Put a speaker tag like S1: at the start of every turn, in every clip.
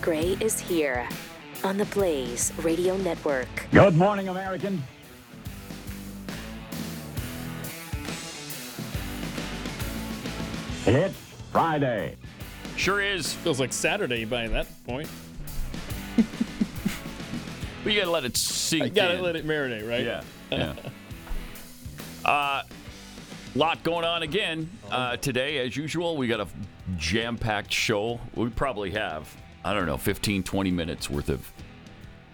S1: Gray is here on the Blaze Radio Network.
S2: Good morning, American. It's Friday.
S3: Sure is.
S4: Feels like Saturday by that point.
S3: We gotta let it sink
S4: You gotta
S3: in.
S4: let it marinate, right?
S3: Yeah. Yeah. uh, lot going on again
S4: Oh.
S3: uh, today, as usual. We got a jam packed show. We probably have, I don't know, 15, 20 minutes worth of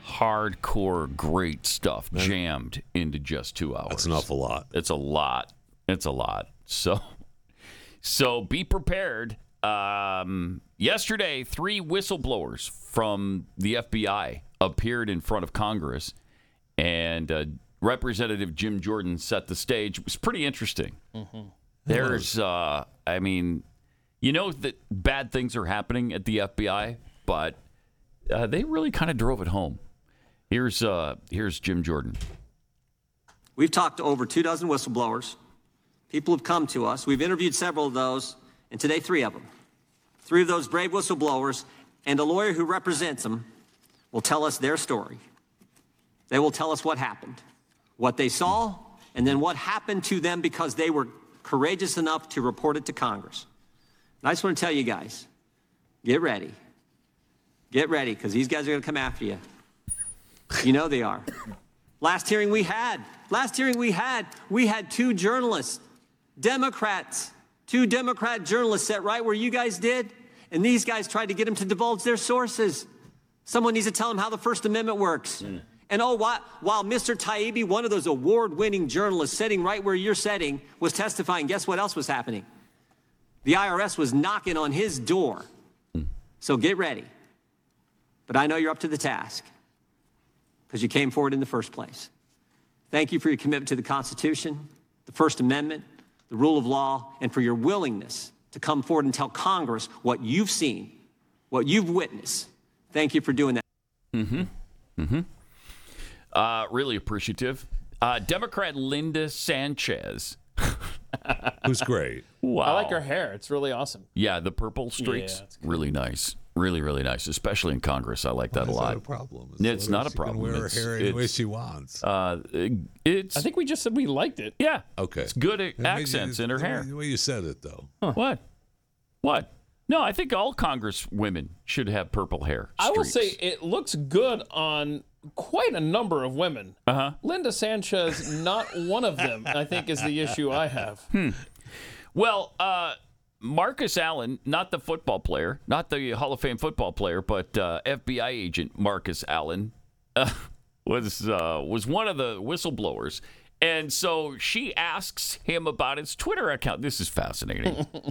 S3: hardcore great stuff jammed into just two hours.
S5: That's an awful lot.
S3: It's a lot. It's a lot. So, so be prepared. Um, yesterday, three whistleblowers from the FBI appeared in front of Congress, and uh, Representative Jim Jordan set the stage. It was pretty interesting.
S4: Mm-hmm.
S3: There's, uh, I mean, you know that bad things are happening at the FBI, but uh, they really kind of drove it home. Here's uh, here's Jim Jordan.
S6: We've talked to over two dozen whistleblowers. People have come to us. We've interviewed several of those, and today three of them. Three of those brave whistleblowers and a lawyer who represents them will tell us their story. They will tell us what happened, what they saw, and then what happened to them because they were courageous enough to report it to Congress. And I just want to tell you guys get ready. Get ready, because these guys are going to come after you. You know they are. Last hearing we had, last hearing we had, we had two journalists, Democrats, two Democrat journalists sat right where you guys did, and these guys tried to get them to divulge their sources. Someone needs to tell them how the First Amendment works. And oh, while, while Mr. Taibbi, one of those award winning journalists sitting right where you're sitting, was testifying, guess what else was happening? The IRS was knocking on his door. So get ready. But I know you're up to the task because you came forward in the first place. Thank you for your commitment to the Constitution, the First Amendment, the rule of law, and for your willingness to come forward and tell Congress what you've seen, what you've witnessed. Thank you for doing that.
S5: Mm-hmm.
S3: Mm-hmm. Uh, really appreciative. Uh, Democrat Linda Sanchez.
S5: Who's great?
S3: Wow.
S4: I like her hair. It's really awesome.
S3: Yeah, the purple streaks.
S4: Yeah, that's
S3: really nice. Really, really nice, especially in Congress. I like that a
S5: It's
S3: lot.
S5: not a problem.
S3: It's
S5: whether
S3: not a
S5: she can
S3: problem.
S5: Wear
S3: It's-
S5: her hair any way
S3: it's-
S5: she wants.
S3: Uh, it's
S4: I think we just said we liked it.
S3: yeah.
S5: okay.
S3: It's good
S5: It made you-
S3: accents in her
S5: the way-
S3: hair.
S5: The way you said it, though.
S3: What? What? No, I think all Congress women should have purple hair.
S4: I will say
S3: streaks.
S4: it looks good on quite a number of women. Uh-huh. Linda Sanchez, not one of them, I think, is the issue I have.
S3: Hmm. Well, uh, Marcus Allen, not the football player, not the Hall of Fame football player, but uh, FBI agent Marcus Allen uh, was uh, was one of the whistleblowers, and so she asks him about his Twitter account. This is fascinating.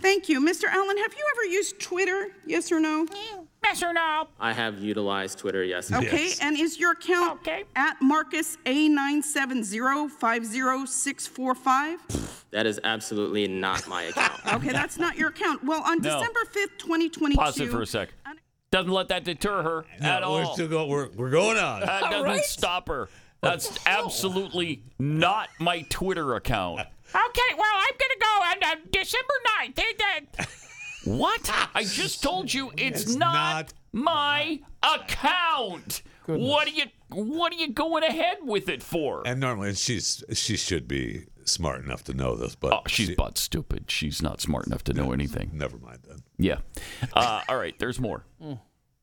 S7: Thank you. Mr. Allen, have you ever used Twitter? Yes or no?
S8: I have utilized Twitter, yes.
S7: Okay, and is your account at Marcus A970506545?
S8: That is absolutely not my account.
S7: Okay, that's not your account. Well, on December 5th, 2022.
S3: Pause it for a sec. Doesn't let that deter her at
S5: No, We're,
S3: all.
S5: still go, we're, we're going on.
S3: That doesn't stop her. That's absolutely not my Twitter account.
S9: Okay, well, I'm going to go on uh, December 9th. Uh, uh,
S3: What? I just told you it's,
S5: It's
S3: not,
S5: not
S3: my account. What are you what are you going ahead with it for?
S5: and normally, and she's she should be smart enough to know this, but
S3: oh, she's
S5: she-
S3: butt stupid. She's not smart enough to know anything.
S5: Never mind then.
S3: Yeah. Uh, all right, there's more.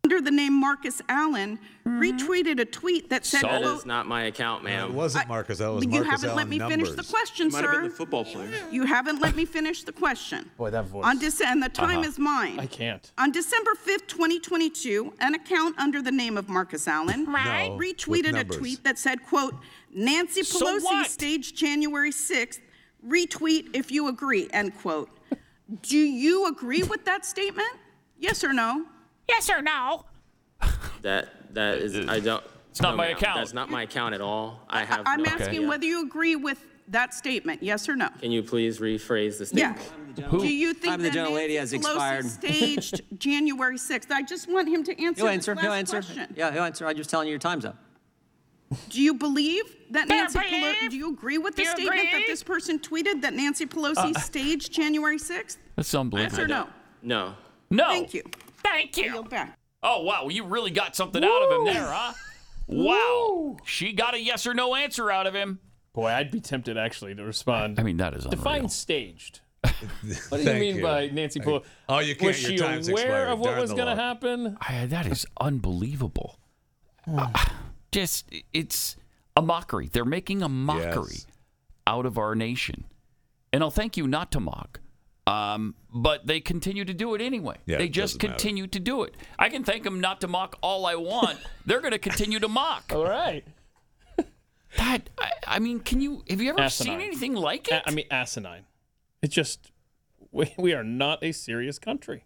S7: Under the name Marcus Allen, retweeted a tweet that said,
S3: So?
S8: That
S7: quote,
S8: is not my account,
S5: It
S8: ma'am.
S5: wasn't Marcus. That was
S7: you
S5: Marcus
S7: haven't let
S5: Allen
S7: me
S5: numbers.
S7: finish the question, sir.
S8: football player.
S7: You haven't let me finish the question.
S4: Boy, that voice.
S7: On Dece- and the
S8: Uh-huh.
S7: time is mine.
S4: I can't.
S7: On December 5th, 2022, an account under the name of Marcus Allen
S5: Right. No, with
S7: retweeted a
S5: numbers.
S7: tweet that said, quote, Nancy
S3: So
S7: Pelosi
S3: what?
S7: staged January 6th, retweet if you agree, end quote. Do you agree with that statement? Yes or no?
S9: yes or no?
S8: That that is I don't. It's
S3: not my account.
S8: That's not my account at all. I have.
S7: I'm
S8: no
S7: asking
S8: idea.
S7: whether you agree with that statement, yes or no?
S8: Can you please rephrase the
S7: Yeah.
S8: statement?
S7: Do you think
S6: Time of the
S7: that
S6: gentle
S7: Nancy
S6: lady has
S7: Pelosi
S6: expired.
S7: staged January 6th? I just want him to answer
S6: He'll
S7: this
S6: answer.
S7: last
S6: He'll answer.
S7: question.
S6: Yeah, he'll answer. I'm just telling you, your time's up.
S7: Do you believe that
S9: Do you
S7: Nancy Pelosi?
S9: believe?
S7: Do you agree with the
S9: Do you
S7: statement that
S9: agree? Uh,
S7: this person tweeted that Nancy Pelosi staged January 6th?
S3: That's
S7: Yes or
S3: unbelievable.
S7: no?
S8: No.
S3: No.
S7: Thank you.
S9: Thank you.
S7: Yield back.
S3: Oh wow, you really got something out of him there, huh? Wow. She got a yes or no answer out of him.
S4: Boy, I'd be tempted actually to respond.
S3: I mean, that is unreal.
S4: Define staged. What do you
S5: Thank
S4: mean
S5: you.
S4: by Nancy Pelosi?
S5: Oh, you
S4: Was
S5: can't. Your
S4: she
S5: time's
S4: aware
S5: expired.
S4: of what
S5: Darn
S4: was
S5: the
S4: going to
S5: law.
S4: happen?
S3: I, that is unbelievable. Uh, just it's a mockery. They're making a mockery
S5: Yes.
S3: out of our nation, and I'll thank you not to mock. Um, but they continue to do it anyway.
S5: Yeah,
S3: they
S5: it
S3: just
S5: doesn't matter.
S3: continue to do it. I can thank them not to mock all I want. They're going to continue to mock.
S4: All right.
S3: That I, I mean, can you have you ever
S4: Asinine.
S3: seen anything like it?
S4: A- I mean, asinine. It's just, we, we are not a serious country.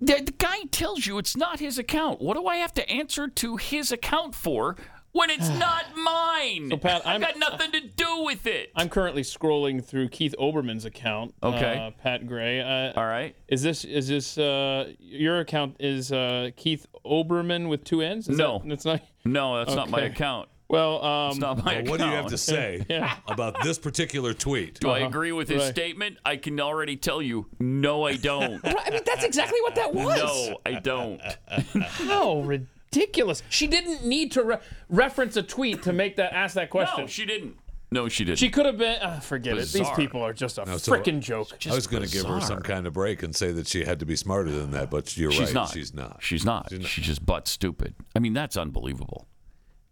S3: The, the guy tells you it's not his account. What do I have to answer to his account for when it's not mine?
S4: So, Pat,
S3: I've
S4: I'm-
S3: got nothing to do with it.
S4: I'm currently scrolling through Keith Oberman's account.
S3: Okay.
S4: uh, Pat Gray. Uh,
S3: All right.
S4: Is this is this uh, your account? Is uh, Keith Oberman with two N's? Is
S3: No.
S4: that- that's not.
S3: No, that's not my
S4: Okay.
S3: account.
S4: Well, um,
S3: It's not my
S5: Well,
S3: account.
S5: what do you have to say
S4: Yeah.
S5: about this particular tweet?
S3: Do I agree with his
S4: Uh-huh. Right.
S3: statement? I can already tell you, no, I don't.
S10: I mean, that's exactly what that was.
S3: no, I don't.
S4: how ridiculous! She didn't need to re- reference a tweet to make that ask that question.
S3: No, she didn't. No, she didn't.
S4: She could have been. Uh, forget it.
S3: Bizarre.
S4: These people are just a
S5: so what-
S4: frickin' joke.
S5: I was going to give her some kind of break and say that she had to be smarter than that, but you're
S3: She's
S5: right.
S3: not.
S5: She's not.
S3: She's not. She's just butt stupid. I mean, that's unbelievable.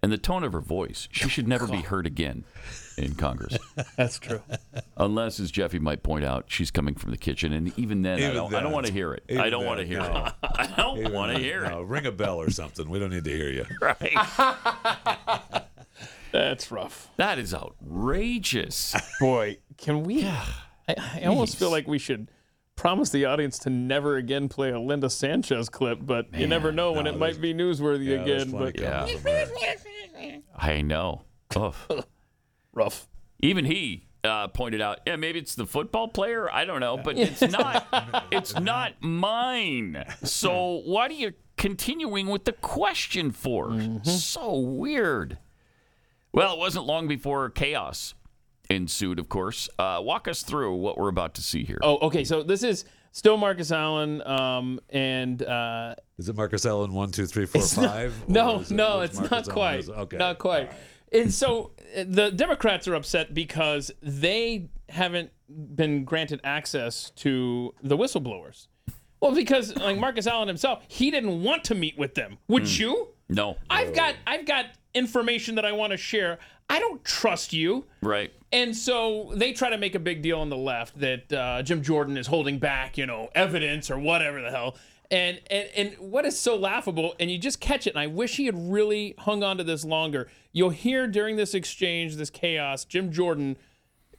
S3: And the tone of her voice, she should never be heard again in Congress.
S4: That's true.
S3: Unless, as Jeffy might point out, she's coming from the kitchen, and even then, I
S5: Even
S3: don't, I don't
S5: then.
S3: want to hear it. I
S5: Even
S3: don't want to
S5: then,
S3: hear
S5: no.
S3: it. I don't
S5: Even-
S3: want to hear
S5: no, Ring a bell or something. We don't need to hear you.
S3: it.
S4: That's rough.
S3: That is outrageous.
S4: Boy, can we? I, I almost feel like we should promise the audience to never again play a Linda Sanchez clip, but you never know when it might be newsworthy
S5: Yeah, there's
S4: again.
S5: plenty
S4: But
S5: of
S3: Yeah.
S5: comments on that.
S3: I know. Ugh.
S4: rough.
S3: Even he uh, pointed out, yeah, maybe it's the football player. I don't know, but it's not. It's not mine. So what are you continuing with the question for?
S4: Mm-hmm.
S3: So weird. Well, it wasn't long before chaos ensued. Of course, uh, walk us through what we're about to see here.
S4: Oh, okay. So this is still Marcus Allen, um, and uh,
S5: Is it Marcus Allen one two three four five? or
S4: no,
S5: is it-
S4: no,
S5: which
S4: it's
S5: Marcus
S4: not
S5: Allen
S4: quite,
S5: is- Okay.
S4: not quite. And so uh, the Democrats are upset because they haven't been granted access to the whistleblowers. Well, because like Marcus Allen himself, he didn't want to meet with them. Would
S5: Hmm.
S4: you?
S3: no,
S4: I've got
S5: Oh.
S4: I've got information that I want to share. I don't trust you.
S3: right.
S4: And so they try to make a big deal on the left that uh, Jim Jordan is holding back, you know, evidence or whatever the hell. And, and and what is so laughable, and you just catch it. And I wish he had really hung on to this longer. You'll hear during this exchange, this chaos, Jim Jordan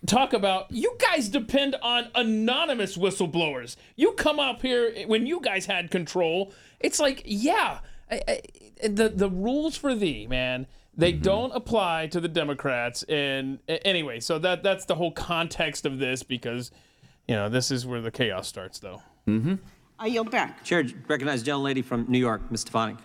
S4: talk about you guys depend on anonymous whistleblowers. You come up here when you guys had control. It's like, yeah, I, I, the the rules for thee, man. They don't apply to the Democrats. And a- anyway, so that that's the whole context of this because, you know, this is where the chaos starts, though.
S3: Mm-hmm.
S7: I yield back.
S6: Chair recognizes gentle lady from New York, Uh, Ms. Stefanik.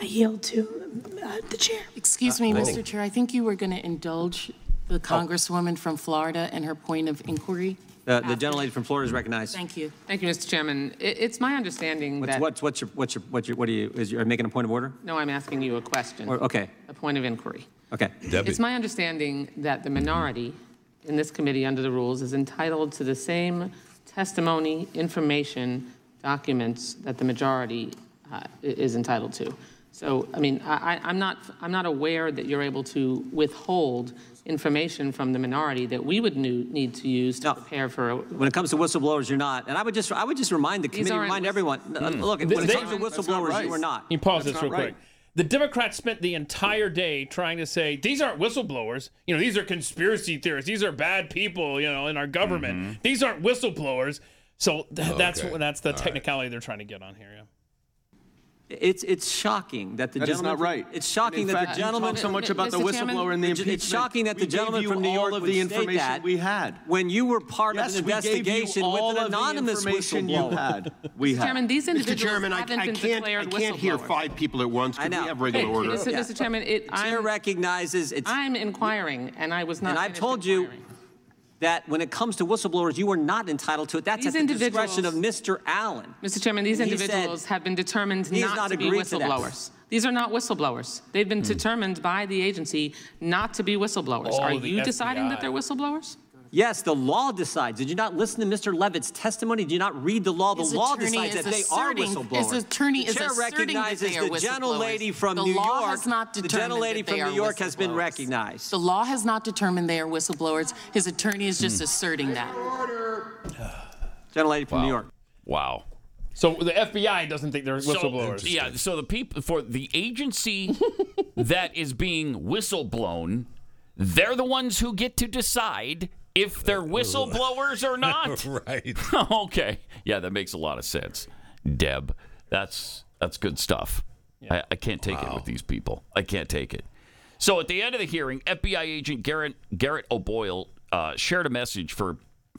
S10: I yield to uh, the chair. Excuse
S3: Uh,
S10: me, Mr. Chair. I think you were going to indulge
S3: Oh.
S10: the Congresswoman from Florida and her point of inquiry.
S6: The, the gentle lady from Florida is recognized.
S10: Thank you.
S9: Thank you, Mr. Chairman. It, it's my understanding
S6: What's,
S9: that.
S6: what's, what's your, what's your, what's your, what do you, is you, are you making a point of order?
S9: No, I'm asking you a question.
S6: Or, okay,
S9: A point of inquiry.
S6: okay.
S5: Debbie.
S9: It's my understanding that the minority in this committee under the rules is entitled to the same testimony, information, documents that the majority uh, i- is entitled to. So, I mean, I, I- I'm not, I'm not aware that you're able to withhold information from the minority that we would new- need to use to
S6: No.
S9: prepare for a
S6: When it comes to whistleblowers, you're not. And I would just, I would just remind the committee,
S9: aren't
S6: remind
S9: whistle-
S6: everyone. no, uh, Look, when
S4: They-
S6: it comes to
S9: That's not
S6: whistleblowers,
S9: right.
S6: you are not.
S4: Hmm. Can you pause
S6: That's
S4: this
S6: not
S4: real
S6: right.
S4: quick? The Democrats spent the entire day trying to say these aren't whistleblowers. You know, these are conspiracy theorists. These are bad people. You know, in our government, these aren't whistleblowers. So th- that's
S5: Okay.
S4: what that's the
S5: All right.
S4: technicality they're trying to get on here. Yeah.
S6: It's, it's shocking that the
S11: That is
S6: gentleman.
S11: not right.
S6: It's shocking
S11: In
S6: that
S11: fact,
S6: the
S11: you
S6: gentleman.
S11: Uh, talk so much
S9: Mi-
S11: about the
S9: Mr. Chairman?
S11: whistleblower and the
S6: It's
S11: impeachment.
S6: shocking that
S11: We
S6: the
S11: gave
S6: gentleman
S11: you
S6: from New
S11: all
S6: York
S11: of
S6: would
S11: the
S6: state
S11: information
S6: that
S11: we had.
S6: When you were part
S11: Yes,
S6: of an
S11: we gave you
S6: investigation
S11: all
S6: with an
S11: of the
S6: anonymous
S11: information you
S6: whistleblower.
S11: had. We
S9: Mr.
S11: had.
S9: Chairman, these
S11: Mr.
S9: individuals
S11: Chairman, I,
S9: haven't
S11: I
S9: been
S11: can't,
S9: declared
S11: I can't hear
S9: whistleblowers.
S11: five people at once.
S6: I
S11: Could we
S6: know.
S11: have regular
S9: Hey,
S11: order?
S9: Mr.
S6: Yeah.
S9: Mr. Chairman, it,
S6: Chair
S9: I'm,
S6: recognizes it's.
S9: I'm inquiring, and I was not.
S6: And I've
S9: finished
S6: told you-
S9: inquiring.
S6: that when it comes to whistleblowers, you are not entitled to it. That's
S9: These
S6: at the discretion of
S9: individuals-
S6: Mr. Allen.
S9: Mr. Chairman, these
S6: And he said-
S9: individuals have been determined
S6: He has
S9: not
S6: not
S9: to be
S6: agreed to that.
S9: whistleblowers. These are not whistleblowers. They've been
S11: Hmm.
S9: determined by the agency not to be whistleblowers.
S6: Oh,
S9: Are
S6: the
S9: you deciding
S6: FBI.
S9: that they're whistleblowers?
S6: Yes, the law decides. Did you not listen to Mr. Levitt's testimony? Did you not read the law? The
S10: His
S6: law
S10: attorney
S6: decides
S10: is
S6: that they are
S10: asserting- his
S6: whistleblowers.
S10: attorney
S6: the
S10: is
S6: chair
S10: asserting that
S6: recognizes
S10: they are
S6: the gentle
S10: whistleblowers.
S6: lady from
S10: The
S6: New
S10: law
S6: York.
S10: has not
S6: the gentle
S10: determined
S6: lady
S10: that they
S6: from
S10: are
S6: New York has been
S10: whistleblowers.
S6: recognized.
S10: The law has not determined they are whistleblowers. His attorney is
S3: Hmm.
S10: just asserting that.
S6: Gentle lady from New York.
S3: Wow.
S4: So the FBI doesn't think they're whistleblowers.
S3: So, yeah, so the people for the agency that is being whistleblown, they're the ones who get to decide if they're whistleblowers or not.
S5: right.
S3: okay. Yeah, that makes a lot of sense. Deb, that's that's good stuff. I, I can't take it with these people. I can't take it. So at the end of the hearing, FBI agent Garrett Garrett O'Boyle uh, shared a message for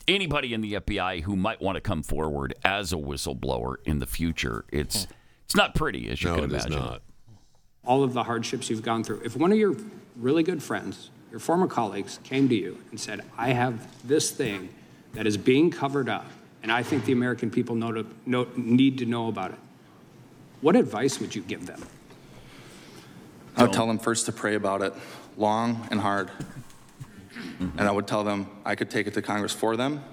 S3: anybody in the FBI who might want to come forward as a whistleblower in the future. It's it's not pretty, as you
S5: No,
S3: can
S5: it is
S3: imagine.
S5: not.
S11: all of the hardships you've gone through. If one of your really good friends, your former colleagues, came to you and said, I have this thing that is being covered up, and I think the American people know to, know, need to know about it, what advice would you give them?
S12: I would tell them first to pray about it, long and hard. And I would tell them I could take it to Congress for them,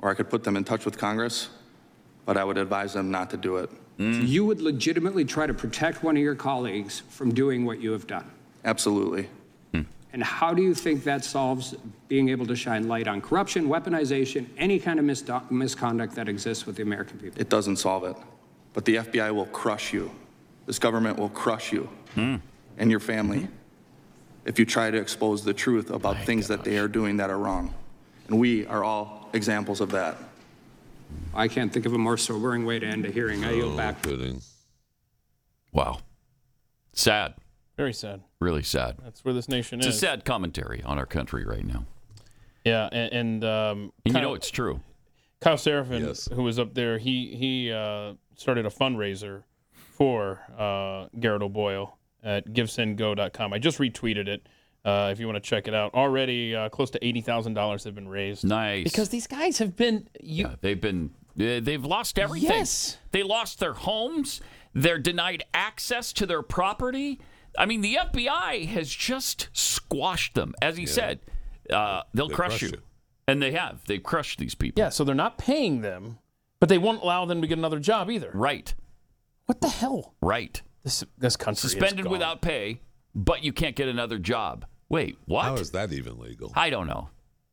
S12: or I could put them in touch with Congress, but I would advise them not to do it.
S11: You would legitimately try to protect one of your colleagues from doing what you have done.
S12: Absolutely.
S11: And how do you think that solves being able to shine light on corruption, weaponization, any kind of misdo- misconduct that exists with the American people?
S12: It doesn't solve it. But the FBI will crush you. This government will crush you
S3: Hmm.
S12: and your family if you try to expose the truth about things that they are doing that are wrong. And we are all examples of that.
S11: I can't think of a more sobering way to end a hearing. I yield back.
S3: Wow, sad,
S4: Very sad.
S3: really sad.
S4: That's where this nation
S3: It's a
S4: is.
S3: sad commentary on our country right now.
S4: Yeah, and, and, um,
S3: And you
S4: Kyle-
S3: know it's true.
S4: Kyle Serafin, who was up there, he he uh, started a fundraiser for uh, Garrett O'Boyle at givesendgo.com. I just retweeted it. Uh, if you want to check it out, already uh, close to eighty thousand dollars have been raised.
S3: Nice.
S4: Because these guys have been you.
S3: Yeah, they've been they- they've lost everything.
S4: Yes.
S3: They lost their homes. They're denied access to their property. I mean, the FBI has just squashed them. As he said, uh, they'll
S4: They
S3: crush,
S4: crush
S3: you.
S4: you.
S3: And they have. They've crushed these people.
S4: Yeah, so they're not paying them, but they won't allow them to get another job either.
S3: Right.
S4: What the hell?
S3: Right.
S4: This this country is
S3: Suspended
S4: gone.
S3: without pay, but you can't get another job. Wait, what? How is
S5: that even legal?
S3: I don't know.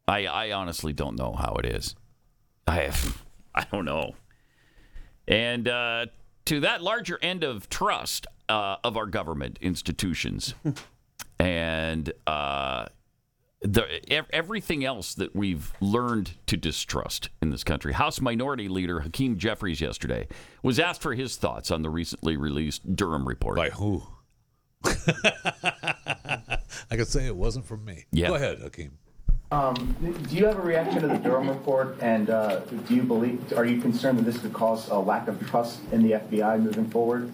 S3: I, I honestly don't know how it is. I have, I don't know. And uh, to that larger end of trust uh, of our government institutions and uh, the, ev- everything else that we've learned to distrust in this country. House Minority Leader Hakeem Jeffries yesterday was asked for his thoughts on the recently released Durham report. By
S5: who? I could say it wasn't from me.
S3: Yeah.
S5: Go ahead, Hakeem.
S13: Um, do you have a reaction to the Durham report, and uh, do you believe, are you concerned that this could cause a lack of trust in the FBI moving forward?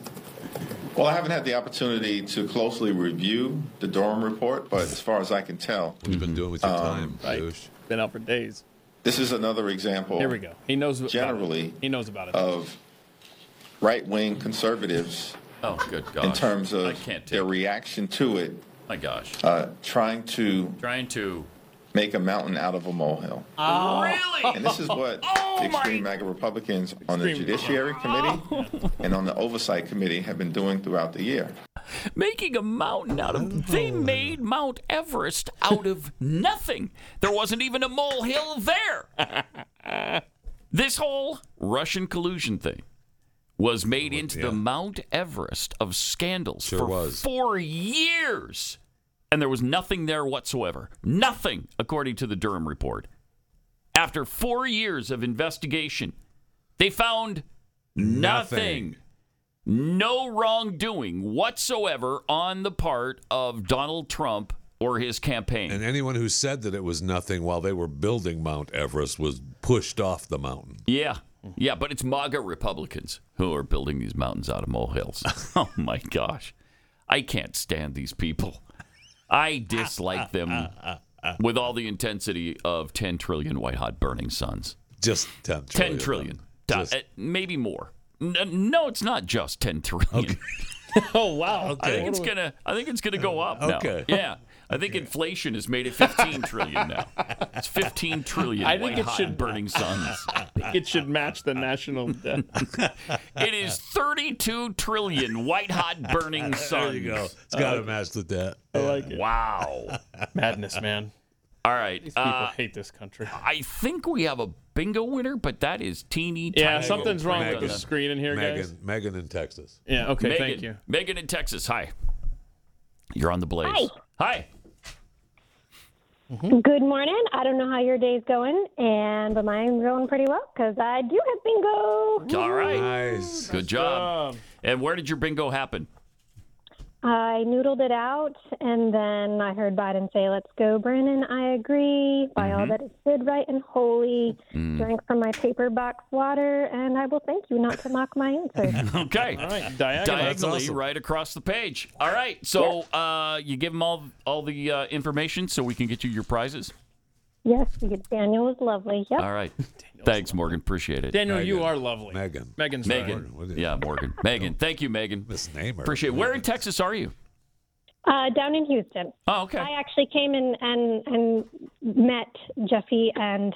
S14: Well, I haven't had the opportunity to closely review the Durham report, but as far as I can tell, um,
S5: what have you
S3: Mm-hmm.
S5: been doing with
S3: Um,
S5: your time,
S4: Been out for days.
S14: This is another example.
S4: Here we go. He knows about it.
S14: generally
S4: He knows about it.
S14: of right-wing conservatives.
S3: Oh, good God!
S14: In terms of their reaction to it.
S3: My gosh.
S14: Uh, trying to
S3: trying to
S14: make a mountain out of a molehill.
S3: Really?
S14: Oh. And this is what
S4: Oh
S14: the extreme MAGA Republicans on the
S3: Extreme-
S14: Judiciary Committee and on the Oversight Committee have been doing throughout the year.
S3: making a mountain out of they made Mount Everest out of nothing. There wasn't even a molehill there. this whole Russian collusion thing was made into the Mount Everest of scandals for four years. And there was nothing there whatsoever. Nothing, according to the Durham report. After four years of investigation, they found nothing. No wrongdoing whatsoever on the part of Donald Trump or his campaign.
S5: And anyone who said that it was nothing while they were building Mount Everest was pushed off the mountain.
S3: Yeah. Yeah, but it's MAGA Republicans who are building these mountains out of molehills. oh my gosh. I can't stand these people. I dislike them with all the intensity of 10 trillion white hot burning suns.
S5: Just 10
S3: 10 trillion. Ta- uh, maybe more. N- No, it's not just 10 trillion.
S4: oh wow.
S3: I think it's gonna. I think it's gonna go up. now.
S4: Okay.
S3: Yeah. I think inflation has made it 15 trillion now. It's 15 trillion.
S4: I think it should
S3: burning suns.
S4: I think it should match the national debt.
S3: it is 32 trillion white hot burning suns.
S5: There you go. It's got to match the debt.
S4: I like it.
S3: Wow.
S4: Madness, man.
S3: All right.
S4: These people
S3: uh,
S4: hate this country.
S3: I think we have a bingo winner, but that is teeny.
S4: Yeah,
S3: tiny
S4: something's wrong with
S3: Megan.
S4: the screen in here,
S5: Megan,
S4: guys.
S5: Megan in Texas.
S4: Yeah, okay,
S3: Megan,
S4: thank you.
S3: Megan in Texas. Hi. You're on the blaze. Hi.
S15: Good morning. I don't know how your day's going, and but mine's going pretty well because I do have bingo.
S3: All right. Nice. Good job. And where did your bingo happen?
S15: I noodled it out, and then I heard Biden say, "Let's go, Brennan." I agree by all
S3: Mhm.
S15: that is good, right, and holy.
S3: Mm.
S15: Drank from my paper box water, and I will thank you not to mock my answer.
S3: Okay. All
S4: right. Diagonal. That's
S3: Diagonally,
S4: awesome.
S3: right across the page. All right. So uh, you give them all all the uh, information so we can get you your prizes.
S15: yes, you- Daniel was lovely. Yep.
S3: All right. Thanks, Morgan. Appreciate it.
S4: Daniel, you are lovely.
S5: Megan.
S4: Megan's
S3: Megan. yeah, Morgan. Megan. Thank you, Megan.
S5: This name.
S3: Appreciate it. Where in Texas are you?
S15: Uh, down in Houston.
S3: Oh, okay.
S15: I actually came in and and met Jeffy and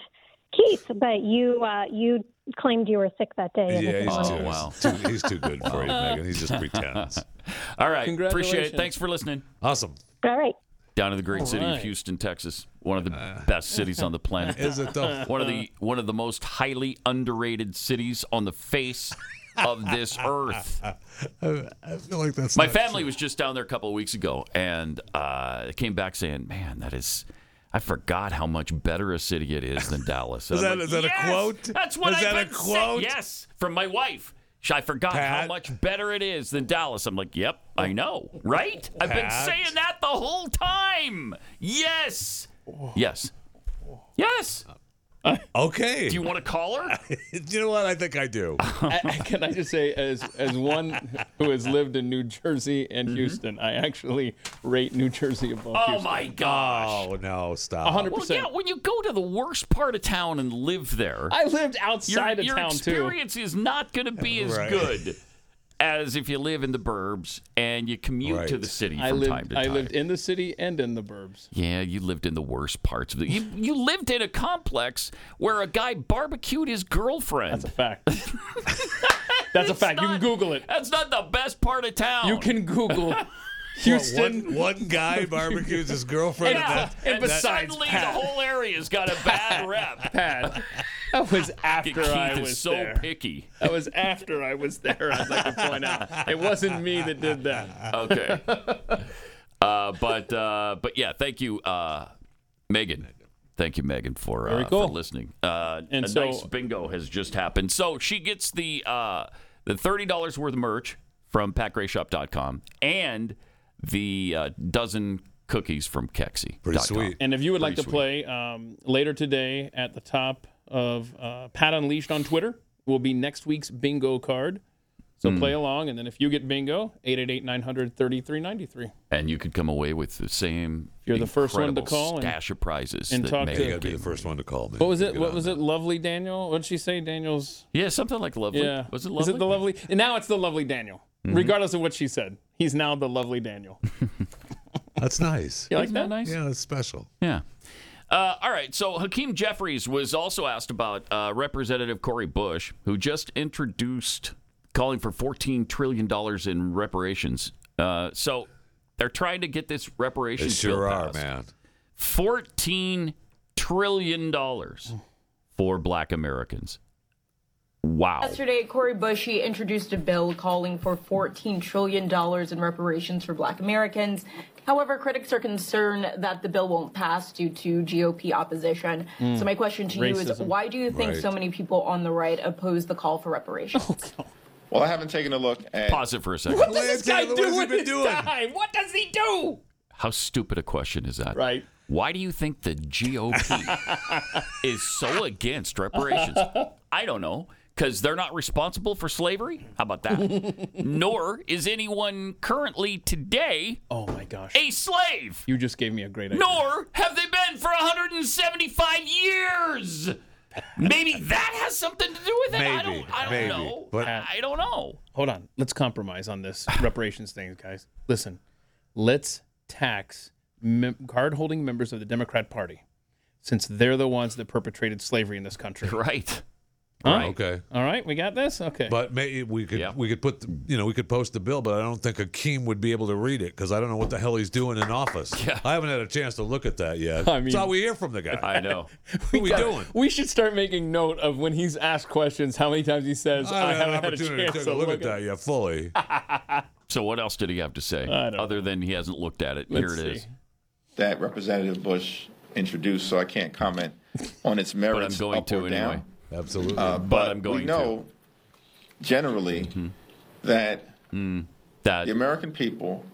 S15: Keith, but you uh, you claimed you were sick that day. and
S5: Yeah,
S15: it
S5: he's
S15: was-
S3: Oh,
S5: too,
S3: wow.
S5: he's too he's too good for you,
S3: Uh,
S5: Megan. He just pretends.
S3: All right. Appreciate it.
S5: Congratulations.
S3: Thanks for listening.
S5: Awesome.
S15: All right.
S3: Down in the great
S5: All
S3: city of
S5: right.
S3: Houston, Texas, one of the best cities on the planet.
S5: Uh, Is it though?
S3: One of the one of the most highly underrated cities on the face of this earth.
S5: I, I feel like that's
S3: My
S5: not
S3: family
S5: true.
S3: was just down there a couple of weeks ago, and uh, they came back saying, "Man, that is." I forgot how much better a city it is than Dallas. And
S5: Is that-
S3: I'm like,
S5: is that a
S3: "Yes!
S5: quote?
S3: That's what
S5: Is
S3: I've
S5: that a
S3: been saying."
S5: quote?
S3: Yes, from my wife. She- I forgot how
S5: Pat?
S3: much better it is than Dallas. I'm like, yep, I know, right? I've been
S5: Pat?
S3: saying that the whole time. Yes, yes, yes.
S5: Okay.
S3: Do you want to call her?
S5: you know what? I think I do.
S4: Can I just say, as as one who has lived in New Jersey and Houston, I actually rate New Jersey above
S3: Mm-hmm. Oh
S4: Houston.
S3: my gosh!
S5: Oh no! Stop.
S4: A hundred
S3: Well,
S4: percent.
S3: yeah. When you go to the worst part of town and live there,
S4: I lived
S3: your,
S4: outside
S3: your
S4: of town too.
S3: experience is not going to be as
S4: Right.
S3: good as if you live in the burbs and you commute to the city
S4: I
S3: from
S4: lived,
S3: time to
S4: I
S3: time.
S4: lived in the city and in the burbs.
S3: yeah, you lived in the worst parts of the. You, you lived in a complex where a guy barbecued his girlfriend. That's a
S4: fact. That's a fact. you can Google it.
S3: That's not the best part of town.
S4: You can Google Houston.
S5: What, one, one guy barbecues his girlfriend.
S3: Yeah,
S5: and that,
S3: and
S5: that-
S3: besides, suddenly
S4: Pat.
S3: the whole area's got a bad rep.
S4: Pat. That was after
S3: Keith
S4: I
S3: is
S4: was
S3: so
S4: there.
S3: picky.
S4: That was after I was there. I'd like to point out it wasn't me that did that.
S3: Okay. uh, but uh, but yeah, thank you, uh, Megan. Thank you, Megan, for, uh,
S4: Very cool.
S3: for listening. Uh,
S4: And
S3: a
S4: so-
S3: nice bingo has just happened. So she gets the uh, the thirty dollars worth of merch from PatGrayShop.com and the uh, dozen cookies from Kexi. Pretty sweet.
S4: And if you would like to play um, later today at the top of uh, Pat Unleashed on Twitter, will be next week's bingo card. So
S3: Mm.
S4: play along, and then if you get bingo, 888 900 3393.
S3: And you could come away with the same.
S4: You're the first one to
S3: incredible
S4: call and-
S3: Stash of prizes.
S4: and
S3: that
S4: talk to-
S3: Megan
S4: You gotta be
S3: gave
S5: the
S3: me.
S5: first one to call me.
S4: What was it? What was it? Lovely Daniel? What did she say? Daniel's.
S3: Yeah, something like lovely.
S4: Yeah.
S3: Was it
S4: Is
S3: lovely?
S4: it the lovely? And now it's the lovely Daniel.
S3: Mhm.
S4: Regardless of what she said, he's now the lovely Daniel.
S5: That's nice.
S4: You like Isn't that that? nice?
S5: Yeah, that's special.
S3: Yeah. Uh, all right. So Hakeem Jeffries was also asked about uh, Representative Cory Bush, who just introduced calling for $14 trillion in reparations. Uh, so they're trying to get this
S5: They
S3: reparations
S5: sure
S3: bill
S5: are,
S3: passed.
S5: man.
S3: $14 trillion for black Americans. Wow.
S16: Yesterday, Cory Bush he introduced a bill calling for $14 trillion in reparations for black Americans. However, critics are concerned that the bill won't pass due to GOP opposition.
S17: Mm.
S16: So, my question to you is
S17: Racism.
S16: why do you think
S14: Right.
S16: so many people on the right oppose the call for reparations?
S14: Well, I haven't taken a look at.
S3: Pause it for a second.
S14: What does this guy do with his
S4: time? What does he do?
S3: How stupid a question is that?
S4: Right.
S3: Why do you think the GOP is so against reparations? I don't know. Because they're not responsible for slavery? How about that? Nor is anyone currently today
S4: oh my gosh.
S3: a slave.
S4: You just gave me a great idea.
S3: Nor have they been for 175 years. Maybe that has something to do with it. I
S4: Maybe,
S3: don't, I don't
S4: maybe,
S3: know.
S4: but-
S3: I, I don't know.
S4: Uh, Hold on. Let's compromise on this reparations thing, guys. Listen, let's tax mem- card holding members of the Democrat Party since they're the ones that perpetrated slavery in this country.
S3: Right.
S5: Right. Okay.
S4: All right. We got this? Okay.
S5: But maybe we could we could put the, you know we could post the bill, but I don't think Akeem would be able to read it because I don't know what the hell he's doing in office. I haven't had a chance to look at that yet.
S4: I mean-
S5: That's all we hear from the guy.
S3: I know.
S5: What are we
S4: gotta-
S5: doing?
S4: We should start making note of when he's asked questions, how many times he says, I,
S5: I haven't had an
S4: haven't had a
S5: opportunity to
S4: chance
S5: take
S4: to
S5: a
S4: look, at
S5: that yet fully.
S3: So what else did he have to say other than he hasn't looked at it? Here it
S14: Let's
S3: is.
S14: see. that Representative Bush introduced, so I can't comment on its merits
S3: going
S14: up
S3: to
S14: or
S3: anyway.
S14: down.
S5: Absolutely.
S14: Uh,
S3: But
S14: but,
S3: I'm going
S14: we
S3: to.
S14: know generally that
S3: Mm, that
S14: the American people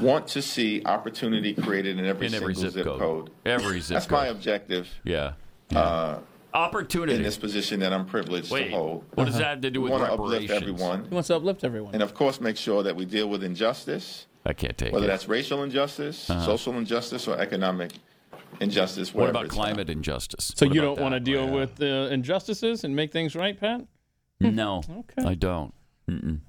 S14: want to see opportunity created in every
S3: In
S14: single
S3: every
S14: zip,
S3: zip code. Every
S14: Every
S3: zip
S14: That's my objective.
S3: Yeah.
S14: Uh,
S3: opportunity
S14: in this position that I'm privileged
S3: Wait,
S14: to hold. Uh-huh.
S3: what does that have to do
S14: We
S3: with
S14: want to uplift
S3: reparations?
S14: everyone,
S4: He wants to uplift everyone.
S14: and of course, make sure that we deal with injustice.
S3: I can't take
S14: whether
S3: it.
S14: that's racial injustice,
S3: Uh-huh.
S14: social injustice, or economic injustice.
S3: What
S14: Whatever
S3: about
S14: it's
S3: climate injustice?
S4: So
S3: What
S4: you
S3: about
S4: don't want to deal with the injustices and make things right, Pat?
S3: that? No, I don't. Mm-mm.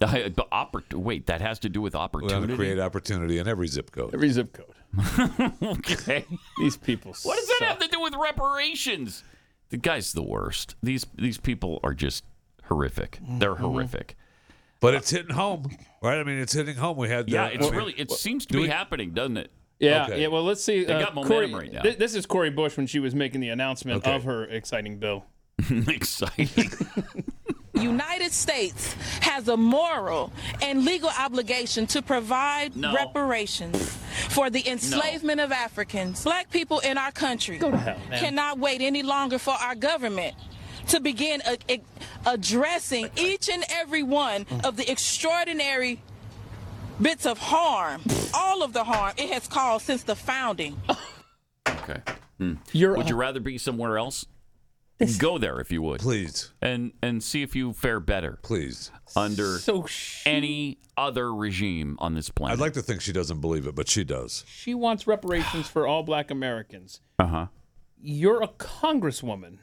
S3: I, but oppor- wait, that has to do with
S5: We want to
S3: opportunity.
S5: create opportunity in every zip code.
S4: Every zip code.
S3: okay.
S4: These people.
S3: What does that have to do with reparations? The guy's the worst. These these people are just horrific. They're
S5: Mhm.
S3: horrific.
S5: But it's hitting home, right? I mean, it's hitting home. We had
S3: Yeah,
S5: that-
S3: it's
S5: I mean-
S3: really it seems to
S5: Do
S3: be
S5: we-
S3: happening, doesn't it?
S4: Yeah, yeah. Well, let's see.
S3: They
S4: uh,
S3: got momentum
S4: Cory-
S3: right now.
S4: thi- this is Cory Bush when she was making the announcement
S3: Okay.
S4: of her exciting bill.
S3: Exciting.
S17: United States has a moral and legal obligation to provide reparations for the enslavement of Africans. Black people in our country
S4: man.
S17: cannot wait any longer for our government to begin a, a- addressing each and every one of the extraordinary bits of harm, all of the harm it has caused since the founding.
S3: Okay. Hmm. would you rather be somewhere else? Go there if you would,
S5: please,
S3: and and see if you fare better,
S5: please,
S3: under
S4: So
S3: any other regime on this planet.
S5: I'd like to think she doesn't believe it, but she does.
S4: She wants reparations for all black Americans.
S5: Uh
S3: Uh-huh.
S5: huh.
S4: You're a congresswoman.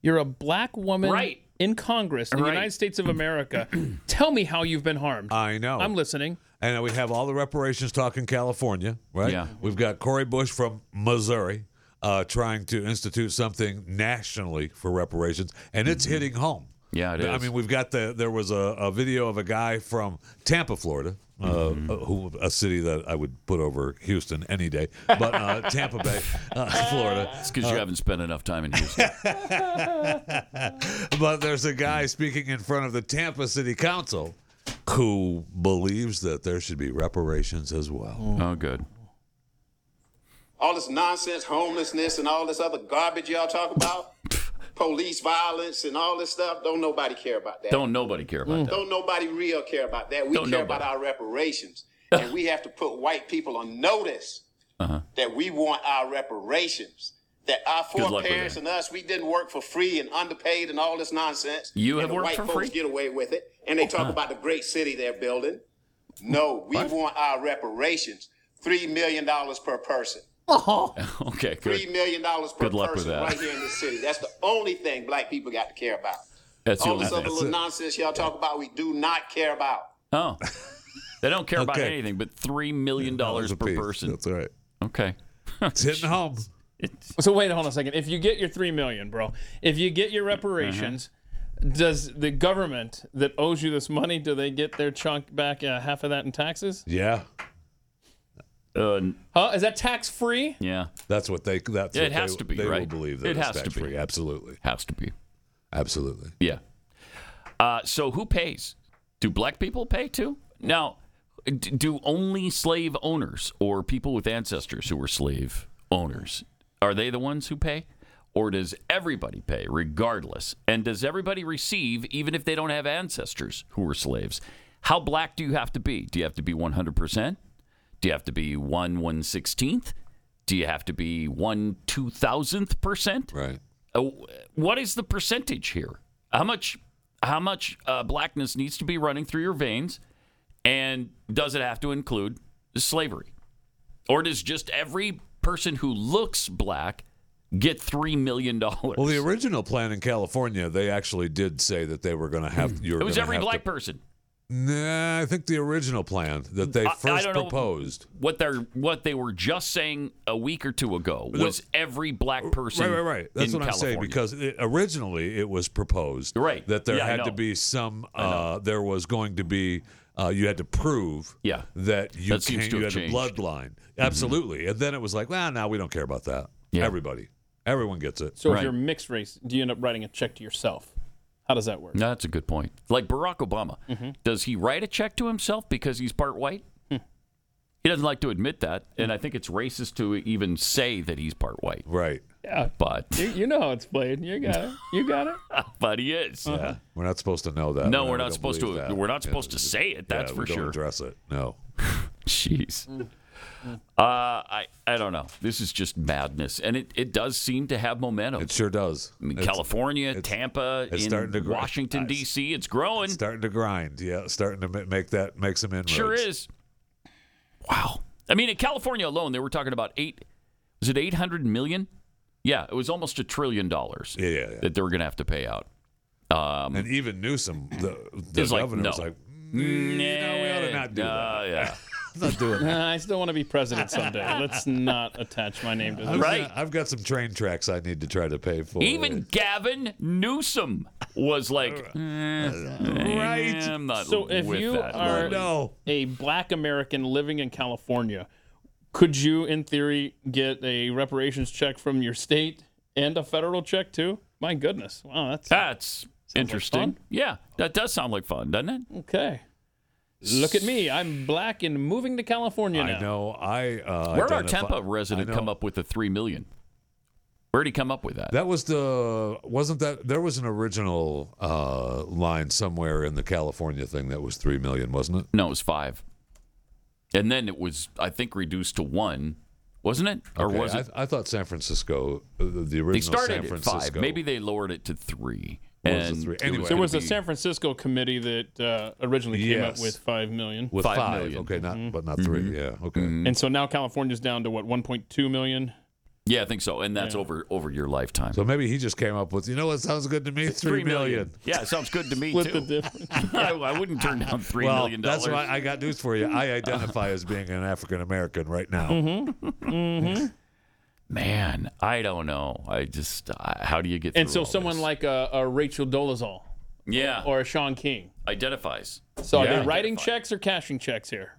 S4: You're a black woman
S3: Right.
S4: in Congress in the
S5: Right.
S4: United States of America. Tell me how you've been harmed.
S5: I
S3: Oh.
S5: know.
S4: I'm listening.
S5: And we have all the reparations talk in California, right?
S4: Yeah.
S5: We've got Cory Bush from Missouri uh, trying to institute something nationally for reparations, and it's hitting home.
S3: Mm-hmm. Yeah, it
S5: I
S3: is.
S5: mean, we've got the there was a, a video of a guy from Tampa, Florida, uh,
S3: Mm-hmm.
S5: who a city that I would put over Houston any day, but uh, Tampa Bay, uh, Florida.
S3: It's because you
S5: Uh,
S3: haven't spent enough time in Houston.
S5: but there's a guy speaking in front of the Tampa City Council who believes that there should be reparations as well.
S3: Oh, good.
S18: all this nonsense, homelessness, and all this other garbage y'all talk about, police violence, and all this stuff. Don't nobody care about that.
S3: Don't nobody care about that.
S18: Don't nobody real care about that. We
S3: Don't
S18: care
S3: nobody.
S18: about our reparations, and we have to put white people on notice
S3: Uh-huh.
S18: that we want our reparations. That our
S3: Good luck with
S18: foreparents
S3: that.
S18: and us, we didn't work for free and underpaid and all this nonsense.
S3: You
S18: and
S3: have
S18: the
S3: worked
S18: white
S3: for
S18: folks
S3: free? Oh,
S18: get away with it, and they talk about the great city they're building. No, we want our reparations. Three million dollars per person.
S4: Oh.
S3: okay,
S18: Three
S3: good.
S18: million dollars per
S3: Good luck with
S18: person
S3: that.
S18: right here in this city. That's the only thing black people got to care about.
S3: That's the
S18: all
S3: only
S18: this other
S3: thing.
S18: little nonsense y'all talk about, we do not care about.
S3: Oh, they don't care about
S5: Okay.
S3: anything but three million dollars per person. That's
S5: right.
S3: Okay.
S5: It's hitting home.
S4: So wait, hold on a second. If you get your three million, bro, if you get your reparations, does the government that owes you this money do they get their chunk back uh, half of that in taxes?
S5: Yeah.
S3: Uh,
S4: Huh? Is that tax free?
S3: yeah.
S5: That's what they. That's
S3: Yeah,
S5: what
S3: it has
S5: they,
S3: to be,
S5: They will
S3: right?
S5: believe that
S3: It
S5: it's
S3: has to be.
S5: tax-free. Absolutely.
S3: Has to be.
S5: Absolutely.
S3: Yeah. Uh, so who pays? Do black people pay too? Now, d- do only slave owners or people with ancestors who were slave owners are they the ones who pay, or does everybody pay regardless? And does everybody receive even if they don't have ancestors who were slaves? How black do you have to be? Do you have to be one hundred percent? Do you have to be one one sixteenth? Do you have to be one two thousandth percent? Uh,
S5: Right.
S3: what is the percentage here? How much? How much uh, blackness needs to be running through your veins, and does it have to include slavery, or does just every person who looks black get three million dollars.
S5: Well, the original plan in California, they actually did say that they were going to have. You were
S3: Hmm. It was
S5: gonna
S3: every
S5: have
S3: black
S5: to-
S3: person.
S5: Nah, I think the original plan that they
S3: I- I
S5: first
S3: don't know
S5: proposed.
S3: What they are what they were just saying a week or two ago
S5: No.
S3: was every black person.
S5: Right, right, right. That's
S3: in
S5: what I'm
S3: California.
S5: saying because it, originally it was proposed right. that there
S3: Yeah, I
S5: had to
S3: know.
S5: be some. Uh, there was going to be uh, you had to prove
S3: yeah.
S5: that you
S3: That seems
S5: came-
S3: to
S5: you had
S3: have
S5: a
S3: changed. Mm-hmm.
S5: bloodline. Absolutely, and then it was like, well, now we don't care about that.
S3: Yeah.
S5: Everybody, everyone gets it.
S4: So if you're mixed race, do you end up writing a check to yourself? How does that work?
S3: No, that's a good point. Like Barack Obama,
S5: Mm-hmm.
S4: Mhm.
S3: does he write a check to himself because he's part white?
S5: Hmm.
S3: He doesn't like to admit that, and I think it's racist to even say that he's part white.
S5: Right.
S4: Yeah.
S3: But
S4: You, you know how it's played. You got it. You got it.
S3: but he is.
S4: Uh-huh.
S5: Yeah, we're not supposed to know that.
S3: No,
S5: We
S3: we're not
S5: don't
S3: supposed
S5: believe
S3: to-
S5: that.
S3: we're not supposed to say it, that's
S5: yeah,
S3: for
S5: we don't
S3: sure.
S5: Address it. No.
S3: Jeez. Uh, I I don't know. This is just madness, and it, it does seem to have momentum. It
S5: sure does.
S3: I mean,
S5: It's-
S3: California, Tampa,
S5: It's
S3: in
S5: starting to gr-
S3: Washington D.C. It's growing.
S5: starting to grind. Yeah, starting to ma- make that make some inroads.
S3: Sure is. Wow. I mean, in California alone, they were talking about eight. Was it eight hundred million? Yeah, it was almost a trillion dollars.
S5: Yeah,
S3: that they were going to have to pay out. Um,
S5: and even Newsom, the, the
S3: It's like,
S5: governor,
S3: no.
S5: was like, "Mm, you know, we ought to not do
S3: Nah,
S5: that.
S3: yeah.
S5: not doing that.
S4: Nah, I still want to be president someday. Let's not attach my name to
S5: I've
S4: this.
S5: got- I've got some train tracks I need to try to pay for.
S3: Even Gavin Newsom was like, "Eh, I'm not
S4: so if
S3: with
S4: you
S3: that.
S4: are
S3: Like,
S4: a black American living in California, could you, in theory, get a reparations check from your state and a federal check too? My goodness. Wow, that's
S3: that's interesting. yeah, that does sound like fun, doesn't it?
S4: Okay. Look at me. I'm black and moving to California now.
S5: I know. I uh,
S3: Where did our
S5: identify-
S3: Tampa resident
S5: I know.
S3: come up with the three million? Where did he come up with that?
S5: That was the wasn't that there was an original uh, line somewhere in the California thing that was three million, wasn't it?
S3: No, it was five. And then it was, I think, reduced to one, wasn't it? Or
S5: Okay,
S3: was
S5: I-
S3: it?
S5: I, thought San Francisco, uh, the, the original
S3: They started
S5: San
S3: at
S5: Francisco.
S3: five. Maybe they lowered it to three.
S5: Was it
S3: and
S5: three?
S3: it was
S5: Anyway.
S4: there was
S3: gonna
S4: a
S3: be-
S4: San Francisco committee that uh, originally came
S5: Yes.
S4: up with five million. Mm-hmm.
S5: with five, okay, not
S3: Mm-hmm.
S5: but not 3 Yeah, okay.
S4: And so now California's down to what 1.2 million.
S3: Yeah, I think so. And that's
S4: Yeah.
S3: over over your lifetime.
S5: So maybe he just came up with you know what sounds good to me three million.
S3: Yeah, it sounds good to me
S4: Split the
S3: too.
S4: difference.
S3: I, I wouldn't turn down three
S5: well,
S3: million
S5: that's
S3: dollars.
S5: why I got news for you. I identify as being an African American right now.
S3: Man, I don't know. I just I, how do you get
S4: And
S3: through
S4: so
S3: all
S4: someone like a, a Rachel Dolezal
S3: this? yeah
S4: or a Sean King.
S3: identifies.
S4: So are
S5: Yeah.
S4: they writing checks or cashing checks here?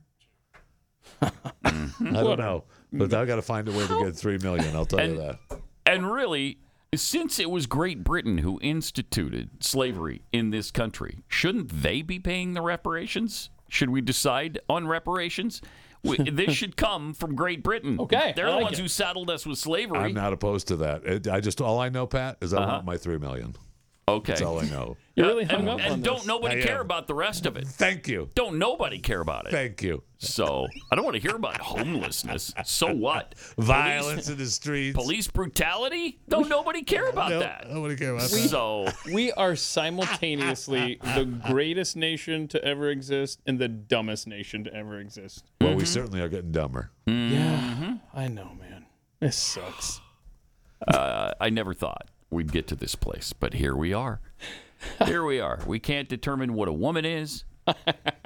S3: mm.
S5: I don't know, but I got to find a way to get three million. I'll tell you
S3: And-
S5: that.
S3: And really, since it was Great Britain who instituted slavery in this country, shouldn't they be paying the reparations? Should we decide on reparations? W- this should come from Great Britain.
S4: Okay,
S3: they're
S4: I
S3: the
S4: like
S3: ones
S4: it.
S3: who saddled us with slavery.
S5: I'm not opposed to that. It, I just all I know, Pat, is I want my three million.
S3: Uh-huh. Okay,
S5: that's all I know.
S4: You really hung
S3: and,
S4: up
S3: and
S4: on
S3: don't
S4: this.
S3: nobody
S5: I
S3: care
S5: am.
S3: about the rest of it.
S5: Thank you.
S3: Don't nobody care about it.
S5: Thank you.
S3: So I don't want to hear about homelessness. So what?
S5: Violence
S3: Police,
S5: in the streets.
S3: police brutality? Don't nobody care about
S5: No,
S3: that.
S5: Nobody care about that.
S3: So
S4: We are simultaneously the greatest nation to ever exist and the dumbest nation to ever exist.
S5: Well, we certainly are getting dumber.
S3: Mm.
S4: Yeah, I know, man. This sucks.
S3: uh, I never thought we'd get to this place, but here we are. Here we are. We can't determine what a woman is.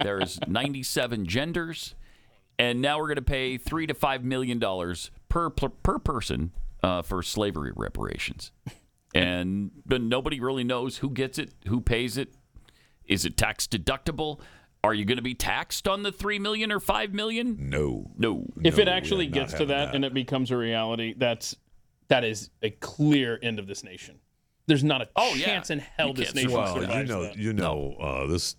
S3: There's 97 genders, and now we're going to pay three to five million dollars per per person uh, for slavery reparations. And but nobody really knows who gets it, who pays it. Is it tax deductible? Are you going to be taxed on the three million or five million?
S5: No.
S3: No.
S4: If
S3: No,
S4: it
S3: we are
S4: actually
S3: not
S4: gets to
S3: having
S4: that, and it becomes a reality, that's that is a clear end of this nation. There's not a
S3: Oh, yeah.
S4: chance in hell
S3: You
S4: this
S3: can't
S4: nation
S5: Well, you
S4: survives
S5: know,
S4: that.
S5: you know, uh, this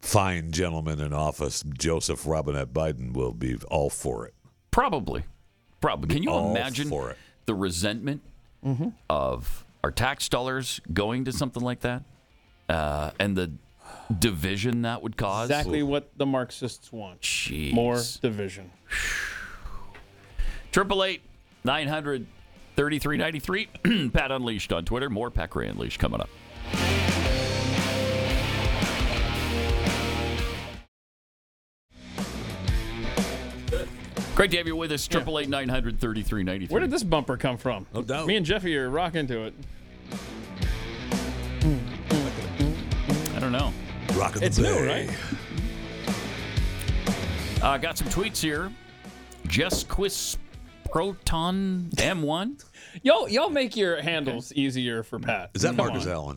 S5: fine gentleman in office, Joseph Robinette Biden, will be all for it.
S3: Probably. Probably. Can you
S5: All
S3: imagine
S5: for it.
S3: the resentment
S4: Mm-hmm.
S3: of our tax dollars going to something like that? Uh, and the division that would cause?
S4: Exactly what the Marxists want.
S3: Jeez.
S4: More division.
S3: Triple eight nine hundred thirty three ninety three. Pat Unleashed on Twitter. More Pat Ray Unleashed coming up. Great to have you with us. Triple eight nine hundred thirty three ninety three.
S4: Where did this bumper come from? No doubt. Me and Jeffy are rocking to it.
S3: I don't know.
S5: Rocking
S4: It's new, right?
S3: Mm-hmm. Uh, got some tweets here. Jess Quiz Proton M1.
S4: Y'all, y'all make your handles easier for Pat.
S5: Is that
S4: Come
S5: Marcus
S4: on.
S5: Allen?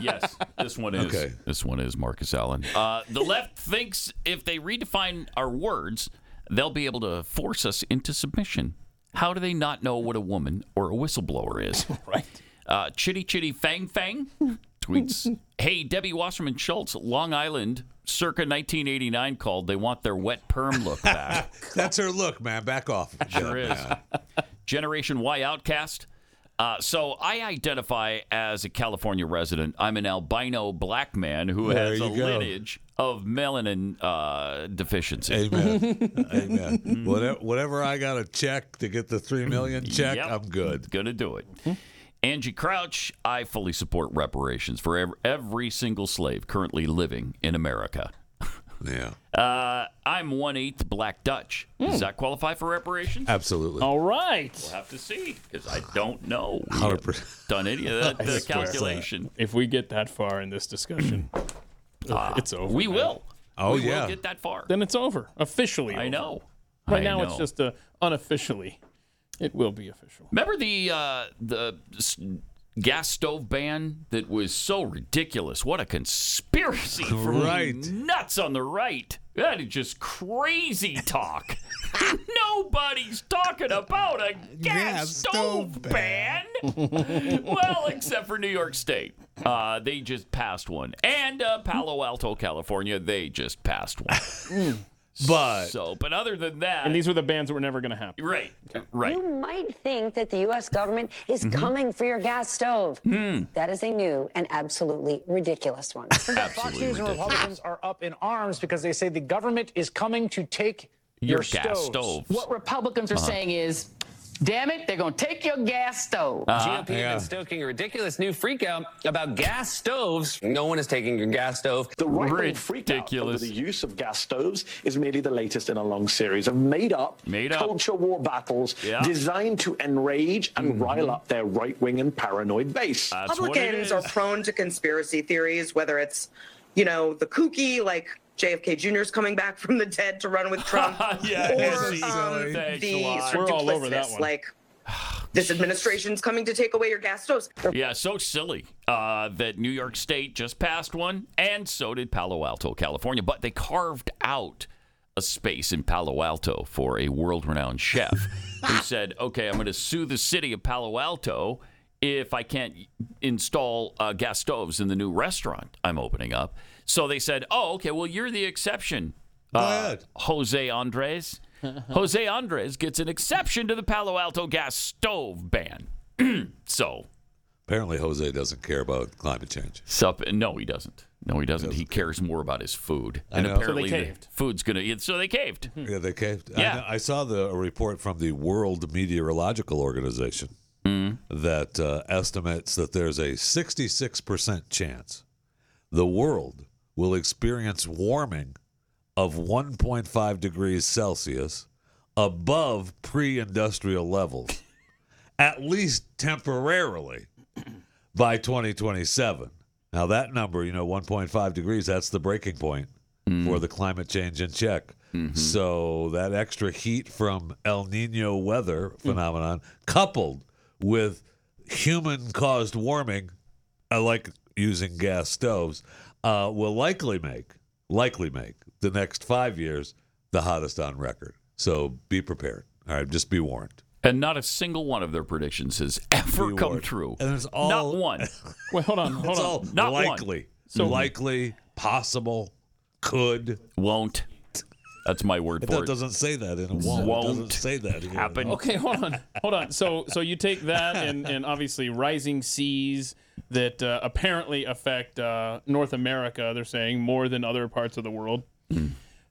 S3: yes, this one is.
S5: Okay.
S3: This one is Marcus Allen. Uh, the left thinks if they redefine our words, they'll be able to force us into submission. How do they not know what a woman or a whistleblower is? right. Uh, chitty chitty fang fang tweets. hey, Debbie Wasserman Schultz, Long Island, circa 1989, called. They want their wet perm look back.
S5: That's her look, man. Back off.
S3: Sure is. Generation Y outcast. Uh, so I identify as a California resident. I'm an albino black man who
S5: There
S3: has a
S5: you go.
S3: lineage of melanin uh, deficiency.
S5: Amen. Amen. Whatever, whatever I got to check to get the three million check,
S3: Yep.
S5: I'm good.
S3: Gonna do it. Angie Crouch, I fully support reparations for ev- every single slave currently living in America.
S5: Yeah. Hmm.
S3: Uh, I'm one eighth Black Dutch. Does that qualify for reparations?
S5: Absolutely.
S4: All right. We'll
S3: have to see because I don't know. We haven't done any of that
S4: I
S3: the
S4: swear.
S3: calculation.
S4: If we get that far in this discussion,
S3: Ah,
S4: it's over.
S3: We
S4: man.
S3: will. we Will get that far.
S4: Then it's over officially.
S3: I
S4: over.
S3: know.
S4: Right
S3: I
S4: now, it's
S3: know.
S4: just uh, unofficially. It will be official.
S3: Remember the uh, the s- gas stove ban that was so ridiculous? What a conspiracy from
S5: Right.
S3: nuts on the right. That is just crazy talk. Nobody's talking about a gas stove, ban. well, except for New York State. Uh, they just passed one. And uh, Palo Alto, California, they just passed one.
S4: But-
S3: So, but other than that.
S4: Mm. And these were the bands that were never going to happen.
S3: Right. Right.
S19: You might think that the U.S. government is
S4: Mhm.
S19: coming for your gas stove. That is a new and absolutely ridiculous one.
S20: Fox News and Republicans are up in arms because they say the government is coming to take your,
S3: Your gas stoves.
S21: What Republicans are
S3: Uh-huh.
S21: saying is, damn it, they're going to take your gas stove.
S3: Uh-huh.
S21: GOP
S3: Yeah.
S21: have been stoking a ridiculous new freakout about gas stoves. No one is taking your gas stove. The
S22: right-wing Ridiculous. The use of gas stoves is merely the latest in a long series of made up, made up. culture war battles designed to enrage and
S4: Mm-hmm.
S22: rile up their right wing and paranoid base.
S23: Republicans are prone to conspiracy theories, whether it's, you know, the kooky, like JFK Jr.'s coming back from the dead to run with Trump,
S3: Yeah,
S23: or
S3: see,
S23: um,
S3: thanks a
S23: the
S3: lot.
S23: sort of
S3: We're all over that
S23: duplicitous,
S3: one.
S23: like this administration's coming to take away your gas stoves.
S3: Yeah, so silly uh, that New York State just passed one, and so did Palo Alto, California. But they carved out a space in Palo Alto for a world renowned chef who said, okay, I'm going to sue the city of Palo Alto if I can't install uh, gas stoves in the new restaurant I'm opening up. So they said, oh, okay, well, you're the exception, uh, Jose Andres. Jose Andres gets an exception to the Palo Alto gas stove ban. so
S5: Apparently, Jose doesn't care about climate change.
S3: Sup? No, he doesn't. No, he doesn't. He cares more about his food.
S5: I
S3: and
S5: know. Hmm. So they
S3: apparently, the
S5: caved.
S3: food's gonna. yeah, So they caved.
S5: Yeah, they caved. I
S3: Yeah.
S5: know- I, saw the a report from the World Meteorological Organization that uh, estimates that there's a 66% chance the world will experience warming of 1.5 degrees Celsius above pre-industrial levels, at least temporarily, by 2027. Now that number, you know, 1.5 degrees, that's the breaking point
S3: Mm-hmm.
S5: for the climate change in check. So that extra heat from El Nino weather
S3: Mm.
S5: phenomenon, coupled with human-caused warming, I like using gas stoves, uh, will likely make likely make the next five years the hottest on record. So be prepared. All right, just be warned.
S3: And not a single one of their predictions has ever
S5: Be
S3: come
S5: warned.
S3: true.
S5: And it's all
S3: not one.
S4: Wait, hold on. Hold
S5: it's
S4: on.
S5: all
S3: Not one. Mm-hmm.
S5: likely,
S3: So-
S5: likely, possible, could,
S3: won't. That's my word
S5: It
S3: for it.
S5: doesn't say that in a won't. It doesn't
S3: Won't
S5: say that here.
S3: happen.
S4: Okay, hold on, hold on. So, so you take that and, and obviously rising seas that uh, apparently affect uh, North America. They're saying more than other parts of the world,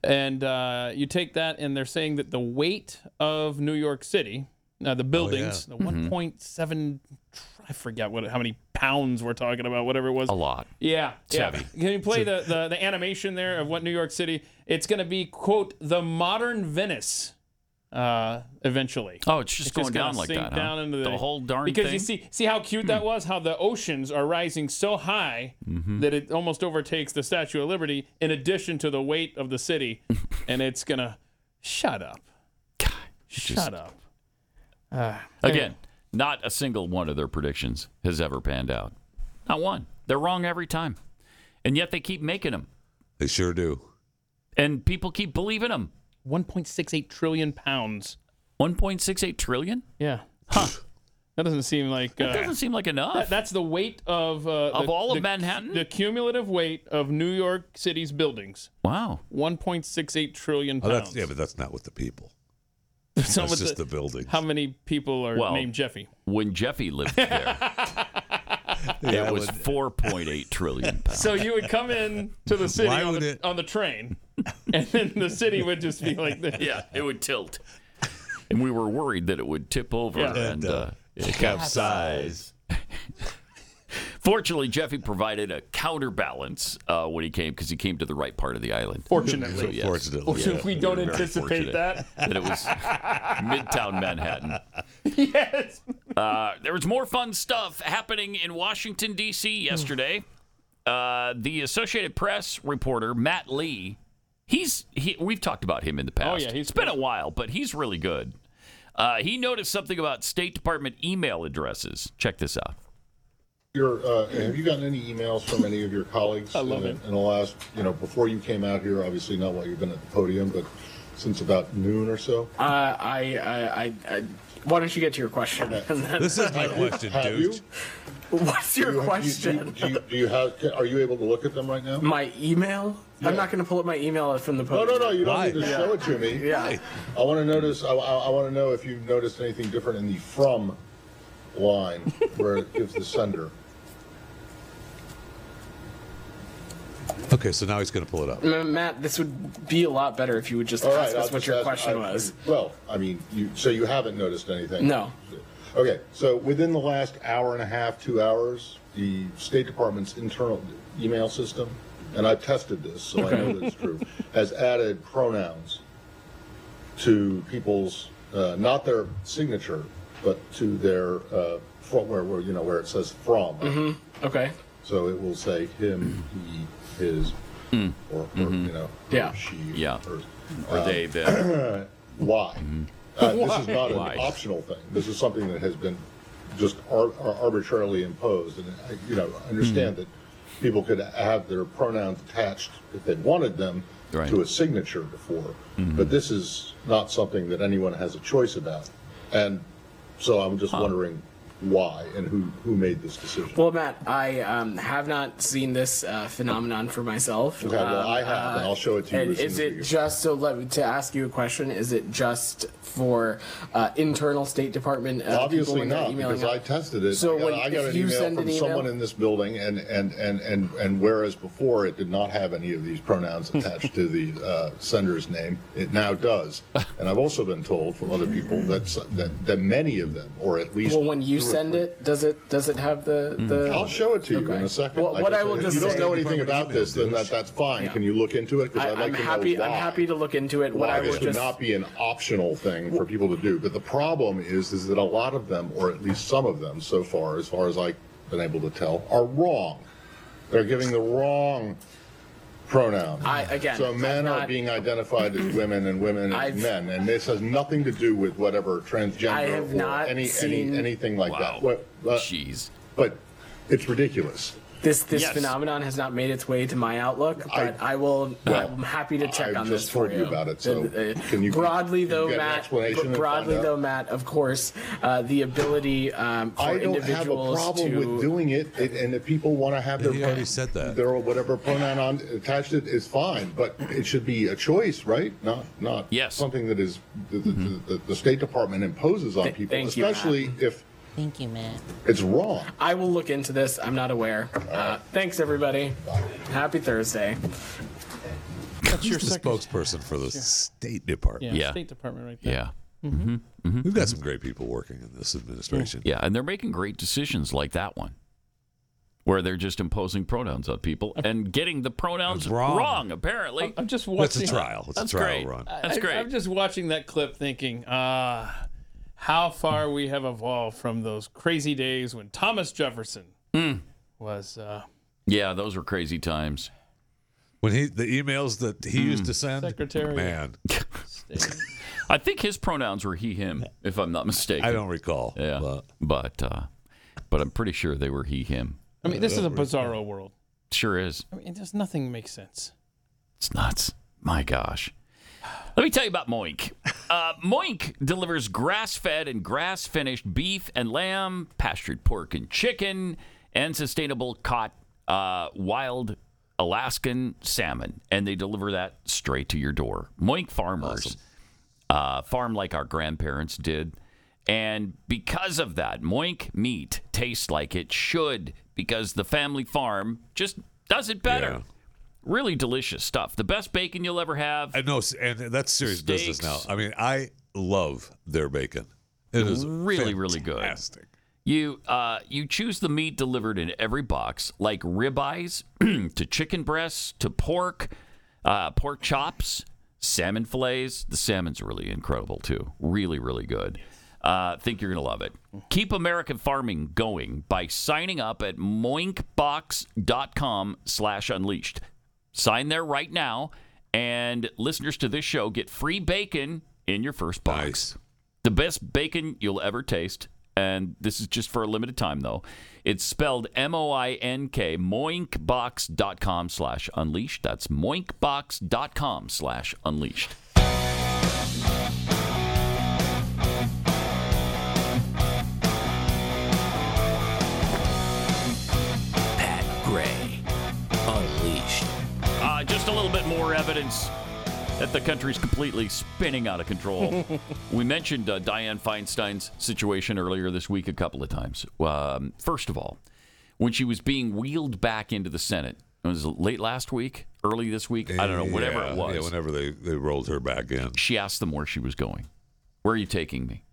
S4: and uh, you take that and they're saying that the weight of New York City, uh, the
S5: Oh,
S4: buildings, the
S3: Mhm.
S4: one point seven, I forget what how many pounds we're talking about, whatever it was,
S3: A lot.
S4: Yeah,
S3: It's
S4: yeah.
S3: heavy.
S4: Can you play the, the the animation there of what New York City? It's going to be quote the modern Venice. uh, eventually.
S3: Oh, it's just going
S4: gonna
S3: down like
S4: sink
S3: that, huh?
S4: Down into the,
S3: The whole darn
S4: because
S3: thing? Hmm.
S4: you see, see how cute that was. How the oceans are rising so high
S3: Mm-hmm.
S4: that it almost overtakes the Statue of Liberty. In addition to the weight of the city, and it's gonna shut up. shut
S3: just-
S4: up. Uh,
S3: Again, not a single one of their predictions has ever panned out. Not one. They're wrong every time. And yet they keep making them.
S5: They sure do.
S3: And people keep believing them.
S4: 1.68 trillion pounds.
S3: 1.68 trillion?
S4: Yeah. Huh. That doesn't seem like.
S3: That
S4: uh,
S3: doesn't seem like enough.
S4: That- that's the weight of uh,
S3: Of
S4: the-
S3: all of
S4: the-
S3: Manhattan?
S4: The cumulative weight of New York City's buildings.
S3: Wow.
S4: 1.68 trillion
S5: Oh,
S4: pounds.
S5: that's, yeah, but that's not with the people.
S4: Some
S5: that's
S4: of
S5: just the buildings.
S4: How many people are
S3: Well,
S4: named Jeffy?
S3: When Jeffy lived there,
S5: Yeah,
S3: it was
S5: when-
S3: 4.8 trillion pounds.
S4: So you would come in to the city
S3: Why
S4: on
S3: would
S4: the,
S3: it-
S4: on the train, and then the city would just be like this.
S3: yeah, it would tilt. And we were worried that it would tip over
S4: Yeah.
S3: and,
S4: And, uh,
S3: uh, capsize. Fortunately, Jeffy provided a counterbalance uh, when he came because he came to the right part of the island.
S4: Fortunately.
S3: Fortunately,
S4: Or if we
S3: were
S4: don't
S3: very
S4: anticipate
S3: fortunate
S4: that.
S3: that it was Midtown Manhattan.
S4: yes.
S3: Uh, there was more fun stuff happening in Washington, D.C. yesterday. Uh, the Associated Press reporter, Matt Lee, he's he, we've talked about him in the past.
S4: Oh, yeah, he's
S3: it's been a while, but he's really good. Uh, he noticed something about State Department email addresses. Check this out.
S1: Your, uh, have you gotten any emails from any of your colleagues
S4: I love
S1: in,
S4: it.
S1: in the last, you know, before you came out here? Obviously, not while you've been at the podium, but since about noon or so.
S2: Uh, I, I, I, I, why don't you get to your question?
S1: This is my question,
S2: Have
S1: dude.
S2: you? What's your
S1: Do you- do you- do you-
S2: question?
S1: Do you, do you have? Are you able to look at them right now?
S2: My email?
S1: Yeah.
S2: I'm not going to pull up my email from the
S1: No,
S2: podium.
S1: no, no. You don't need to
S2: Yeah.
S1: show it to me.
S2: Yeah.
S1: I want to notice. I, I, I want to know if you've noticed anything different in the from line where it gives the sender.
S5: Okay, so now he's going to pull it up.
S2: M- Matt, this would be a lot better if you would just
S1: All
S2: ask
S1: right,
S2: us what
S1: I'll just
S2: your
S1: ask-
S2: question
S1: I-
S2: was.
S1: Well, I mean, you, so you haven't noticed anything?
S2: No.
S1: Okay, so within the last hour and a half, two hours, the State Department's internal email system, and I've tested this, so I know
S2: Okay.
S1: that it's true, has added pronouns to people's, uh, not their signature, but to their, uh, from where, where, you know, where it says from.
S2: Mm-hmm. Okay.
S1: So it will say him, he, his, or, or you know,
S2: Yeah.
S1: she,
S3: Mm-hmm. yeah,
S1: or,
S3: Or
S1: um,
S3: they, them.
S1: why? Uh, this is not an
S3: Why?
S1: optional thing. This is something that has been just ar- ar- arbitrarily imposed. And I, you know, I
S3: Hmm.
S1: understand that people could have their pronouns attached if they wanted them
S3: Right. Hmm.
S1: to a signature before, but this is not something that anyone has a choice about. And so I'm just wondering why and who who made this decision.
S2: Well, Matt, I um, have not seen this uh, phenomenon for myself.
S1: Okay, well,
S2: Um,
S1: I have, and I'll show it to you
S2: and
S1: as soon
S2: is
S1: as
S2: it just so? Let me to ask you a question. Is it just for uh, internal State Department? Uh, people
S1: Obviously
S2: when they're
S1: not,
S2: emailing
S1: because
S2: out?
S1: I tested it.
S2: So
S1: I got,
S2: when
S1: I got
S2: if
S1: an
S2: you
S1: email
S2: send
S1: from
S2: an email,
S1: someone in this building, and, and, and, and, and whereas before it did not have any of these pronouns attached to the uh, sender's name, it now does. And I've also been told from other people that's, that that many of them, or at least
S2: well, when you
S1: two or
S2: send it, does it does it have the the?
S1: Mm. I'll show it to you in
S2: Okay.
S1: a second.
S2: Well,
S1: Like
S2: what I
S1: said,
S2: will
S1: if
S2: just
S1: you don't
S2: say-
S1: know anything about this, then that, that's fine. Can you look into it?
S2: I,
S1: Because I'd like
S2: am
S1: to
S2: happy.
S1: know why.
S2: I'm happy to look into it. What
S1: Why
S2: I
S1: this
S2: will
S1: should
S2: just
S1: not be an optional thing for people to do. But the problem is, is that a lot of them, or at least some of them so far, as far as I've been able to tell, are wrong. They're giving the wrong pronoun.
S2: I- again,
S1: So men
S2: I've
S1: are
S2: not-
S1: being identified as women and women as
S2: I've-
S1: men, and this has nothing to do with whatever transgender
S2: I have
S1: or
S2: not
S1: any,
S2: seen-
S1: any anything like
S2: Wow.
S1: that. What,
S3: Jeez.
S1: But it's ridiculous.
S2: This this
S1: Yes.
S2: phenomenon has not made its way to my outlook, but I, will.
S1: Well,
S2: I'm happy to check
S1: I've
S2: on
S1: just
S2: this
S1: told
S2: for
S1: you about it, so
S2: Uh, uh,
S1: can you-
S2: broadly
S1: can you
S2: though,
S1: get an
S2: Matt?
S1: explanation and find
S2: Broadly
S1: out?
S2: though, Matt. Of course, uh, the ability um, for
S1: I don't have a
S2: individuals
S1: problem
S2: to
S1: with doing it, it- and if people want to have their
S2: He
S1: already said that their whatever pronoun on attached it is fine, but it should be a choice, right? Not not yes. something that is the, the- the, the State Department imposes on
S2: Th-
S1: people,
S2: thank you, Matt.
S1: especially if
S2: Thank you, Matt.
S1: it's wrong.
S2: I will look into this. I'm not aware. Uh, thanks, everybody. Happy Thursday.
S5: That's your the spokesperson for the State Department.
S3: Yeah, Yeah. State
S4: Department right Mm-hmm.
S3: Yeah.
S5: Mhm.
S3: Mhm.
S5: We've got some great people working in this administration.
S3: Yeah, and they're making great decisions like that one. where they're just imposing pronouns on people and getting the pronouns
S4: wrong.
S3: wrong. apparently.
S4: I'm just watching.
S5: It's a trial. It's
S4: That's
S5: a trial
S4: great.
S5: run.
S3: That's
S4: I-
S3: great.
S4: I'm just watching that clip thinking, ah, how far we have evolved from those crazy days when Thomas Jefferson
S21: Hmm.
S3: Mm.
S4: was. Uh,
S3: Yeah, those were crazy times. Hmm.
S5: When he the emails that he used to send,
S4: Secretary.
S5: man,
S3: I think his pronouns were he him, if I'm not mistaken. I don't
S5: recall.
S3: Yeah, but but, uh, but I'm pretty sure they were he him.
S4: I mean, this is a bizarro world.
S3: Sure is.
S4: I mean, there's nothing makes sense.
S3: It's nuts. My gosh. Let me tell you about Moink. Uh, Moink delivers grass fed and grass finished beef and lamb, pastured pork and chicken, and sustainable caught uh, wild Alaskan salmon. And they deliver that straight to your door. Moink farmers uh, farm like our grandparents did. And because of that, Moink meat tastes like it should because the family farm just does it better. Really delicious stuff. The best bacon you'll ever have.
S5: I know, and that's serious business now.
S3: Steaks.
S5: I mean, I love their bacon. It is
S3: really, really good. You uh, you choose the meat delivered in every box, like ribeyes to chicken breasts to pork, uh, pork chops, salmon fillets. The salmon's really incredible too. Really, really good. Uh, think you're gonna love it. Keep American farming going by signing up at moinkbox.com/unleashed. Sign there right now, and listeners to this show get free bacon in your first box. The best bacon you'll ever taste. And this is just for a limited time, though. It's spelled M O I N K, moinkbox.com slash unleashed. That's moinkbox.com slash unleashed. Pat Gray, unleashed. Uh, just a little bit more evidence that the country's completely spinning out of control. we mentioned uh, Dianne Feinstein's situation earlier this week a couple of times. Um, first of all, when she was being wheeled back into the Senate, it was late last week, early this week, I don't know, whatever
S5: Yeah,
S3: it was.
S5: Yeah, whenever they, they rolled her back in.
S3: She asked them where she was going. Where are you taking me?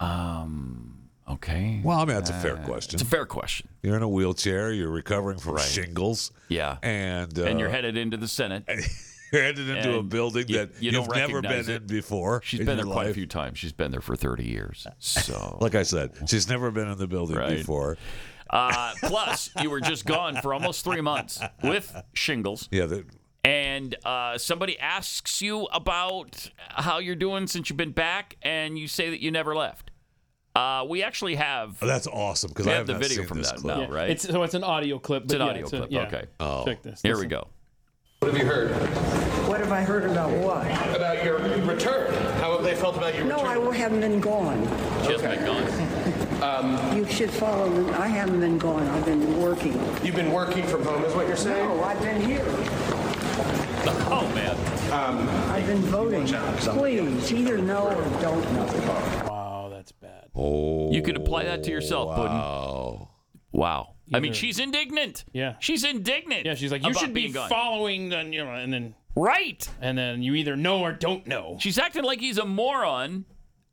S3: Um, okay.
S5: Well, I mean, that's a fair
S3: Uh,
S5: question.
S3: It's a fair question.
S5: You're in a wheelchair. You're recovering from
S3: Right.
S5: shingles.
S3: Yeah.
S5: And, uh,
S3: and you're headed into the Senate.
S5: you're headed into a
S3: and
S5: building
S3: you-
S5: that
S3: you
S5: have
S3: don't
S5: never
S3: recognize
S5: been
S3: it.
S5: in before.
S3: She's
S5: in
S3: been there
S5: your
S3: quite a
S5: life.
S3: few times. She's been there for 30 years. So,
S5: Like I said, she's never been in the building
S3: Right.
S5: before.
S3: uh, plus, you were just gone for almost three months with shingles.
S5: Yeah, that
S3: And uh, somebody asks you about how you're doing since you've been back, and you say that you never left. Uh, we actually have.
S5: Oh, that's awesome because
S3: We
S5: I
S3: have the
S5: have not
S3: video
S5: seen
S3: from
S5: this
S3: that
S5: clip.
S3: now, right?
S4: It's, so it's an audio clip.
S3: It's
S4: but
S3: an
S4: yeah,
S3: audio clip.
S4: yeah.
S3: Okay.
S5: Oh.
S4: Check this.
S3: Here we
S4: Listen.
S3: go.
S7: What have you heard?
S8: What have I heard about what?
S7: About your return. How have they felt about your
S8: No, I
S7: return?
S8: haven't been gone.
S7: No, I just been gone. Um,
S8: You should follow me. I haven't been gone. I've been working.
S7: you've been working from home, is what you're saying?
S8: No, I've been here.
S3: Oh man.
S7: Um,
S8: I've been voting. Please, either know or don't know.
S4: Wow, that's bad.
S5: Oh,
S3: You could apply that to yourself,
S5: wow.
S3: Wow. I mean,
S4: Either-
S3: she's indignant.
S4: Yeah.
S3: She's indignant.
S4: Yeah, she's like, you
S3: about
S4: should be
S3: being gone.
S4: following the, you know, and then.
S3: Right.
S4: And then you either know or don't know.
S3: She's acting like he's a moron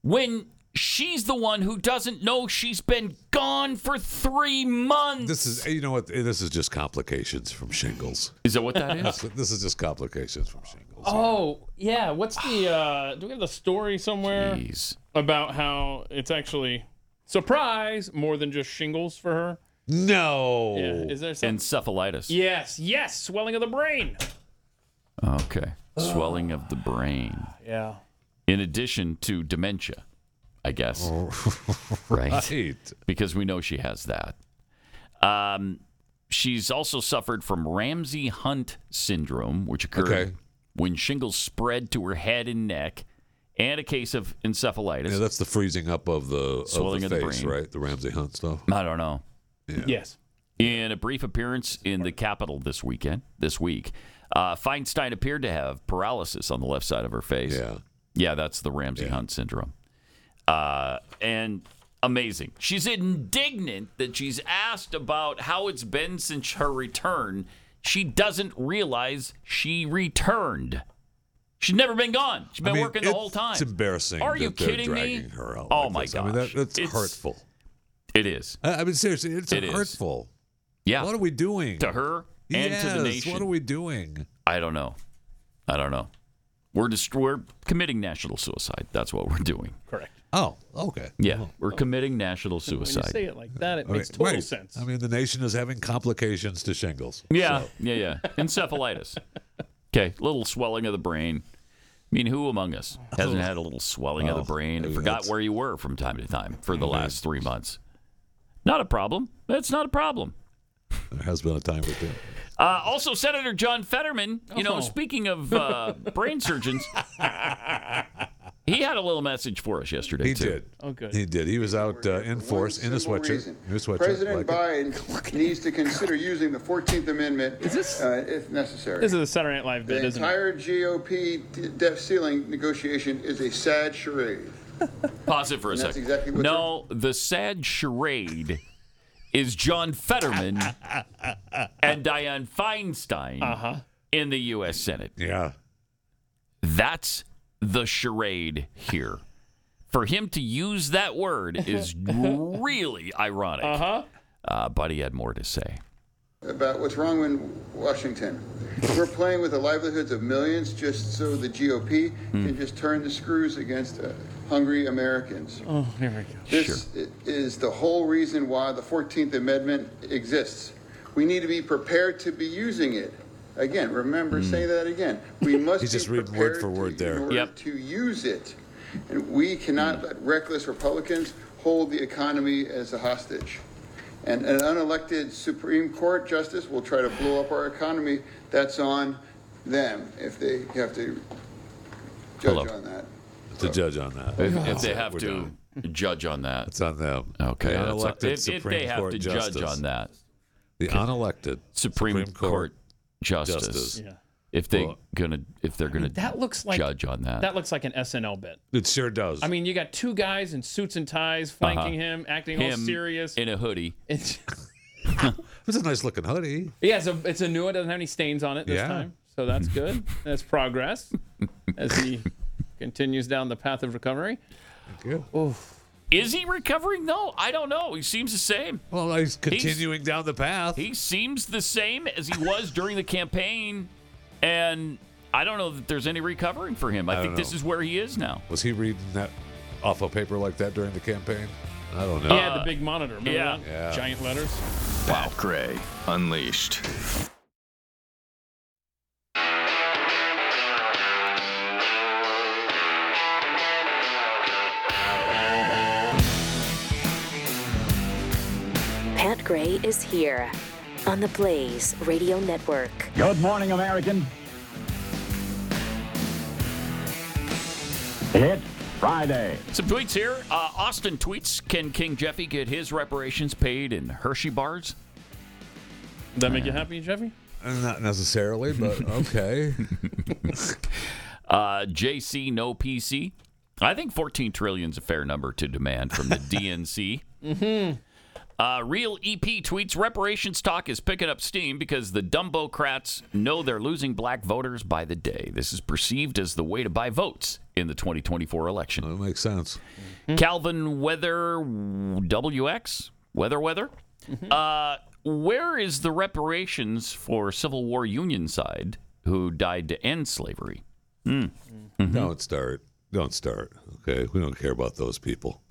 S3: when she's the one who doesn't know she's been gone for three months.
S5: This is you know what this is just complications from shingles.
S3: Is that what that is?
S5: this is just complications from shingles.
S4: Oh, yeah. What's the, uh, do we have the story somewhere about how it's actually, surprise, more than just shingles for her?
S5: No.
S4: Yeah, is there some-
S3: encephalitis?
S4: Yes, yes, swelling of the brain.
S3: Okay. Swelling of the brain.
S4: Yeah.
S3: In addition to dementia, I guess.
S5: Oh.
S3: right. Because we know she has that. Um, she's also suffered from Ramsey Hunt syndrome, which occurred
S5: Okay.
S3: when shingles spread to her head and neck, and a case of encephalitis.
S5: Yeah, that's the freezing up of the
S3: Swelling
S5: of
S3: of
S5: the
S3: the
S5: face,
S3: brain.
S5: right? The Ramsey Hunt stuff.
S3: I don't know.
S4: Yes.
S3: In a brief appearance in the Capitol this weekend, this week, uh, Feinstein appeared to have paralysis on the left side of her face. Yeah, yeah, that's the Ramsey Hunt syndrome. Uh, and amazing, she's indignant that she's asked about how it's been since her return. She doesn't realize she returned. She's never been gone. She's been
S5: I mean,
S3: working the whole
S5: it's-
S3: time.
S5: It's embarrassing.
S3: Are you
S5: that they're
S3: kidding me?
S5: dragging Her out
S3: Oh
S5: like
S3: my
S5: this.
S3: god!
S5: I mean, that, that's hurtful.
S3: It is.
S5: I, I mean, seriously, it's
S3: It is.
S5: hurtful.
S3: Yeah.
S5: What are we doing?
S3: To her and to the
S5: Yes,
S3: nation.
S5: What are we doing?
S3: I don't know. I don't know. We're just we're committing national suicide. That's what we're doing.
S4: Correct.
S5: Oh, okay.
S3: Yeah, we're committing national suicide.
S4: When you say it like that, it
S5: All
S4: makes
S5: right,
S4: total
S5: right.
S4: sense.
S5: I mean, the nation is having complications to shingles.
S3: Yeah, yeah, yeah. Encephalitis. Okay, little swelling of the brain. I mean, who among us hasn't
S5: Oh.
S3: had a little swelling of the brain and forgot where you were from time to time for the last three months? Not a problem. That's not a problem.
S5: There has been a time for two.
S3: Uh, also, Senator John Fetterman, you
S5: Oh.
S3: know, speaking of uh, brain surgeons, he had a little message for us yesterday,
S5: He
S3: too.
S5: did.
S4: Oh,
S5: He did. He was out uh, in force in a sweatshirt. In a sweatshirt.
S24: President
S5: like it.
S24: Biden needs to consider using the 14th Amendment uh, if necessary.
S4: This is the Saturday Night Live bit,
S24: The
S4: isn't it?
S24: entire GOP d- debt ceiling negotiation is a sad charade.
S3: Pause it for a
S24: And that's
S3: second.
S24: exactly what
S3: no, the sad charade is John Fetterman and Dianne Feinstein in the U.S. Senate.
S5: Yeah.
S3: That's the charade here. For him to use that word is really ironic. Uh-huh. but he had more to say.
S24: about what's wrong in Washington. We're playing with the livelihoods of millions just so the GOP
S4: Hmm.
S24: can just turn the screws against uh, hungry Americans.
S4: Oh, here we go.
S24: This i- is the whole reason why the 14th Amendment exists. We need to be prepared to be using it. Again, remember, say that again. We must
S5: Hmm. He's just
S24: be
S5: reading word
S24: prepared
S5: for word
S24: in
S5: there. Hmm.
S24: order to use it. And we cannot let reckless Republicans hold the economy as a hostage. And an unelected Supreme Court justice will try to blow up our economy. That's on them if they have to judge on that.
S5: To judge on that.
S3: If, if
S5: That's
S3: they
S5: it.
S3: have
S5: We're
S3: to
S5: done.
S3: judge on that,
S5: it's on them.
S3: Okay,
S5: The
S3: that's on-
S5: unelected
S3: if- if
S5: Supreme
S3: they have
S5: Court
S3: to judge
S5: justice.
S3: on that.
S5: The unelected
S3: Supreme, Court, justice.
S4: Yeah.
S3: If they
S4: Well,
S3: gonna if they're gonna
S4: that looks like-
S3: judge on that.
S4: That looks like an SNL bit.
S5: It sure does.
S4: I mean, you got two guys in suits and ties flanking
S3: Uh-huh.
S4: him, acting all
S3: Him
S4: serious.
S3: in a hoodie.
S4: It's,
S5: It's a nice looking hoodie.
S4: yeah, it's a, it's a new one. Doesn't have any stains on it this
S5: Yeah.
S4: time, so that's good. That's progress as he continues down the path of recovery.
S5: Good.
S3: Is he recovering though? I don't know. He seems the same.
S5: Well, he's continuing down the path.
S3: He seems the same as he was during the campaign, and I don't know that there's any recovering for him. I,
S5: I
S3: think
S5: don't
S3: this
S5: know.
S3: is where he is now.
S5: Was he reading that off of paper like that during the campaign? I don't know.
S4: He had the big monitor. Remember
S3: Uh, yeah.
S4: that?
S5: Uh, Yeah.
S4: Giant letters.
S25: Pat Gray Unleashed.
S26: Pat Gray is here on the Blaze Radio Network.
S2: Good morning, American. It's Friday.
S3: Some tweets here. Uh, Austin tweets: Can King Jeffy get his reparations paid in Hershey bars?
S4: Does that make you happy, Jeffy?
S5: Uh, Not necessarily, but okay.
S3: Hmm. Uh, JC no PC. I think 14 trillion is a fair number to demand from the DNC.
S4: Mm-hmm.
S3: Uh, Real EP tweets reparations talk is picking up steam because the Dumbocrats know they're losing black voters by the day. This is perceived as the way to buy votes in the 2024 election.
S5: That makes sense.
S3: Calvin Weather WX Weather Weather. Uh, where is the reparations for Civil War Union side who died to end slavery? Mm.
S5: Mm-hmm. Don't start. Don't start. Okay. We don't care about those people.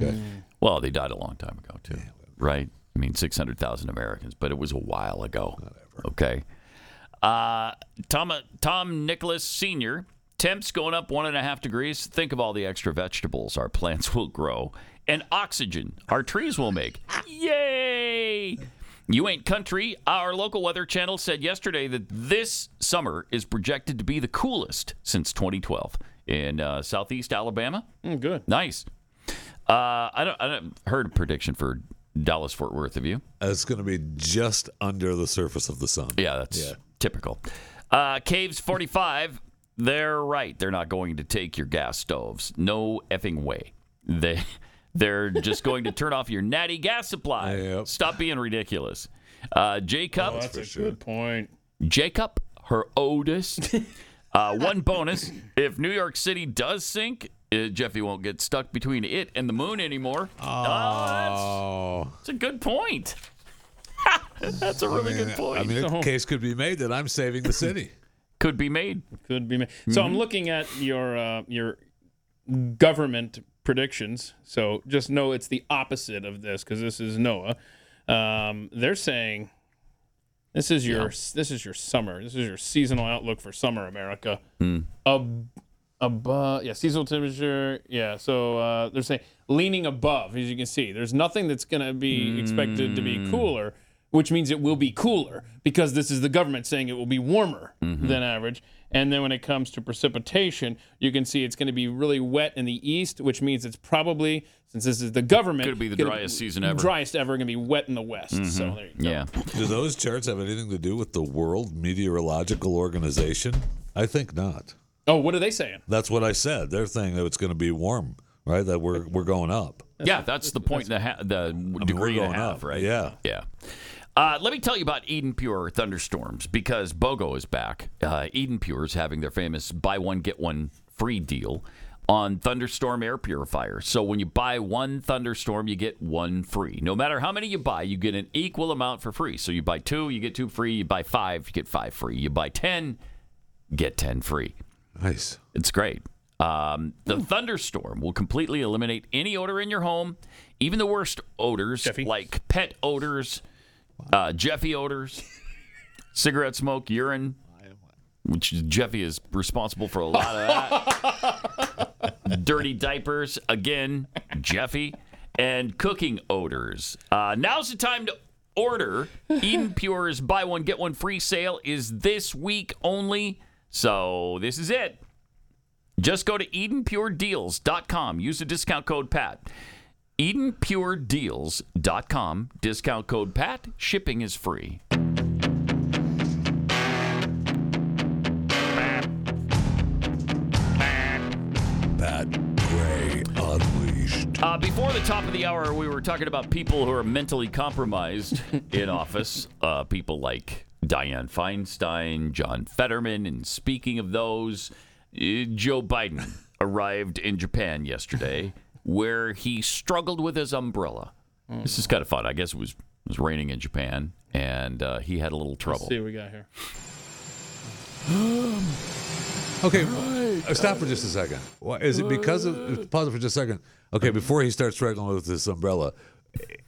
S5: Okay.
S3: Mm. Well, they died a long time ago, too. Right? I mean, 600,000 Americans, but it was a while ago. Okay. Uh, Tom, Tom Nicholas Sr., temps going up one and a half degrees. Think of all the extra vegetables our plants will grow and oxygen our trees will make. Yay! You ain't country. Our local weather channel said yesterday that this summer is projected to be the coolest since 2012 in uh, southeast Alabama.
S4: good.
S3: Nice. Uh, I don't. I don't heard a prediction for Dallas Fort Worth. Have you?
S5: Uh, It's going to be just under the surface of the sun.
S3: Yeah, that's typical. Uh, Caves 45, they're right. They're not going to take your gas stoves. No effing way. They, they're just going to turn off your natty gas supply. Stop being ridiculous. Uh, Jacob.
S4: Oh, that's a good point.
S3: Jacob, her oldest. uh, one bonus if New York City does sink, uh, Jeffy won't get stuck between it and the moon anymore. Oh, that's, that's a good point. That's a really
S5: I mean,
S3: good
S4: Oh,
S3: point.
S5: I mean, a case could be made that I'm saving the city.
S3: could be made. Mm-hmm.
S4: Could be made. So I'm
S5: Mhm.
S4: looking at your uh, your government predictions. So just know it's the opposite of this because this is Noah. Um, they're saying this is your this is your summer. This is your seasonal outlook for summer America. Ab- above, yeah, seasonal temperature. Yeah, so uh, they're saying leaning above, as you can see. There's nothing that's going to be expected to be cooler, which means it will be cooler because this is the government saying it will be warmer
S3: Mm-hmm. Hmm.
S4: than average. And then when it comes to precipitation, you can see it's going to be really wet in the east, which means it's probably, since this is the government,
S3: Could be the
S4: gonna
S3: driest season ever. Mm-hmm.
S4: Driest ever, going to be wet in the west. So there you go.
S3: Yeah.
S5: Do those charts have anything to do with the World Meteorological Organization? I think not.
S4: Oh, what are they saying?
S5: That's what I said. They're saying that it's going to be warm, right? That we're we're going up.
S3: yeah, that's the point. The, ha- the degree and a
S5: going
S3: half,
S5: up,
S3: right?
S5: yeah.
S3: yeah. Uh, let me tell you about Eden Pure thunderstorms because Bogo is back. Uh, Eden Pure is having their famous buy one get one free deal on thunderstorm air purifier. So when you buy one thunderstorm, you get one free. No matter how many you buy, you get an equal amount for free. So you buy two, you get two free. You buy five, you get five free. You buy ten, get 10 free.
S5: Nice.
S3: It's great. Um, the thunderstorm will completely eliminate any odor in your home, even the worst odors like pet odors, uh, Jeffy odors, cigarette smoke, urine, which Jeffy is responsible for a lot of that dirty diapers again, Jeffy, and cooking odors. Uh, now's the time to order. Eden Pure's buy one get one free sale is this week only, so this is it. Just go to EdenPureDeals.com. Use the discount code Pat. EdenPureDeals.com. Discount code Pat. Shipping is free.
S5: Pat Gray Unleashed.
S3: Uh, before the top of the hour, we were talking about people who are mentally compromised in office. Uh, people like Dianne Feinstein, John Fetterman, and speaking of those, uh, Joe Biden arrived in Japan yesterday, where he struggled with his umbrella. This
S5: Hmm.
S3: is kind of fun. I guess it was it was raining in Japan, and uh, he had a little trouble.
S4: Let's see what we got here.
S5: Okay, uh, stop for just a second. Why, is it because of? Pause it for just a second. Okay, before he starts struggling with this umbrella,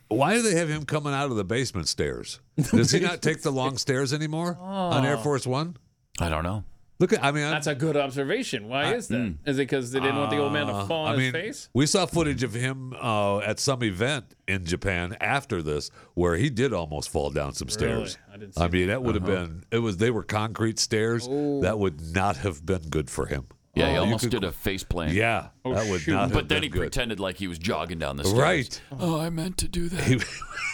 S5: why do they have him coming out of the basement stairs? Does he not take the long stairs anymore on Air
S4: Oh.
S5: Force One?
S3: I don't know.
S5: Look, at, I mean,
S4: That's a good observation. Why is that?
S3: Mm.
S4: Is it because they didn't want the old man to
S5: Uh,
S4: fall
S5: I
S4: on
S5: mean,
S4: his face?
S5: We saw footage of him uh, at some event in Japan after this, where he did almost fall down some stairs.
S4: Really? I didn't
S5: I,
S4: see
S5: mean,
S4: that.
S5: that, would have
S4: Uh-huh.
S5: been it was they were concrete stairs. That would not have been good for him. Uh,
S3: Yeah, he
S5: Oh, You
S3: almost
S5: could-
S3: did a face plant.
S5: Yeah, Oh, that would shoot. not have
S3: But then
S5: been
S3: he
S5: good.
S3: pretended like he was jogging down the stairs.
S5: Right.
S3: Oh, I meant to do that.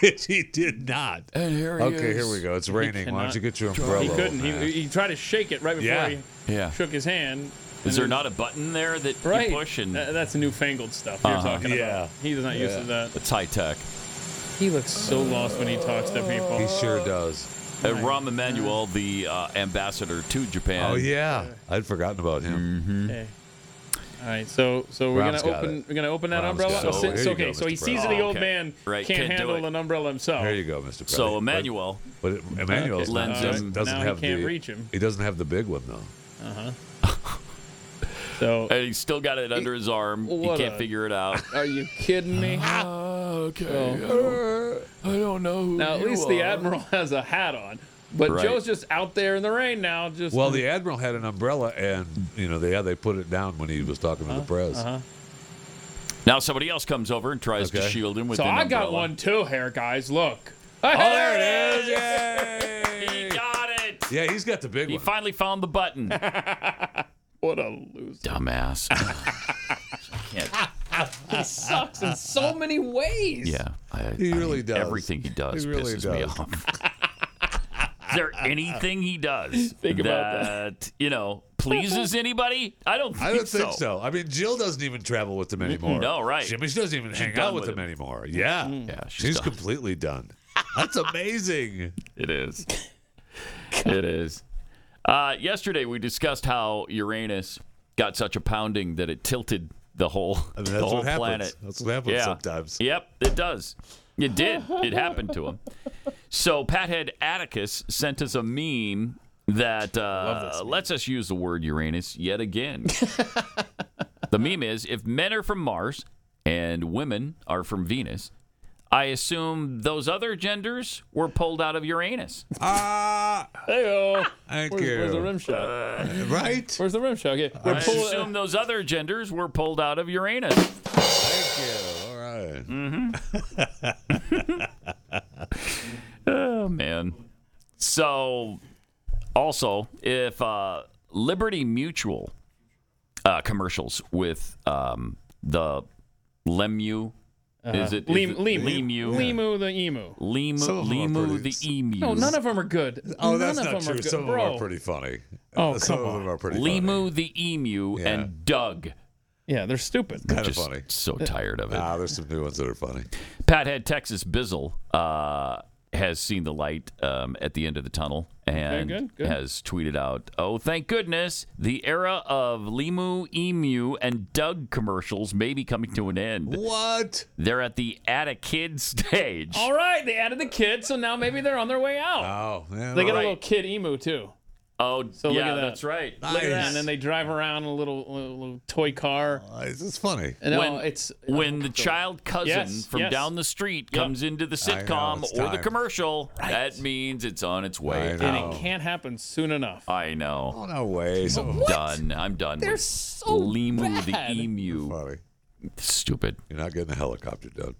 S5: He, he did not.
S3: And here he
S5: okay,
S3: is.
S5: here we go. It's
S3: He
S5: raining. Why
S3: cannot
S5: don't you get your
S3: drive.
S5: umbrella?
S4: he couldn't.
S5: man?
S4: He, he tried to shake it right before
S5: Yeah.
S4: he
S3: Yeah.
S4: shook his hand.
S3: Is there not a button there that
S4: Right.
S3: you push and
S4: Th- that's newfangled stuff you're
S3: Uh-huh.
S4: talking
S3: Yeah.
S4: about. He's not used
S3: Yeah.
S4: to that.
S3: It's high tech.
S4: He looks so lost when he talks to people.
S5: He sure does.
S3: Uh, Rahm Emanuel, the uh, ambassador to Japan.
S5: Oh yeah, I'd forgotten about him.
S4: Okay. All right, so so we're
S5: Rom's
S4: gonna
S5: got
S4: open
S5: it.
S4: we're gonna open that
S5: Rom's
S4: umbrella.
S5: got it.
S4: Oh,
S5: So,
S4: so-
S5: here you
S4: okay,
S5: go,
S4: so he
S5: Mr.
S4: sees
S5: Brown.
S4: the old
S5: Okay.
S4: man
S5: Right,
S4: can't,
S5: can't do
S4: handle
S5: it.
S4: an umbrella himself.
S5: There you go, Mr. President.
S3: So Emmanuel.
S5: but, but Emmanuel's
S3: It lends
S5: not,
S3: him-
S5: doesn't
S3: now he
S5: have
S3: can't
S5: the,
S3: reach him.
S5: He doesn't have the big one though.
S4: Uh huh. so
S3: and he's still got it under his arm. He
S4: what
S3: can't
S4: a-
S3: figure it out.
S4: Are you kidding me?
S3: Ah, okay.
S4: I
S3: don't know.
S4: now at
S5: you
S4: least the
S5: are.
S4: admiral has a hat on, but
S5: Right.
S4: Joe's just out there in the rain now. Just
S5: Well, the admiral had an umbrella, and you know, they yeah, they put it down when he was talking to the press.
S4: uh-huh.
S3: Now somebody else comes over and tries to
S5: Okay.
S3: shield him with
S4: so
S3: an
S4: I got
S3: umbrella.
S4: one too here, guys. Look.
S3: Oh,
S4: Hey!
S3: there it is. Yay! He got it.
S5: Yeah, he's got the big
S3: He
S5: one.
S3: finally found the button.
S4: what a loser.
S3: Dumbass. I can't.
S4: He sucks in so many ways.
S3: Yeah, I,
S5: He
S3: I
S5: really
S3: mean,
S5: does.
S3: Everything he does
S5: He really
S3: pisses me
S5: does.
S3: off. Is there anything he does
S5: Think
S3: that,
S5: about
S3: you know pleases anybody? I don't. Think
S5: I don't think
S3: so.
S5: so. I mean, Jill doesn't even travel with them anymore.
S3: No, right.
S5: Jimmy she doesn't even
S3: She's
S5: hang
S3: done
S5: out with
S3: with
S5: them
S3: him.
S5: anymore. Yeah,
S3: Yeah, she's
S5: she's,
S3: done.
S5: completely done. That's amazing.
S3: It is. it is. Uh, yesterday we discussed how Uranus got such a pounding that it tilted the whole
S5: mean,
S3: the
S5: that's
S3: whole
S5: what happens.
S3: planet.
S5: That's what happens
S3: yeah.
S5: sometimes.
S3: Yep, it does. It did. It happened to him. So Pathead Atticus sent us a meme that uh, lets us use the word Uranus yet again. the meme is if men are from Mars and women are from Venus, I assume those other genders were pulled out of Uranus.
S5: Ah,
S4: hey
S5: Thank
S4: where's,
S5: you.
S4: Where's the rim shot?
S5: Uh, right.
S4: Where's the rim shot? Okay,
S3: I
S4: we're pulling-
S3: assume those other genders were pulled out of Uranus.
S5: Thank you. All right.
S4: Uh-huh.
S3: Mm-hmm. oh man. So, also, if uh, Liberty Mutual uh, commercials with um, the Lemu, is
S4: Uh,
S3: it is
S4: Lem-
S3: it
S4: Lemu?
S3: Lemu?
S4: Lemu the emu.
S3: Lemu,
S4: Some of them are
S3: Lemu
S4: pretty-
S3: the emu.
S4: No, none of them are good.
S5: Oh,
S4: none
S5: that's
S4: of
S5: not
S4: them
S5: true.
S4: Are good.
S5: Some
S4: Bro.
S5: of them are pretty funny.
S4: Oh,
S5: Some
S4: come
S5: of them
S4: on.
S5: are pretty funny.
S3: Lemu the emu
S5: Yeah.
S3: and Doug.
S4: Yeah, they're stupid.
S5: Kind of
S3: Just
S5: funny.
S3: So tired of it.
S5: Ah, there's some new ones that are funny.
S3: Pathead Texas Bizzle uh, has seen the light um, at the end of the tunnel and
S4: good, good.
S3: has tweeted out, "Oh, thank goodness, the era of Lemu, Emu, and Doug commercials may be coming to an end.
S5: What?
S3: They're at the at a kid stage.
S4: All right, they added the kid, so now maybe they're on their way out.
S5: Oh, man.
S4: they got
S3: right.
S4: a little kid emu too.
S3: Oh,
S4: So look
S3: yeah,
S4: at that.
S3: that's right.
S4: Look at that.
S5: Nice.
S4: And then they drive around in a little, little, little toy car.
S5: This is funny.
S4: And, oh,
S3: when
S4: it's oh,
S3: when the child cousin
S4: Yes,
S3: from
S4: yes.
S3: down the street comes into the
S5: I know,
S3: sitcom
S5: it's
S3: or the
S5: time.
S3: commercial, that means it's on its way.
S5: I
S4: and
S5: know.
S4: it can't happen soon enough.
S3: I know.
S5: Oh, no way. So
S3: I'm done. I'm done.
S4: They're
S3: with
S4: so
S3: Lemu
S4: bad.
S3: the emu.
S5: funny.
S3: Stupid.
S5: You're not getting the helicopter done.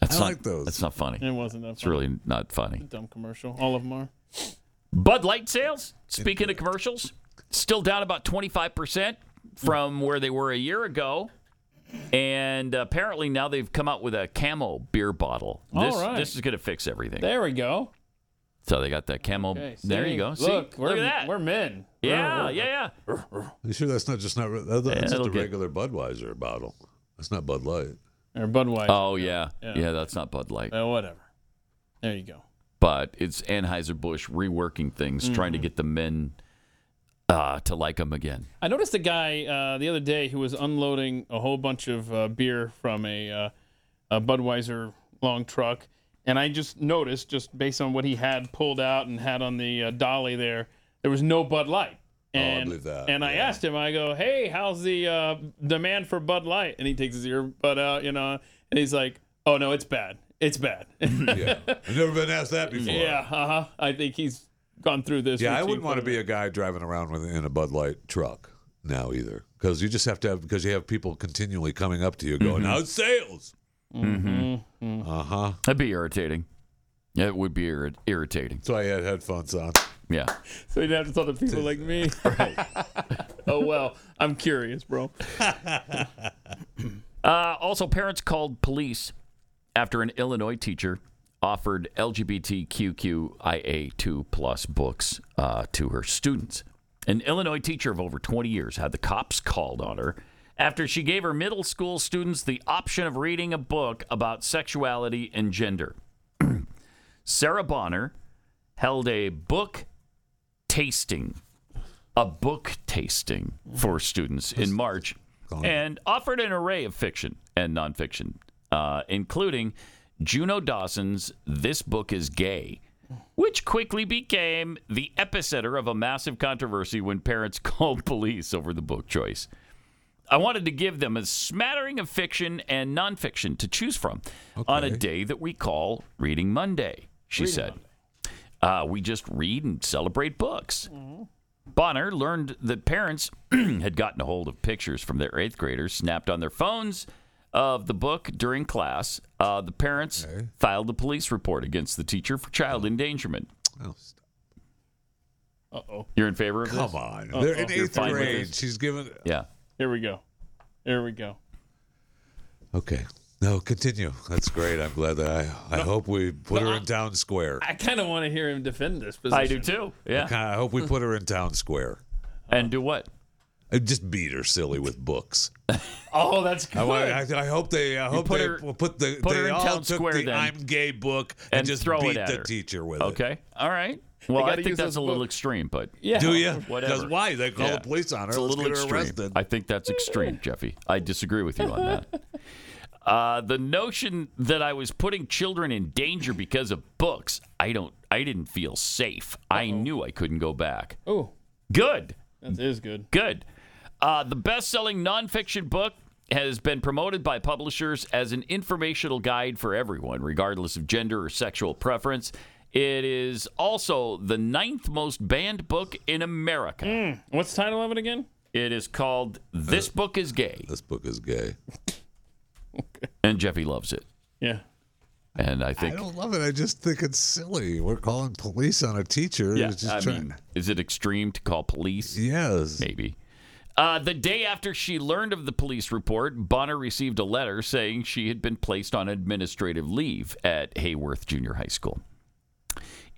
S3: That's
S5: I
S3: not,
S5: like those.
S3: That's not funny.
S4: It wasn't that
S3: It's
S4: funny.
S3: really not funny.
S4: dumb commercial. All of them are.
S3: Bud Light sales. Speaking of commercials, still down about 25 percent from where they were a year ago. And apparently now they've come out with a camo beer bottle.
S4: All
S3: This,
S4: right.
S3: this is going to fix everything.
S4: There we go.
S3: So they got that camo.
S4: Okay,
S3: there
S4: see?
S3: you go. See?
S4: Look, we're,
S3: look at that.
S4: We're men.
S3: yeah, yeah, yeah.
S5: You sure that's not just not re- that- that's just
S3: it'll
S5: a
S3: get-
S5: regular Budweiser bottle? That's not Bud Light.
S4: Or Budweiser.
S3: Oh yeah.
S4: Yeah.
S3: yeah, That's not Bud Light,
S4: Uh, whatever. There you go.
S3: but it's Anheuser Busch reworking things,
S4: Mm-hmm.
S3: trying to get the men uh, to like them again.
S4: I noticed a guy uh, the other day who was unloading a whole bunch of uh, beer from a, uh, a Budweiser long truck, and I just noticed, just based on what he had pulled out and had on the uh, dolly there, there was no Bud Light.
S5: Oh, I
S4: And,
S5: believe that,
S4: And I
S5: yeah.
S4: asked him, I go, "Hey, how's the uh, demand for Bud Light?" And he takes his ear butt out, you know, and he's like, "Oh no, it's bad. It's bad."
S5: Yeah, I've never been asked that before.
S4: yeah, uh huh. I think he's gone through this.
S5: Yeah, I
S4: routine
S5: wouldn't want to
S4: quite
S5: be a guy driving around with in a Bud Light truck now either, because you just have to have because you have people continually coming up to you
S3: Mm-hmm.
S5: going out Oh, sales. Mm-hmm. Uh huh.
S3: That'd be irritating. Yeah, It would be irri- irritating.
S5: So I had headphones on.
S3: Yeah.
S4: bit. So he'd have to tell the people like me. right. oh well, I'm curious, bro.
S3: Uh, also, parents called police after an Illinois teacher offered LGBTQIA2 plus books uh, to her students. An Illinois teacher of over 20 years had the cops called on her after she gave her middle school students the option of reading a book about sexuality and gender. Sarah Bonner held a book tasting, a book tasting for students in March, and offered an array of fiction and nonfiction, uh, including Juno Dawson's "This Book Is Gay." Which quickly became the epicenter of a massive controversy when parents called police over the book choice. I wanted to give them a smattering of fiction and nonfiction to choose from on a day that we call Reading Monday, she said. Uh, we just read and celebrate books. Bonner learned that parents had gotten a hold of pictures from their eighth graders snapped on their phones of the book during class. Uh, the parents filed a police report against the teacher for child endangerment.
S5: Oh, stop.
S4: Uh oh.
S3: You're in favor of this?
S5: Come on, they're in
S3: You're
S5: eighth
S3: fine with
S5: grade.
S3: this?
S5: She's given.
S3: Yeah.
S4: Here we go. Here we go.
S5: Okay. No, continue. That's great. I'm glad that I. I hope we put her in town square.
S4: I kind of want to hear him defend this position.
S3: I do too. Yeah.
S5: I hope we put her in town square.
S3: And do what?
S5: I just beat her silly with books.
S4: Oh, that's good.
S5: I, wa- I, I hope they. I hope
S3: put
S5: they
S3: her-
S5: will put the.
S3: put
S5: they
S3: her in
S5: all
S3: town
S5: took
S3: square
S5: the
S3: then.
S5: I'm gay book and,
S3: And
S5: just
S3: throw it
S5: beat
S3: at
S5: the
S3: her.
S5: teacher with it.
S3: Okay. All right. Well, I
S4: gotta
S3: think
S4: use
S3: that's
S4: those
S3: a little
S4: books.
S3: extreme, but
S4: yeah.
S5: Do you?
S3: Whatever.
S5: Because why they call
S3: Yeah.
S5: the police on her?
S3: It's a
S5: Let's
S3: little
S5: get her
S3: extreme.
S5: arrested.
S3: I think that's extreme, Jeffy. I disagree with you on that. Uh, the notion that I was putting children in danger because of books, I don't, I didn't feel safe. I knew I couldn't go back.
S4: Oh,
S3: good.
S4: That is good.
S3: Good. Uh, the best-selling nonfiction book has been promoted by publishers as an informational guide for everyone, regardless of gender or sexual preference. It is also the ninth most banned book in America.
S4: Hmm. What's the title of it again?
S3: It is called "This Book Is Gay."
S5: Uh, This book is gay,
S3: and Jeffy loves it.
S4: Yeah.
S3: And I think
S5: I don't love it. I just think it's silly. We're calling police on a teacher.
S3: Yeah,
S5: who's just
S3: I
S5: trying-
S3: mean, is it extreme to call police?
S5: Yes.
S3: Maybe. Uh, the day after she learned of the police report, Bonner received a letter saying she had been placed on administrative leave at Hayworth Junior High School.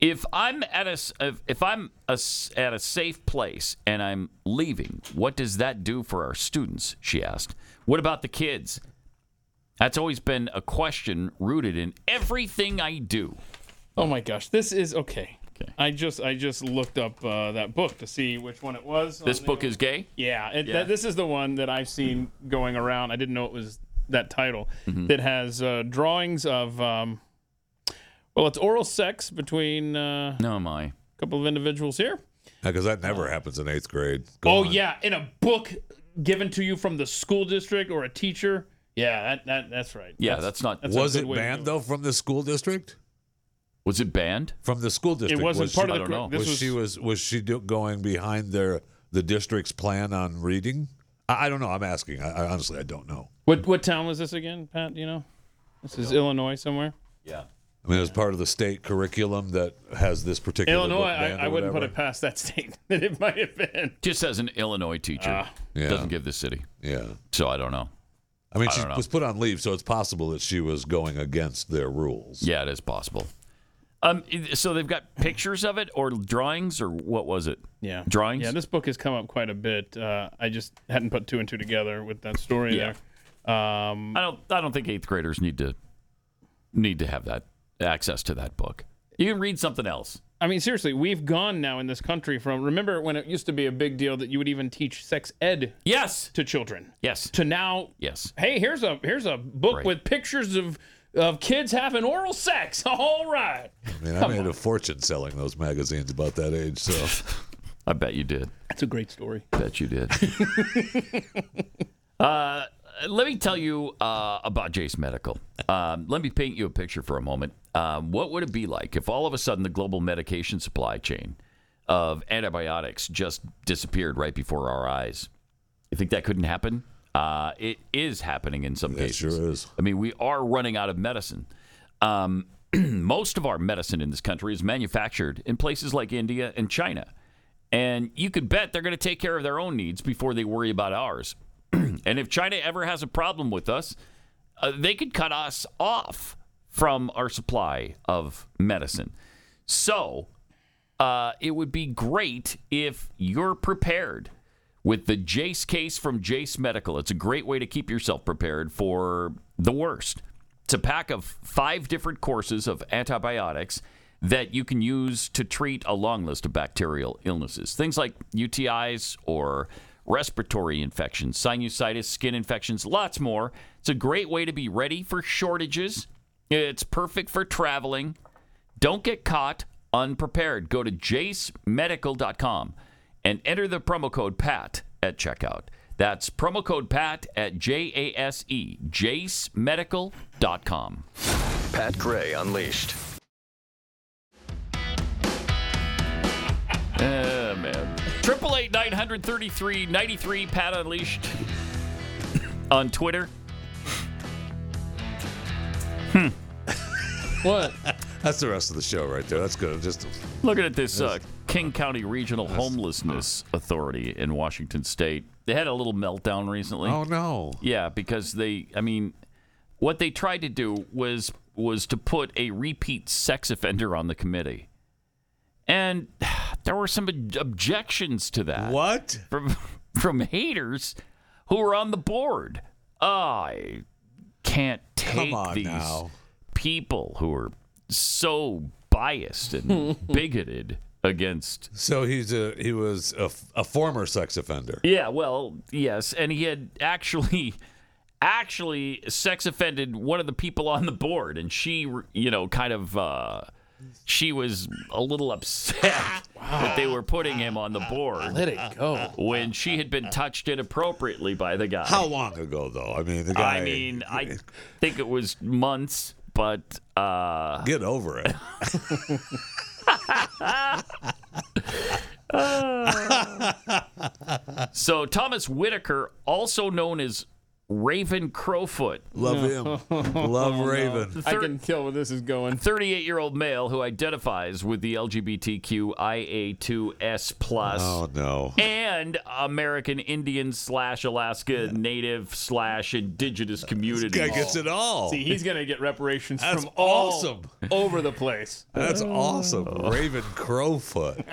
S3: If I'm at a s- if if I'm a s at a safe place and I'm leaving, what does that do for our students? She asked. What about the kids? That's always been a question rooted in everything I do.
S4: Oh my gosh, this is okay. I just I just looked up uh, that book to see which one it was. Oh,
S3: This
S4: on
S3: book is gay.
S4: Yeah, it,
S3: Yeah.
S4: That, this is the one that I've seen going around. I didn't know it was that title.
S3: Mhm.
S4: That has uh, drawings of, um, well, it's oral sex between uh,
S3: No, my.
S4: a couple of individuals here.
S5: Because that never
S3: Uh,
S5: happens in eighth grade.
S4: oh yeah, in a book given to you from the school district or a teacher. Yeah, that, that that's right. that's a
S5: was
S4: good
S5: it
S4: way to
S5: banned though from the school district?
S3: Was it banned
S5: from the school district?
S4: wasn't
S5: was
S4: part
S5: she,
S4: of the I don't cur- know. this
S5: Was,
S4: was-
S5: she was was she do, going behind their the district's plan on reading? I, I don't know. I'm asking. I, I honestly I don't know.
S4: What what town was this again, Pat? Do you know? This is Illinois somewhere.
S3: Yeah.
S5: I mean, it's part of the state curriculum that has this particular
S4: Illinois,
S5: book
S4: I,
S5: banned
S4: I
S5: or
S4: wouldn't put
S5: whatever.
S4: it past that state that it might have been.
S3: Just as an Illinois teacher,
S4: Ah.
S5: Yeah.
S3: doesn't give the city.
S5: Yeah.
S3: So I don't know.
S5: I mean,
S3: I
S5: she
S3: don't know.
S5: was put on leave, so it's possible that she was going against their rules.
S3: Yeah, it is possible. Um, i- so they've got pictures of it or drawings or what was it?
S4: Yeah.
S3: Drawings?
S4: Yeah, this book has come up quite a bit. Uh, I just hadn't put two and two together with that story
S3: Yeah.
S4: there. Um,
S3: I don't. I don't think eighth graders need to need to have that access to that book. You can read something else.
S4: I mean, seriously, we've gone now in this country from remember when it used to be a big deal that you would even teach sex ed
S3: yes
S4: to children
S3: yes
S4: to now
S3: yes
S4: hey here's a here's a book
S5: Right.
S4: with pictures of of kids having oral sex all right
S5: I mean, I made a fortune selling those magazines about that age. So,
S3: I bet you did.
S4: that's a great story
S3: Bet you did. Uh, let me tell you uh, about Jace Medical. Um, let me paint you a picture for a moment. Um, what would it be like if all of a sudden the global medication supply chain of antibiotics just disappeared right before our eyes? You think that couldn't happen? Uh, it is happening in some cases.
S5: sure is.
S3: I mean, we are running out of medicine. Um, most of our medicine in this country is manufactured in places like India and China. And you could bet they're going to take care of their own needs before they worry about ours. and if China ever has a problem with us, uh, they could cut us off from our supply of medicine. So uh, it would be great if you're prepared with the Jace case from Jace Medical. It's a great way to keep yourself prepared for the worst. It's a pack of five different courses of antibiotics that you can use to treat a long list of bacterial illnesses, things like UTIs or respiratory infections, sinusitis, skin infections, lots more. It's a great way to be ready for shortages. It's perfect for traveling. Don't get caught unprepared. Go to jacemedical.com and enter the promo code PAT at checkout. That's promo code PAT at J A S E, jacemedical.com.
S9: Pat Gray Unleashed.
S3: Yeah, Ah, man. Triple eight nine hundred thirty three ninety three. Pat Unleashed on Twitter. Hmm.
S4: What?
S5: That's the rest of the show right there. That's good. Just
S3: Looking at this uh, King County Regional Homelessness
S5: uh,
S3: Authority in Washington State, they had a little meltdown recently.
S5: Oh, no.
S3: Yeah, because they, I mean, what they tried to do was was to put a repeat sex offender on the committee, and there were some ob- objections to that.
S5: What
S3: from from haters who were on the board? I can't take
S5: Come on
S3: these
S5: now.
S3: people who are so biased and bigoted against.
S5: so he's a he was a, a former sex offender.
S3: Yeah, well, yes, and he had actually actually sex offended one of the people on the board, and she, you know, kind of. Uh, she was a little upset that they were putting him on the board.
S4: Let it go.
S3: When she had been touched inappropriately by the guy.
S5: How long ago, though? I mean, the guy.
S3: I mean, I think it was months, but uh,
S5: get over it.
S3: so Thomas Whitaker, also known as Raven Crowfoot.
S5: Love him. Love Raven.
S4: Oh, I can tell where this is going.
S3: 38 year old male who identifies with the LGBTQIA2S plus
S5: Oh no.
S3: and American Indian slash Alaska Native slash Indigenous community.
S5: guy gets it all.
S4: See, he's gonna get reparations
S5: That's
S4: from all
S5: awesome.
S4: over the place.
S5: That's awesome. Raven Crowfoot.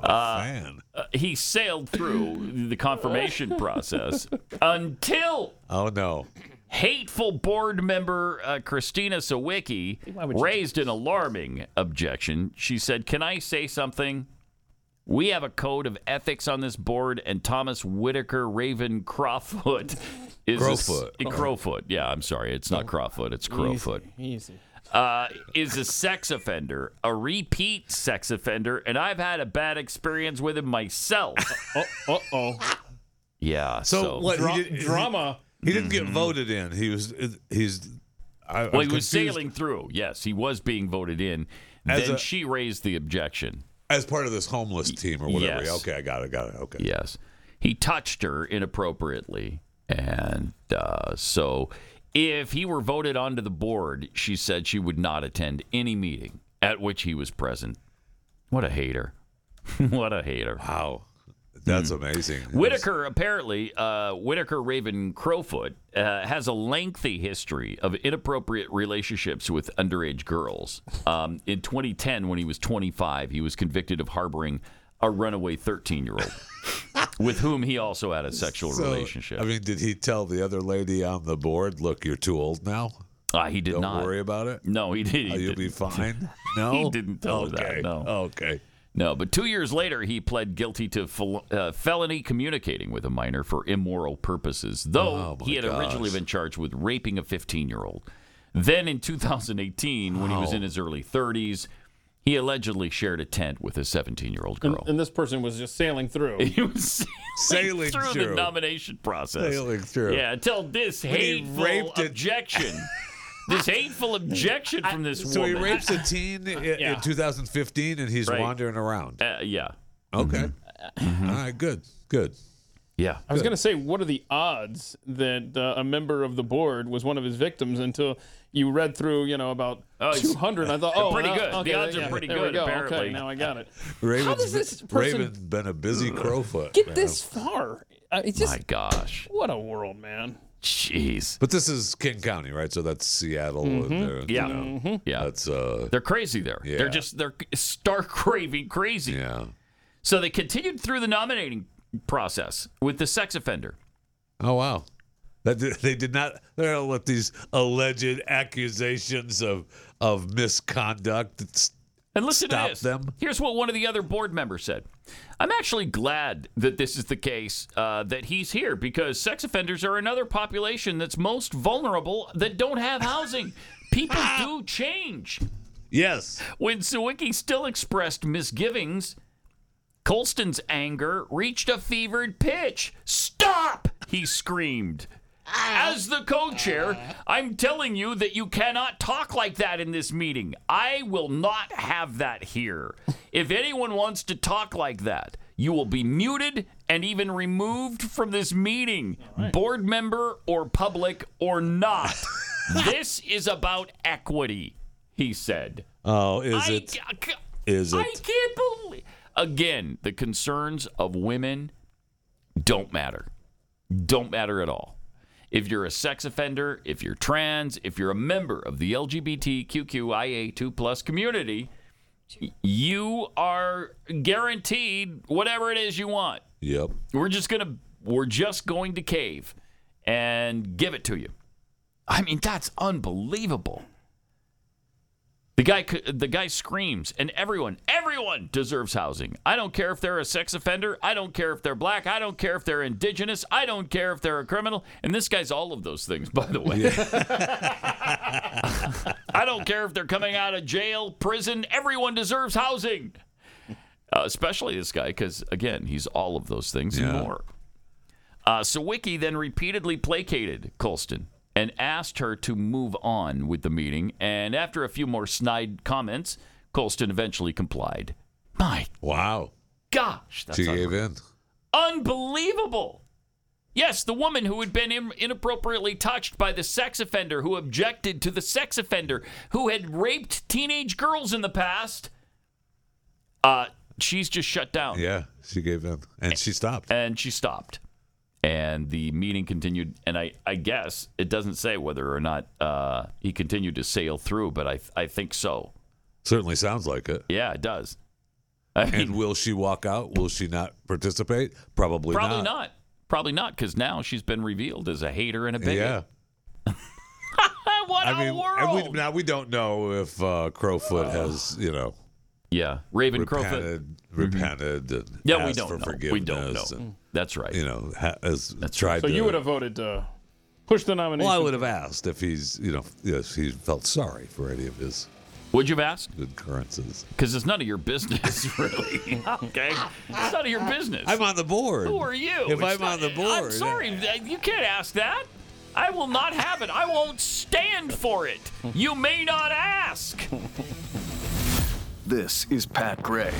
S5: fan.
S3: Oh. Uh, he sailed through the confirmation process until
S5: Oh no.
S3: hateful board member uh, Christina Sawicki
S5: would you
S3: raised an alarming objection. She said, Can I say something? We have a code of ethics on this board, and Thomas Whitaker Raven Crawfoot is a s-
S5: Crowfoot.
S3: uh, Crowfoot. Yeah, I'm sorry. It's
S5: Oh.
S3: not Crawfoot, it's Crowfoot.
S4: Oh, Easy.
S3: Uh, is a sex offender, a repeat sex offender, and I've had a bad experience with him myself.
S4: Uh oh.
S3: yeah.
S5: So,
S3: So, Mm-hmm.
S5: what?
S4: Dra-
S5: he did-
S4: drama.
S5: He didn't get voted in. He was. He's. I, I'm
S3: Well, he was
S5: confused.
S3: sailing through. Yes, he was being voted in.
S5: As
S3: then
S5: a-
S3: she raised the objection.
S5: as part of this homeless team or whatever.
S3: yes.
S5: Okay, I got it. Got it. Okay.
S3: Yes. He touched her inappropriately. And uh, so, if he were voted onto the board, she said she would not attend any meeting at which he was present. What a hater. what a hater.
S5: Wow. That's
S3: Mm.
S5: amazing.
S3: Whitaker apparently, uh, Whitaker Raven Crowfoot uh, has a lengthy history of inappropriate relationships with underage girls. Um, in 2010, when he was 25, he was convicted of harboring a runaway 13-year-old, with whom he also had a sexual
S5: So,
S3: relationship.
S5: I mean, did he tell the other lady on the board, "Look, you're too old now.
S3: uh, he did
S5: Don't
S3: not.
S5: worry about it.
S3: No, he did.
S5: Oh,
S3: he
S5: you'll
S3: didn't.
S5: be fine." No,
S3: He didn't tell
S5: okay.
S3: her that. No.
S5: Okay.
S3: No, but two years later, he pled guilty to fel- uh, felony communicating with a minor for immoral purposes, though
S5: Oh, my
S3: he had originally
S5: gosh.
S3: been charged with raping a 15 year old. Then in 2018, when he was
S5: Wow.
S3: in his early 30s, he allegedly shared a tent with a 17 year
S5: Oh.
S3: old
S4: And,
S3: girl.
S4: and this person was just sailing through.
S3: he was
S5: Sailing
S3: through, the
S5: through.
S3: nomination process.
S5: Sailing through.
S3: Yeah, until this
S5: he
S3: hateful
S5: raped it-
S3: objection. this hateful objection from this
S5: So
S3: woman.
S5: he rapes a teen i- in,
S4: Yeah.
S5: 2015, and he's
S3: Right.
S5: wandering around.
S3: Uh, yeah.
S5: Okay. All right. Good. Good.
S3: Yeah.
S4: Mm-hmm. I was going to say, what are the odds that uh, a member of the board was one of his victims until you read through, you know, about
S3: Oh, it's-
S4: 200? I thought, oh,
S3: pretty
S4: well,
S3: good. The
S4: Okay,
S3: odds are
S4: yeah,
S3: pretty
S4: there
S3: good,
S4: We go.
S3: apparently.
S4: Okay, now I got it.
S5: Raven's,
S4: does this
S5: been-
S4: person-
S5: Raven's been a busy crowfoot.
S4: Get
S5: man.
S4: this far. Uh, it's just
S3: My gosh.
S4: what a world, man.
S3: Jeez. Mm-hmm.
S5: But this is King County, right? So that's Seattle. and there- you
S3: Yeah.
S5: know,
S4: Mm-hmm.
S3: Yeah.
S5: That's uh.
S3: They're crazy there.
S5: Yeah.
S3: They're just they're stark craving crazy.
S5: Yeah.
S3: So they continued through the nominating process with the sex offender.
S5: Oh wow. That did, they did not. They don't let these alleged accusations of of misconduct. It's-
S3: And listen
S5: Stop
S3: to this.
S5: them.
S3: Here's what one of the other board members said. I'm actually glad that this is the case, uh, that he's here, because sex offenders are another population that's most vulnerable that don't have housing. People do change.
S5: Yes.
S3: When Sawicki still expressed misgivings, Colston's anger reached a fevered pitch. Stop! He screamed. As the co chair, I'm telling you that you cannot talk like that in this meeting. I will not have that here. If anyone wants to talk like that, you will be muted and even removed from this meeting, board member or public or not. this is about equity, he said.
S5: Oh, is
S3: I
S5: it?
S3: ca- ca-
S5: Is
S3: I
S5: it?
S3: can't believe. Again, the concerns of women don't matter. Don't matter at all. If you're a sex offender, if you're trans, if you're a member of the LGBTQIA2 plus community, y- you are guaranteed whatever it is you want.
S5: Yep.
S3: We're just gonna we're just going to cave and give it to you. I mean, that's unbelievable. The guy, c- the guy screams, and everyone, everyone deserves housing. I don't care if they're a sex offender. I don't care if they're black. I don't care if they're indigenous. I don't care if they're a criminal. And this guy's all of those things, by the way. I don't care if they're coming out of jail, prison. Everyone deserves housing, uh, especially this guy, because again, he's all of those things and more. Uh, Sawicki then repeatedly placated Colston and asked her to move on with the meeting. And after a few more snide comments, Colston eventually complied. My
S5: wow,
S3: gosh, that's
S5: she gave in.
S3: unbelievable. Yes, the woman who had been in- inappropriately touched by the sex offender who objected to the sex offender who had raped teenage girls in the past. Uh, she's just shut down.
S5: Yeah, she gave in, and she stopped.
S3: And she stopped. And the meeting continued. And I, I guess it doesn't say whether or not uh, he continued to sail through, but I, I think so.
S5: Certainly sounds like it.
S3: Oh. Yeah, it does.
S5: and will she walk out? Will she not participate? Probably,
S3: Probably not. Probably not, because now she's been revealed as a hater and a bigot.
S5: Yeah.
S3: what
S5: I mean, and we, now we don't know if uh, Crowfoot has, you know,
S3: yeah, Raven Crowfoot.
S5: repented, repented, and
S3: Yeah, we
S5: asked
S3: don't
S5: for
S3: know.
S5: forgiveness.
S3: We don't know.
S5: And,
S3: That's right.
S5: You know, ha- has tried.
S4: So
S5: to,
S4: you would have voted to push the nomination.
S5: Well, I would have asked if he's, you know, yes, he felt sorry for any of his.
S3: Would you have asked?
S5: Occurrences.
S3: Because it's none of your business, really. okay, it's none of your business.
S5: I'm on the board.
S3: Who are you?
S5: If
S3: It's
S5: I'm
S3: not-
S5: on the board,
S3: I'm sorry, you can't ask that. I will not have it. I won't stand for it. You may not ask.
S9: This is Pat Gray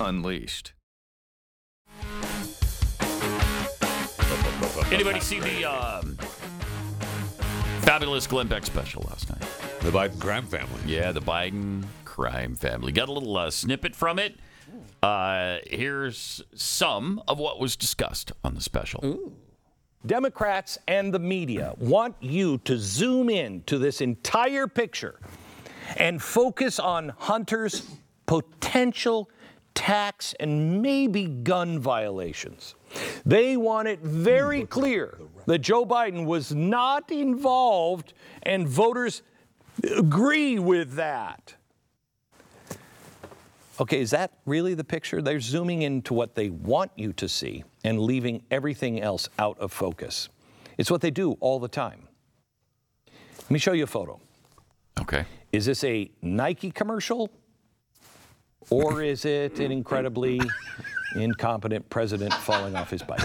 S9: Unleashed.
S3: Anybody see the um, fabulous Glenn Beck special last night?
S5: The Biden crime family.
S3: Yeah, the Biden crime family. Got a little uh, snippet from it. Uh, here's some of what was discussed on the special.
S11: Democrats and the media want you to zoom in to this entire picture and focus on Hunter's potential tax and maybe gun violations. They want it very clear that Joe Biden was not involved, and voters agree with that. Okay, is that really the picture? They're zooming into what they want you to see and leaving everything else out of focus. It's what they do all the time. Let me show you a photo.
S3: Okay.
S11: Is this a Nike commercial? Or is it an incredibly incompetent president falling off his bike?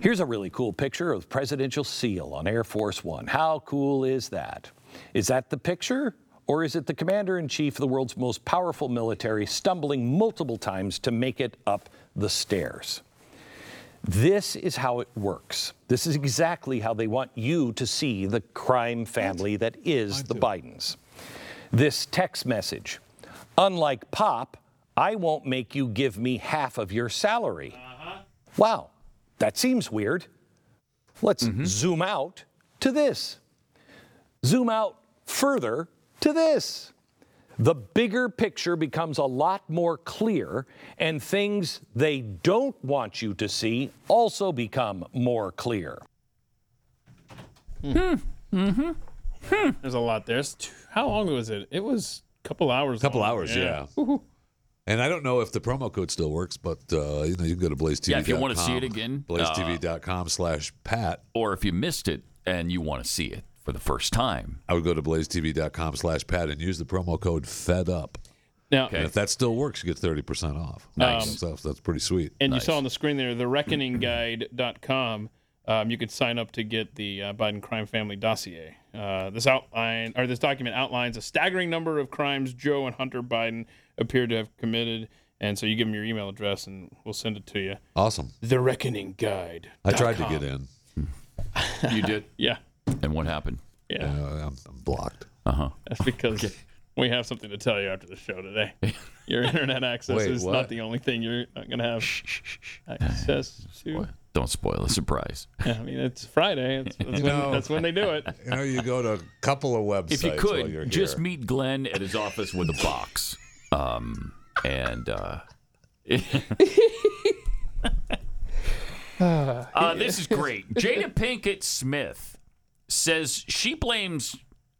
S11: Here's a really cool picture of presidential seal on Air Force One. How cool is that? Is that the picture? Or is it the commander in chief of the world's most powerful military stumbling multiple times to make it up the stairs? This is how it works. This is exactly how they want you to see the crime family that is the Bidens. This text message Unlike Pop, I won't make you give me half of your salary. Wow, that seems weird. Let's zoom out to this. Zoom out further to this. The bigger picture becomes a lot more clear, and things they don't want you to see also become more clear.
S4: Mm-hmm. Hmm. There's a lot there. It's two- How long was it? It was a couple hours.
S5: Couple
S4: long.
S5: hours, yeah. And I don't know if the promo code still works, but uh, you know you can go to blazetv.com.
S3: Yeah, if you wanna see it again, uh,
S5: blazetv.com slash pat.
S3: Or if you missed it and you want to see it for the first time,
S5: I would go to blazetv.com slash pat and use the promo code FEDUP.
S4: Now-
S5: and if that still works, you get thirty percent off. Um,
S4: Nice.
S5: So that's- that's pretty sweet.
S4: And you saw on the screen there, thereckoningguide.com. Um, you could sign up to get the uh, Biden crime family dossier. Uh, this outline or this document outlines a staggering number of crimes Joe and Hunter Biden appear to have committed, and so you give them your email address, and we'll send it to you.
S5: Awesome.
S4: The Reckoning Guide.
S5: I tried to get in.
S3: you did.
S4: yeah.
S3: And what happened?
S4: Yeah.
S5: I'm, I'm blocked.
S3: Uh huh.
S4: That's because we have something to tell you after the show today. Your internet access
S3: Wait,
S4: is
S3: what?
S4: not the only thing you're not going to have access to.
S3: Don't spoil the surprise.
S4: Yeah, I mean, it's Friday. It's, that's,
S5: No.
S4: when, that's when they do it.
S5: You know, you go to a couple of websites.
S3: If you
S5: while you're
S3: could just
S5: here.
S3: meet Glenn at his office with a box, um, and uh, uh, this is great. Jada Pinkett Smith says she blames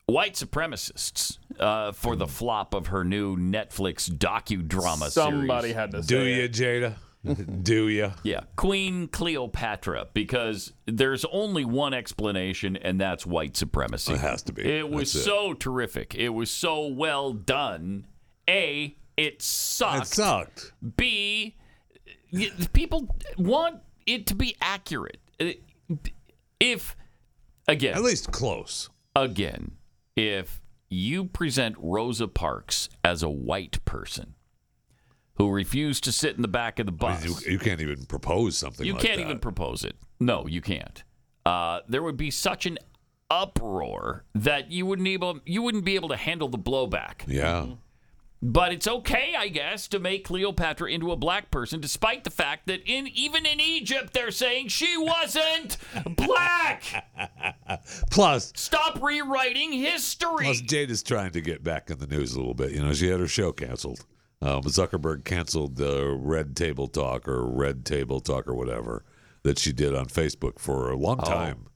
S3: white supremacists uh, for the flop of her new Netflix docudrama
S4: Somebody
S3: series.
S4: had to Do say
S5: you, Jada? Do you?
S3: Yeah, Queen Cleopatra, because there's only one explanation, and that's white supremacy. It has
S5: to be.
S3: It was
S5: That's it.
S3: so terrific. It was so well done. A, it sucked. It
S5: sucked.
S3: B, y- people want it to be accurate. Uh, If again, at
S5: least close.
S3: Again, if you present Rosa Parks as a white person who refused to sit in the back of the bus,
S5: You, you can't even propose something
S3: you
S5: like
S3: can't
S5: that.
S3: even propose it. No, you can't. Uh, there would be such an uproar that you wouldn't able you wouldn't be able to handle the blowback.
S5: Yeah.
S3: But it's okay, I guess, to make Cleopatra into a black person, despite the fact that in even in Egypt they're saying she wasn't black.
S5: Uh, Plus,
S3: Stop rewriting history.
S5: Plus, Jade is trying to get back in the news a little bit. You know, she had her show canceled. Um, Zuckerberg canceled the Red Table Talk or Red Table Talk or whatever that she did on Facebook for a long
S3: Oh.
S5: time.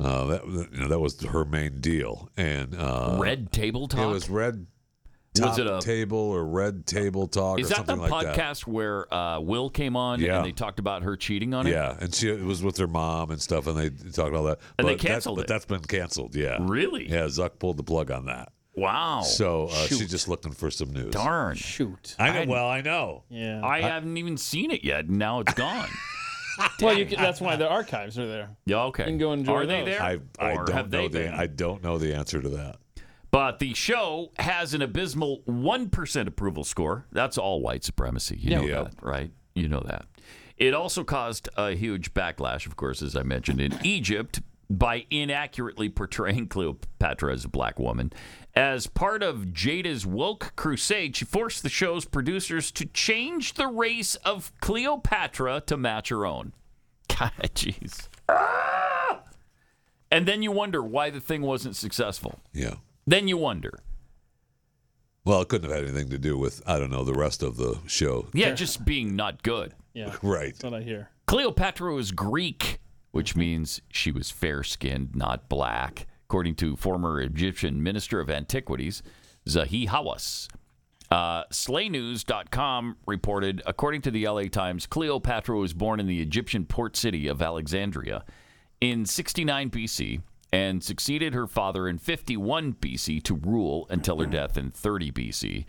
S5: Uh, that you know that was her main deal. And uh,
S3: Red Table
S5: It
S3: Talk?
S5: was Red.
S3: Was
S5: Top
S3: it a-
S5: table or Red Table Talk?
S3: Is
S5: or
S3: that the
S5: something like that.
S3: podcast where uh, Will came on
S5: Yeah.
S3: and they talked about her cheating on him?
S5: Yeah, and she it was with her mom and stuff, and they talked all that.
S3: And they
S5: that-
S3: canceled
S5: but
S3: it.
S5: that's been canceled. Yeah,
S3: really?
S5: Yeah, Zuck pulled the plug on that.
S3: Wow.
S5: So uh,
S3: Shoot.
S5: she's just looking for some news.
S3: Darn. Shoot.
S5: I know. well, I know.
S4: Yeah.
S3: I haven't even seen it yet. and Now it's gone.
S4: Well, you can, that's why the archives are there.
S3: Yeah, okay.
S4: You can go enjoy
S3: Are they
S4: those.
S3: there?
S5: I, I
S3: Or
S5: don't
S3: have they
S5: know the
S3: been?
S5: I don't know the answer to that.
S3: But the show has an abysmal 1% approval score. That's all white supremacy. You know
S5: Yeah.
S3: that, right? You know that. It also caused a huge backlash, of course, as I mentioned, in Egypt by inaccurately portraying Cleopatra as a black woman. As part of Jada's woke crusade, she forced the show's producers to change the race of Cleopatra to match her own. God, jeez. And then you wonder why the thing wasn't successful.
S5: Yeah.
S3: Then you wonder.
S5: Well, it couldn't have had anything to do with I don't know the rest of the show.
S3: Yeah, just being not good.
S4: Yeah.
S5: Right.
S4: That's what I hear.
S3: Cleopatra was Greek, which means she was fair skinned, not black, according to former Egyptian Minister of Antiquities, Zahi Hawass. Uh, SlayNews.com reported, according to the LA Times, Cleopatra was born in the Egyptian port city of Alexandria in 69 BC and succeeded her father in 51 BC to rule until her death in 30 BC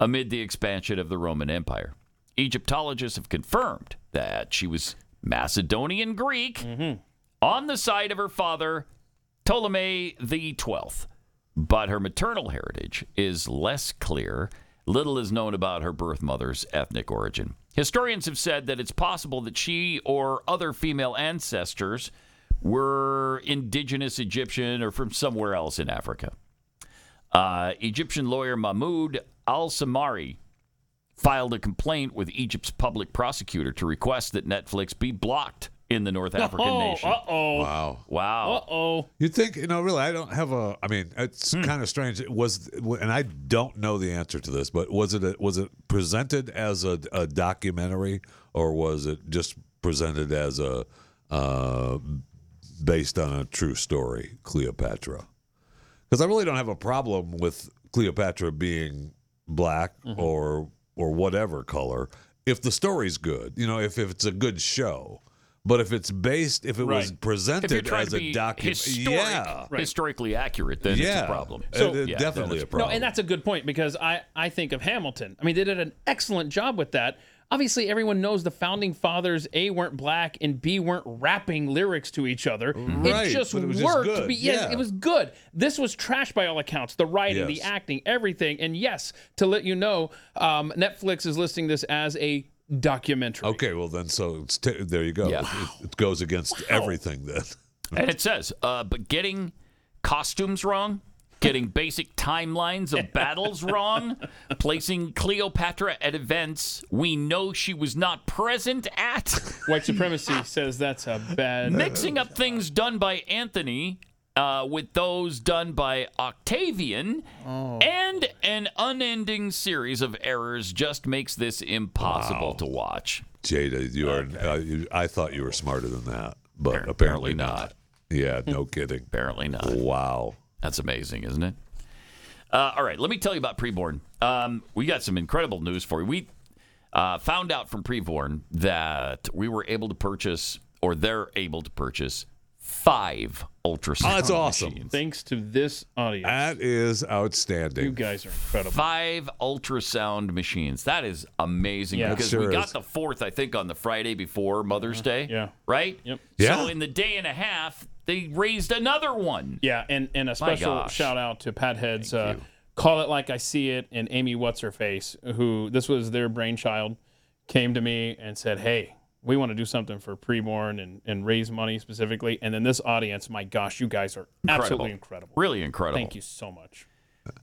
S3: amid the expansion of the Roman Empire. Egyptologists have confirmed that she was Macedonian Greek on the side of her father, Ptolemy the 12th. But her maternal heritage is less clear. Little is known about her birth mother's ethnic origin. Historians have said that it's possible that she or other female ancestors were indigenous Egyptian or from somewhere else in Africa. Uh, Egyptian lawyer Mahmoud Al Samari filed a complaint with Egypt's public prosecutor to request that Netflix be blocked in the North African
S4: Oh,
S3: nation.
S4: uh-oh.
S5: Wow.
S3: Wow.
S4: Uh-oh.
S5: You think you know? Really, I don't have a. I mean, it's
S3: Hmm.
S5: kind of strange. It was, and I don't know the answer to this, but was it a, was it presented as a, a documentary or was it just presented as a uh, based on a true story, Cleopatra? Because I really don't have a problem with Cleopatra being black
S3: Mm-hmm.
S5: or or whatever color if the story's good. You know, if, if it's a good show. But if it's based, if it was
S3: Right.
S5: presented
S3: If you're trying
S5: as
S3: to
S5: a
S3: be
S5: document,
S3: historic-
S5: yeah,
S3: historically accurate, then it's a
S5: Yeah.
S3: problem.
S5: So- Uh, definitely
S3: then it's-
S5: a problem.
S4: No, and that's a good point because I, I think of Hamilton. I mean, they did an excellent job with that. Obviously, everyone knows the founding fathers A weren't black and B weren't rapping lyrics to each other.
S5: Right,
S4: it just
S5: but it was just
S4: worked.
S5: good,
S4: but yes,
S5: yeah.
S4: it was good. This was trash by all accounts. The writing, the
S5: Yes.
S4: acting, everything. And yes, to let you know, um, Netflix is listing this as a documentary.
S5: Okay, well then, so it's t- there you go. It, it goes against everything then.
S3: And it says, uh, but getting costumes wrong, getting basic timelines of battles wrong, placing Cleopatra at events we know she was not present at,
S4: White supremacy says that's a bad
S3: mixing up things done by Anthony. Uh, with those done by Octavian,
S5: Oh.
S3: and an unending series of errors just makes this impossible to watch.
S5: Jada, you are. Uh, you, I thought you were smarter than that, but apparently, not. Yeah, no kidding.
S3: Apparently not.
S5: Wow.
S3: That's amazing, isn't it? Uh, all right, let me tell you about Preborn. Um, we got some incredible news for you. We uh, found out from Preborn that we were able to purchase, or they're able to purchase, five ultrasound.
S5: Oh, that's awesome.
S4: Thanks to this audience.
S5: That is outstanding.
S4: You guys are incredible.
S3: Five ultrasound machines. That is amazing
S4: Yeah. It
S3: because
S4: sure
S3: we got
S4: is.
S3: the fourth, I think, on the Friday before Mother's Day. Yeah. Right? Yep. So
S4: Yeah.
S3: in the day and a half, they raised another one.
S4: Yeah, and, and a special
S3: gosh.
S4: shout out to Pat Heads, uh, Call It Like I See It, and Amy What's Her Face, who this was their brainchild, came to me and said, Hey, we want to do something for preborn and, and raise money specifically. And then this audience, my gosh, you guys are absolutely incredible.
S3: Really incredible.
S4: Thank you so much.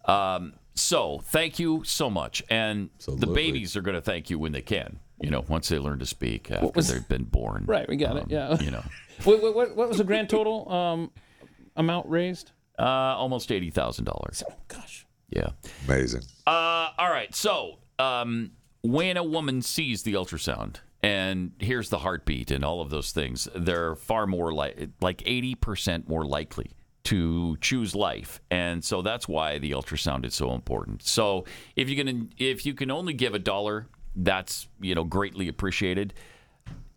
S3: Um, so thank you so much, and the babies are going to thank you when they can. You know, once they learn to speak after
S4: was-
S3: they've been born.
S4: Right, we got it, yeah.
S3: Um, you know,
S4: What, what- what, what was the grand total um, amount raised?
S3: uh, almost eighty thousand dollars.
S4: Oh, gosh.
S3: Yeah.
S5: Amazing.
S3: Uh, all right. So um, when a woman sees the ultrasound and hears the heartbeat and all of those things, they're far more like like eighty percent more likely to choose life, and so that's why the ultrasound is so important. So if you can if you can only give a dollar, that's you know greatly appreciated.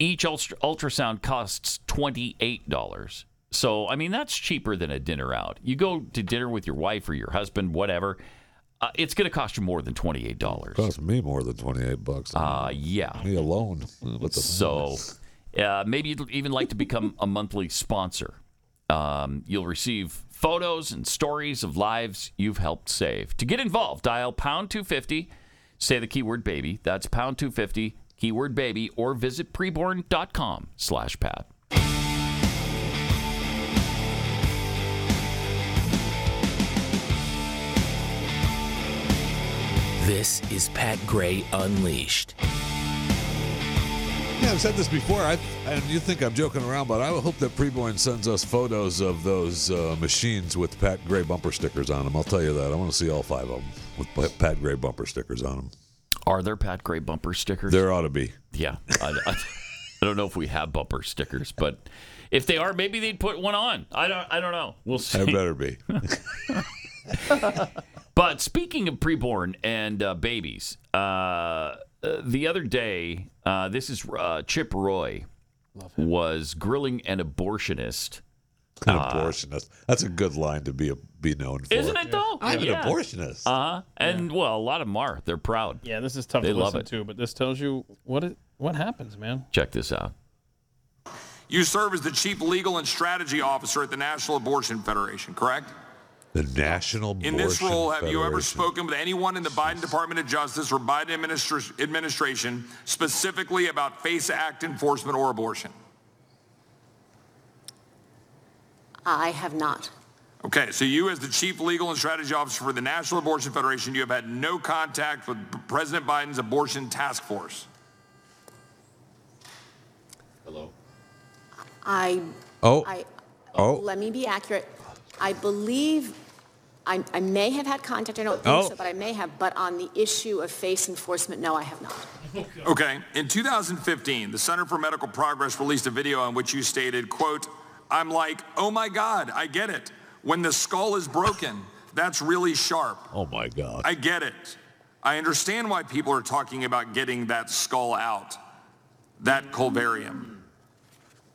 S3: Each ultra- ultrasound costs twenty eight dollars. So I mean that's cheaper than a dinner out. You go to dinner with your wife or your husband, whatever. Uh, it's going to cost you more than twenty eight dollars.
S5: Cost me more than twenty eight bucks.
S3: Uh, yeah.
S5: Me alone. With the
S3: So uh, maybe you'd even like to become a monthly sponsor. Um, you'll receive photos and stories of lives you've helped save. To get involved, dial pound 250, say the keyword baby. That's pound 250, keyword baby, or visit preborn.com slash Pat.
S12: This is Pat Gray Unleashed.
S5: Yeah, I've said this before, I, and you think I'm joking around, but I hope that Preborn sends us photos of those uh, machines with Pat Gray bumper stickers on them. I'll tell you that. I want to see all five of them with Pa- Pat Gray bumper stickers on them.
S3: Are there Pat Gray bumper stickers?
S5: There ought to be.
S3: Yeah. I, I, I don't know if we have bumper stickers, but if they are, maybe they'd put one on. I don't, I don't know. We'll see.
S5: There better be.
S3: But speaking of preborn and uh, babies, uh, uh, the other day, uh, this is uh, Chip Roy was grilling an abortionist. Uh,
S5: An abortionist. That's a good line to be be known for.
S3: Isn't it though?
S5: I'm an abortionist.
S3: Uh huh. And well, a lot of them are. They're proud.
S4: Yeah, this is tough
S3: They
S4: to
S3: love
S4: listen
S3: it.
S4: to, but this tells you what it, what happens, man.
S3: Check this out.
S13: You serve as the chief legal and strategy officer at the National Abortion Federation, correct?
S5: The National
S13: In this
S5: Abortion
S13: role, have you ever
S5: Federation.
S13: spoken with anyone in the Biden Department of Justice or Biden administra- administration specifically about FACE Act enforcement or abortion?
S15: I have not.
S13: Okay, so you, as the chief legal and strategy officer for the National Abortion Federation, you have had no contact with President Biden's abortion task force.
S3: Hello.
S15: I.
S5: Oh.
S15: I,
S5: Oh.
S15: Let me be accurate. I believe I, I may have had contact. I don't think
S13: Oh.
S15: so, but I may have. But on the issue of face enforcement, no, I have not.
S13: Okay. In 2015, the Center for Medical Progress released a video in which you stated, quote, I'm like, oh my God, I get it. When the skull is broken, that's really sharp.
S5: Oh my God.
S13: I get it. I understand why people are talking about getting that skull out, that culvarium.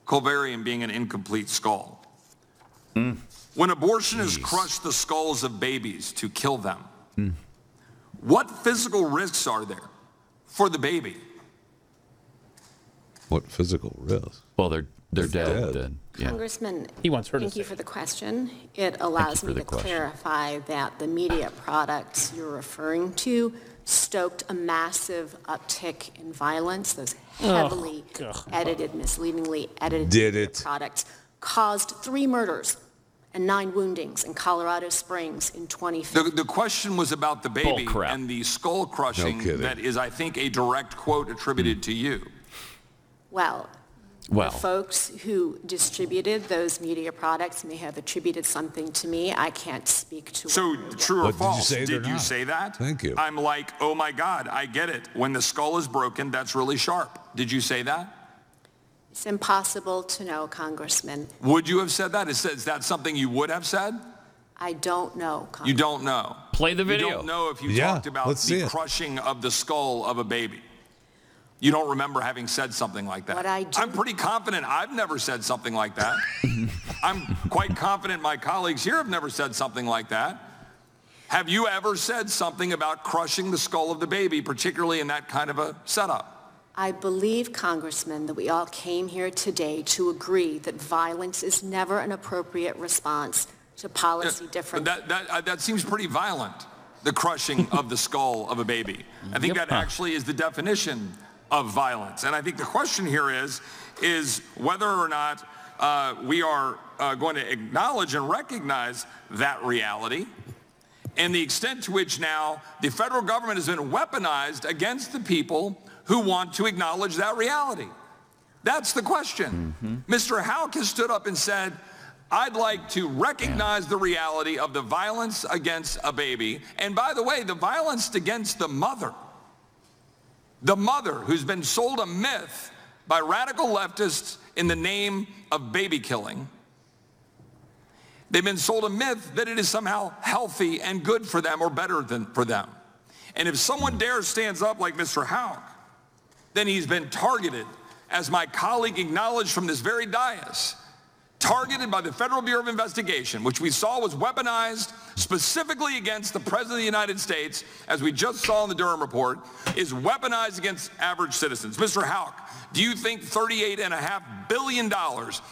S13: Culvarium being an incomplete skull.
S4: Mm.
S13: When abortionists crush the skulls of babies to kill them,
S16: Mm.
S13: what physical risks are there for the baby?
S5: What physical risk?
S3: Well, they're they're dead. then.
S15: Congressman,
S3: He wants her to
S15: thank you
S3: say
S15: for the question. It allows
S3: for
S15: me
S3: the
S15: to
S3: question.
S15: clarify that the media products you're referring to stoked a massive uptick in violence. Those
S3: Oh,
S15: heavily
S5: God.
S15: edited, misleadingly edited
S5: Did
S15: media
S5: it.
S15: products caused three murders and nine woundings in Colorado Springs in 2015.
S13: The, the question was about the baby and the skull crushing
S15: No kidding. Hmm.
S13: that is, I think, a direct quote attributed to you.
S15: Well,
S13: Well.
S15: the folks who distributed those media products may have attributed something to me. I can't speak to.
S13: So true or
S15: What did you
S13: false?
S15: say they're
S13: you
S15: not?
S13: say that?
S15: Thank you.
S13: I'm like, oh my God, I get it. When the skull is broken, that's really sharp. Did you say that?
S15: It's impossible to know, Congressman.
S13: Would you have said that? Is, is that something you would have said?
S15: I don't know. Con-
S13: You don't know.
S3: Play the
S13: You
S3: video.
S13: don't know if you
S5: Yeah,
S13: talked about
S5: let's see
S13: the
S5: it.
S13: crushing of the skull of a baby. You don't remember having said something like that.
S15: What I do-
S13: I'm pretty confident I've never said something like that. I'm quite confident my colleagues here have never said something like that. Have you ever said something about crushing the skull of the baby, particularly in that kind of a setup?
S15: I believe, Congressman, that we all came here today to agree that violence is never an appropriate response to policy
S13: But
S15: differences.
S13: that, that, uh, that seems pretty violent, the crushing of the skull of a baby. I think that actually is the definition of violence. And I think the question here is, is whether or not uh, we are uh, going to acknowledge and recognize that reality and the extent to which now the federal government has been weaponized against the people who want to acknowledge that reality. That's the question. Mr. Houck has stood up and said, I'd like to recognize the reality of the violence against a baby. And by the way, the violence against the mother, the mother who's been sold a myth by radical leftists in the name of baby killing. They've been sold a myth that it is somehow healthy and good for them or better than for them. And if someone dares stands up like Mr. Houck, then he's been targeted, as my colleague acknowledged from this very dais, targeted by the Federal Bureau of Investigation, which we saw was weaponized specifically against the President of the United States, as we just saw in the Durham report, is weaponized against average citizens. Mr. Houck, do you think $38.5 billion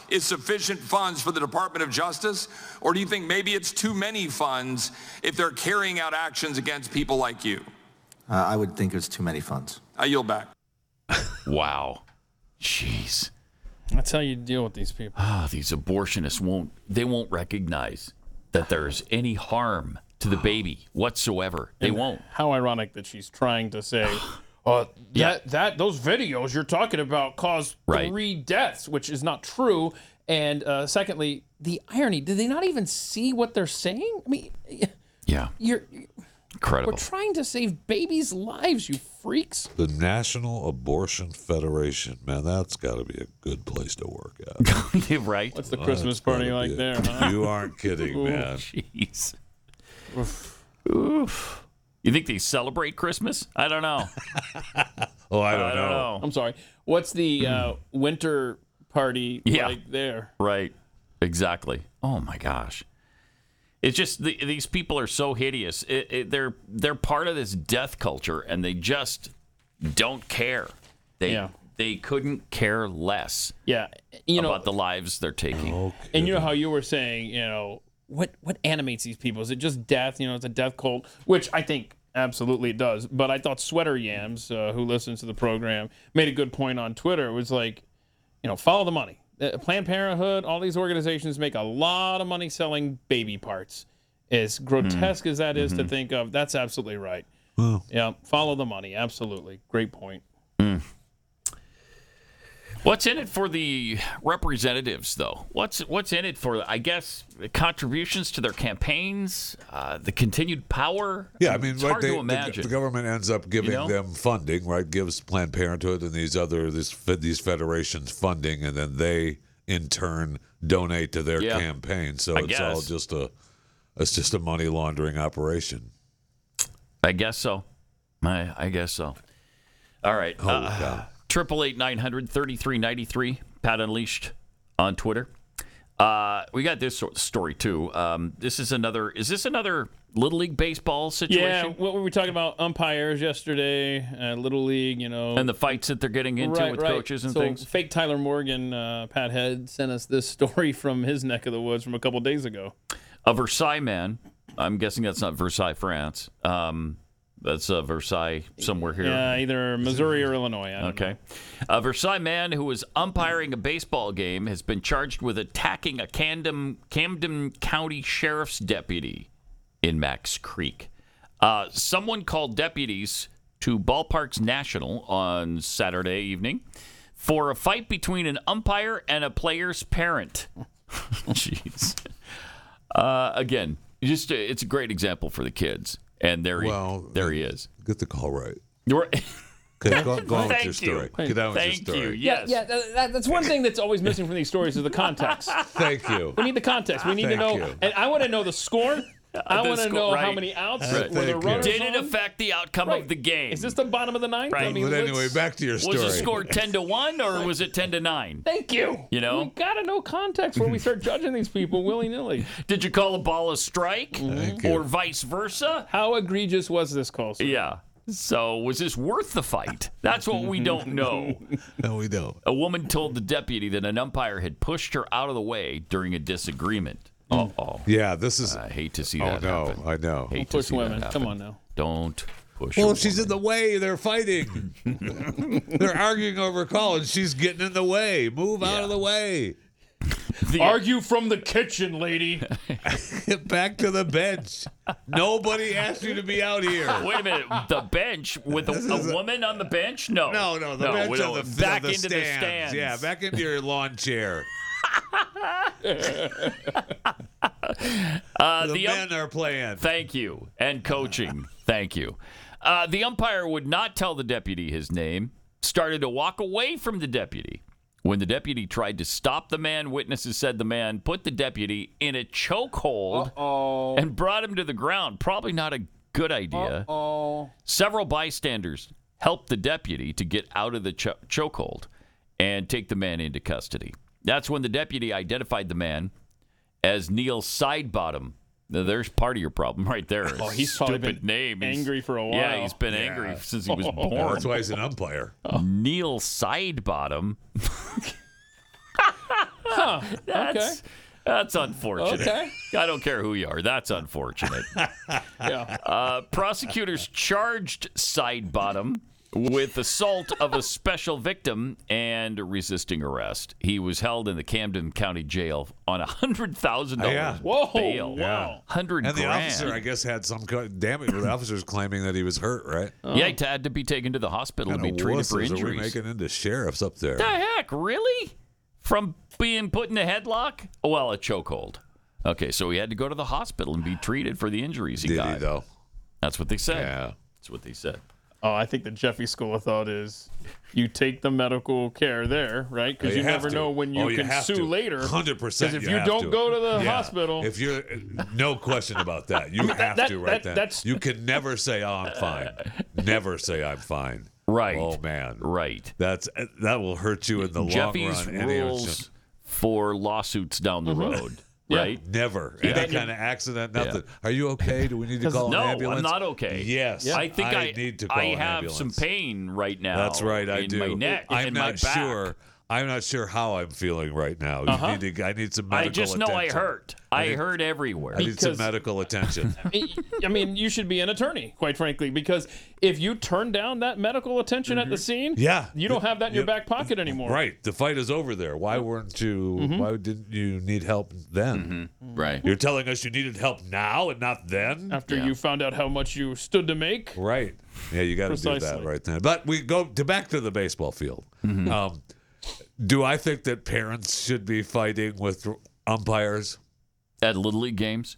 S13: is sufficient funds for the Department of Justice? Or do you think maybe it's too many funds if they're carrying out actions against people like you?
S14: Uh, I would think it's too many funds.
S13: I yield back.
S3: Wow. Jeez.
S4: That's how you deal with these people.
S3: Ah, these abortionists won't they won't recognize that there's any harm to the baby whatsoever. They
S4: And
S3: won't.
S4: How ironic that she's trying to say, uh, that that those videos you're talking about caused
S3: Right.
S4: three deaths, which is not true. And uh, secondly, the irony. Did they not even see what they're saying? I mean,
S3: Yeah.
S4: you're
S3: Incredible.
S4: we're trying to save babies' lives, you freaks.
S5: The National Abortion Federation, man, that's got to be a good place to work at.
S3: right? What's
S4: the Christmas party like there, huh?
S5: You aren't kidding,
S4: Ooh,
S5: man.
S3: Jeez. Oof. You think they celebrate Christmas? I don't know.
S5: oh, I
S3: don't know.
S4: I'm sorry. What's the uh, winter party
S3: Yeah.
S4: like there?
S3: Right. Exactly. Oh my gosh. It's just the, these people are so hideous. It, it, they're they're part of this death culture, and they just don't care. They
S4: Yeah.
S3: they couldn't care less.
S4: Yeah, you know-
S3: about the lives they're taking.
S4: And you know how you were saying, you know, what what animates these people? Is it just death? You know, it's a death cult, which I think absolutely it does. But I thought Sweater Yams, uh, who listens to the program, made a good point on Twitter. It was like, you know, follow the money. Uh, Planned Parenthood, all these organizations make a lot of money selling baby parts. As grotesque as that is to think of, that's absolutely right.
S5: Wow.
S4: Yeah, follow the money. Absolutely, great point.
S3: What's in it for the representatives, though? What's what's in it for? I guess contributions to their campaigns, uh, the continued power.
S5: Yeah, I mean,
S3: it's
S5: right,
S3: hard
S5: they-
S3: to
S5: the-
S3: imagine.
S5: The, government ends up giving
S3: know?
S5: them funding, right? Gives Planned Parenthood and these other this, these federations funding, and then they in turn donate to their
S3: Yeah.
S5: campaign. So
S3: I
S5: it's all
S3: guess.
S5: just a it's just a money laundering operation.
S3: I guess so. I, I guess so. All right. uh, Triple eight nine hundred thirty three ninety three. Pat Unleashed on Twitter. Uh, we got this sort of story too. Um, this is another. Is this another little league baseball
S4: Yeah,
S3: situation?
S4: what were we talking about? Umpires yesterday, uh, little league, you know,
S3: And the fights that they're getting into with coaches and
S4: so
S3: things?
S4: Fake Tyler Morgan, uh, Pat Head sent us this story from his neck of the woods from a couple days ago.
S3: A Versailles man. I'm guessing that's not Versailles, France. Um, that's uh, Versailles somewhere here.
S4: Yeah, either Missouri or Illinois.
S5: Uh,
S4: I don't know.
S3: Okay. A Versailles man who was umpiring a baseball game has been charged with attacking a Camden, Camden County Sheriff's deputy in Max Creek. Uh, someone called deputies to Ballparks National on Saturday evening for a fight between an umpire and a player's parent. Jeez. Uh, again, just uh it's a great example for the kids, and there he, there he is.
S5: Get the call right.
S3: You're-
S5: Okay, go, go on with your
S4: Thank you.
S5: story. Get on with your
S4: Thank
S5: story.
S4: you. Yes. Yeah, yeah that- that- that's one thing that's always missing from these stories is the context.
S5: Thank you.
S4: We need the context. We need to
S5: Thank
S4: know,
S5: you.
S4: and I want to know the score. I
S3: The
S4: want to
S3: score-
S4: know how
S3: right.
S4: many outs
S5: Right.
S4: were
S5: Thank
S4: the
S5: you.
S4: runners
S3: Did it
S4: on?
S3: affect the outcome of the game?
S4: Is this the bottom of the ninth?
S3: Right.
S5: But anyway, back to your
S3: Was the
S5: story.
S3: score ten to one or was it ten to nine?
S4: Thank you.
S3: You know?
S4: we gotta know context before we start judging these people Mm. willy nilly.
S3: Did you call a ball a strike, or vice versa?
S4: How egregious was this call? Sir?
S3: Yeah. So was this worth the fight? That's what we don't know.
S5: No, we don't.
S3: A woman told the deputy that an umpire had pushed her out of the way during a disagreement. Uh oh.
S5: Yeah, this is.
S3: I hate to see
S5: oh,
S3: that.
S5: no,
S3: happen.
S5: I know.
S3: Hate to
S4: push
S3: see that
S4: women.
S3: happen.
S4: Come on now.
S3: Don't push.
S5: Well,
S3: a
S5: if she's in the way, they're fighting. they're arguing over a call, and she's getting in the way. Move out of the way.
S4: Argue from the kitchen, lady.
S5: Get back to the bench. Nobody asked you to be out here.
S3: Wait a minute. The bench with a, a woman on the bench? No.
S5: No, no, the bench
S3: we
S5: on
S3: don't.
S5: the, on
S3: back
S5: the
S3: into the stands.
S5: Yeah, back into your lawn chair.
S3: Uh,
S5: the,
S3: the
S5: men
S3: ump-
S5: are playing.
S3: um, thank you and coaching. thank you. Uh, the umpire would not tell the deputy his name. Started to walk away from the deputy. When the deputy tried to stop the man, witnesses said the man put the deputy in a chokehold and brought him to the ground. Probably not a good idea.
S4: Oh,
S3: Several bystanders helped the deputy to get out of the cho- chokehold and take the man into custody. That's when the deputy identified the man as Neil Sidebottom. Now, there's part of your problem right there.
S4: Oh, he's probably
S3: Stupid
S4: been
S3: name. He's-
S4: angry for a
S3: Yeah,
S4: while.
S3: he's been angry since he was born.
S5: That's why he's an umpire.
S3: Neil Sidebottom. That's, that's unfortunate.
S4: Okay.
S3: I don't care who you are. That's unfortunate. uh, prosecutors charged Sidebottom with assault of a special victim and resisting arrest. He was held in the Camden County Jail on a hundred thousand
S5: Oh, Yeah.
S3: dollars
S5: Whoa,
S3: bail.
S5: wow.
S3: hundred
S5: And the
S3: grand.
S5: officer, I guess, had some co- damage. The officer's claiming that he was hurt, right?
S3: yeah, he had to be taken to the hospital to
S5: Kinda
S3: be treated for
S5: wusses Are we
S3: injuries.
S5: making into sheriffs up there?
S3: the heck, really? From being put in a headlock? Well, a chokehold. Okay, so he had to go to the hospital and be treated for the injuries he
S5: Did
S3: got.
S5: he though?
S3: That's what they said.
S5: Yeah.
S3: That's what they said.
S4: Oh, I think the Jeffy school of thought is you take the medical care there, right? Because
S5: Oh,
S4: you,
S5: have
S4: never
S5: to.
S4: know when you
S5: Oh,
S4: can
S5: have
S4: sue
S5: to.
S4: later.
S5: Hundred percent.
S4: Because if you, don't
S5: have to.
S4: go to the
S5: Yeah.
S4: hospital,
S5: if you're no question about that, you have
S4: that-
S5: to right
S4: that-
S5: then.
S4: that's-
S5: you can never say oh, I'm fine. Never say I'm fine.
S3: Right.
S5: Oh man.
S3: Right.
S5: That's that will hurt you in the
S3: Jeffy's
S5: long run. and it'll
S3: rules
S5: just-
S3: for lawsuits down the road, right?
S5: Never.
S3: Yeah.
S5: Any kind of accident. Nothing. Are you okay? Do we need to
S4: 'Cause-
S5: call
S3: No,
S5: an ambulance?
S3: I'm not okay.
S5: Yes.
S3: I think I,
S5: need to call
S3: I
S5: an
S3: have
S5: ambulance.
S3: some pain right now.
S5: That's right. I
S3: in
S5: do.
S3: My neck.
S5: I'm
S3: and
S5: not
S3: my back.
S5: sure. I'm not sure how I'm feeling right now. You
S3: Uh-huh.
S5: need to, I need some
S3: I
S5: medical
S3: just know I
S5: attention.
S3: hurt. I,
S5: need-
S3: hurt everywhere.
S5: I need some
S4: Because-
S5: medical attention.
S4: I mean, you should be an attorney, quite frankly, because if you turn down that medical attention at the scene,
S5: Mm-hmm. Yeah.
S4: you don't have that in your
S5: Yeah.
S4: back pocket anymore.
S5: right. The fight is over there. Why weren't you?
S3: Mm-hmm.
S5: Why didn't you need help then?
S3: right.
S5: You're telling us you needed help now and not then.
S4: After you found out how much you stood to make.
S5: Right. Yeah, you got to do that
S4: Precisely.
S5: right then. But we go to back to the baseball field.
S4: Mm-hmm.
S5: Um, do I think that parents should be fighting with umpires?
S3: At Little League games?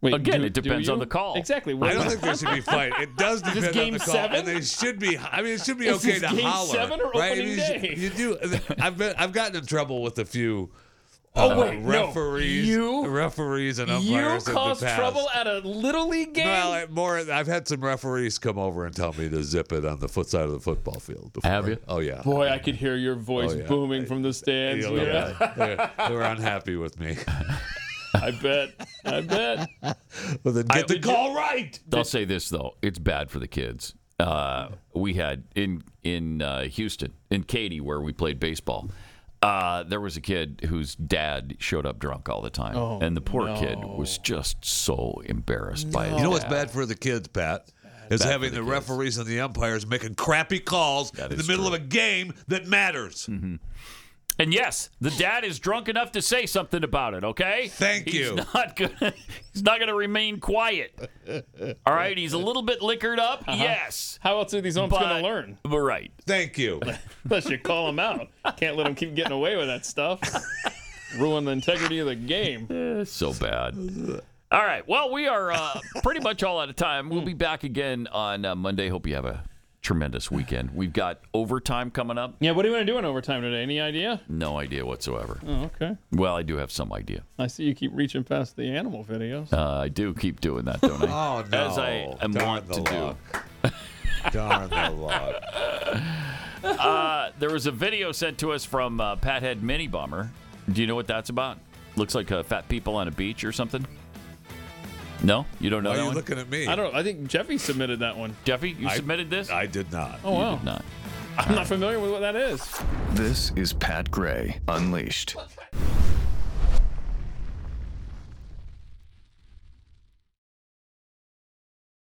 S4: Wait,
S3: Again,
S4: do-
S3: it
S4: do
S3: depends
S4: you?
S3: on the call.
S4: Exactly.
S5: I don't think there should be fight. It does
S4: Is this
S5: depend on
S4: game
S5: the call,
S4: seven?
S5: and they should be. I mean, it should be
S4: Is
S5: okay
S4: this
S5: to
S4: game
S5: holler,
S4: seven or
S5: right?
S4: opening
S5: you, should-
S4: day?
S5: you do. I've been, I've gotten in trouble with a few.
S4: Oh,
S5: uh,
S4: wait, no.
S5: referees,
S4: You-
S5: referees, and
S4: you
S5: umpires in the
S4: caused
S5: past.
S4: trouble at a little league game.
S5: Well, I- more. I've had some referees come over and tell me to zip it on the foot side of the football field. Before.
S3: Have you?
S5: Oh yeah.
S4: Boy, I could hear your voice
S5: Oh, yeah.
S4: booming from the stands.
S5: Yeah,
S4: Yeah.
S5: They're, they're unhappy with me.
S4: I bet. I bet.
S5: Well, then get the call right.
S3: I'll say this though, it's bad for the kids. Uh, we had in in uh, Houston, in Katy, where we played baseball. Uh, there was a kid whose dad showed up drunk all the time, and the poor kid was just so embarrassed by it.
S5: You know what's bad for the kids, Pat? Is
S3: bad for
S5: having
S3: the
S5: the, referees and the umpires making crappy calls in the
S3: is Mm-hmm.
S5: middle of a game that matters.
S3: And yes, the dad is drunk enough to say something about it. Okay,
S5: Thank
S3: he's
S5: you.
S3: Not gonna, he's not going to remain quiet. All right, he's a little bit liquored up.
S5: Uh-huh.
S3: Yes,
S4: uh-huh. How else are these umps
S3: But-
S4: going to learn?
S3: but right.
S5: Thank you.
S4: Unless you call them out. Can't let them keep getting away with that stuff. Ruin the integrity of the game.
S5: Eh,
S3: so bad. All right. Well, we are uh, pretty much all out of time. We'll be back again on uh, Monday. Hope you have a Tremendous weekend. We've got overtime coming up.
S4: Yeah, what do you want to do in overtime today? Any idea?
S3: No idea whatsoever.
S4: Oh, okay.
S3: Well, I do have some idea.
S4: I see you keep reaching past the animal videos.
S3: Uh, I do keep doing that, don't I?
S5: Oh, no.
S3: As I am
S5: Darn
S3: wont
S5: the
S3: to
S5: luck.
S3: do.
S5: Darn the luck.
S3: uh, there was a video sent to us from uh, Pathead Mini Bomber. Do you know what that's about? Looks like uh, fat people on a beach or something. No, you don't know.
S5: Why
S3: that
S5: are you
S3: one?
S5: looking at me?
S4: I don't know. I think Jeffy submitted that one.
S3: Jeffy, you submitted this?
S5: I did not.
S4: Oh, wow. I'm not familiar with what that is.
S9: This is Pat Gray Unleashed.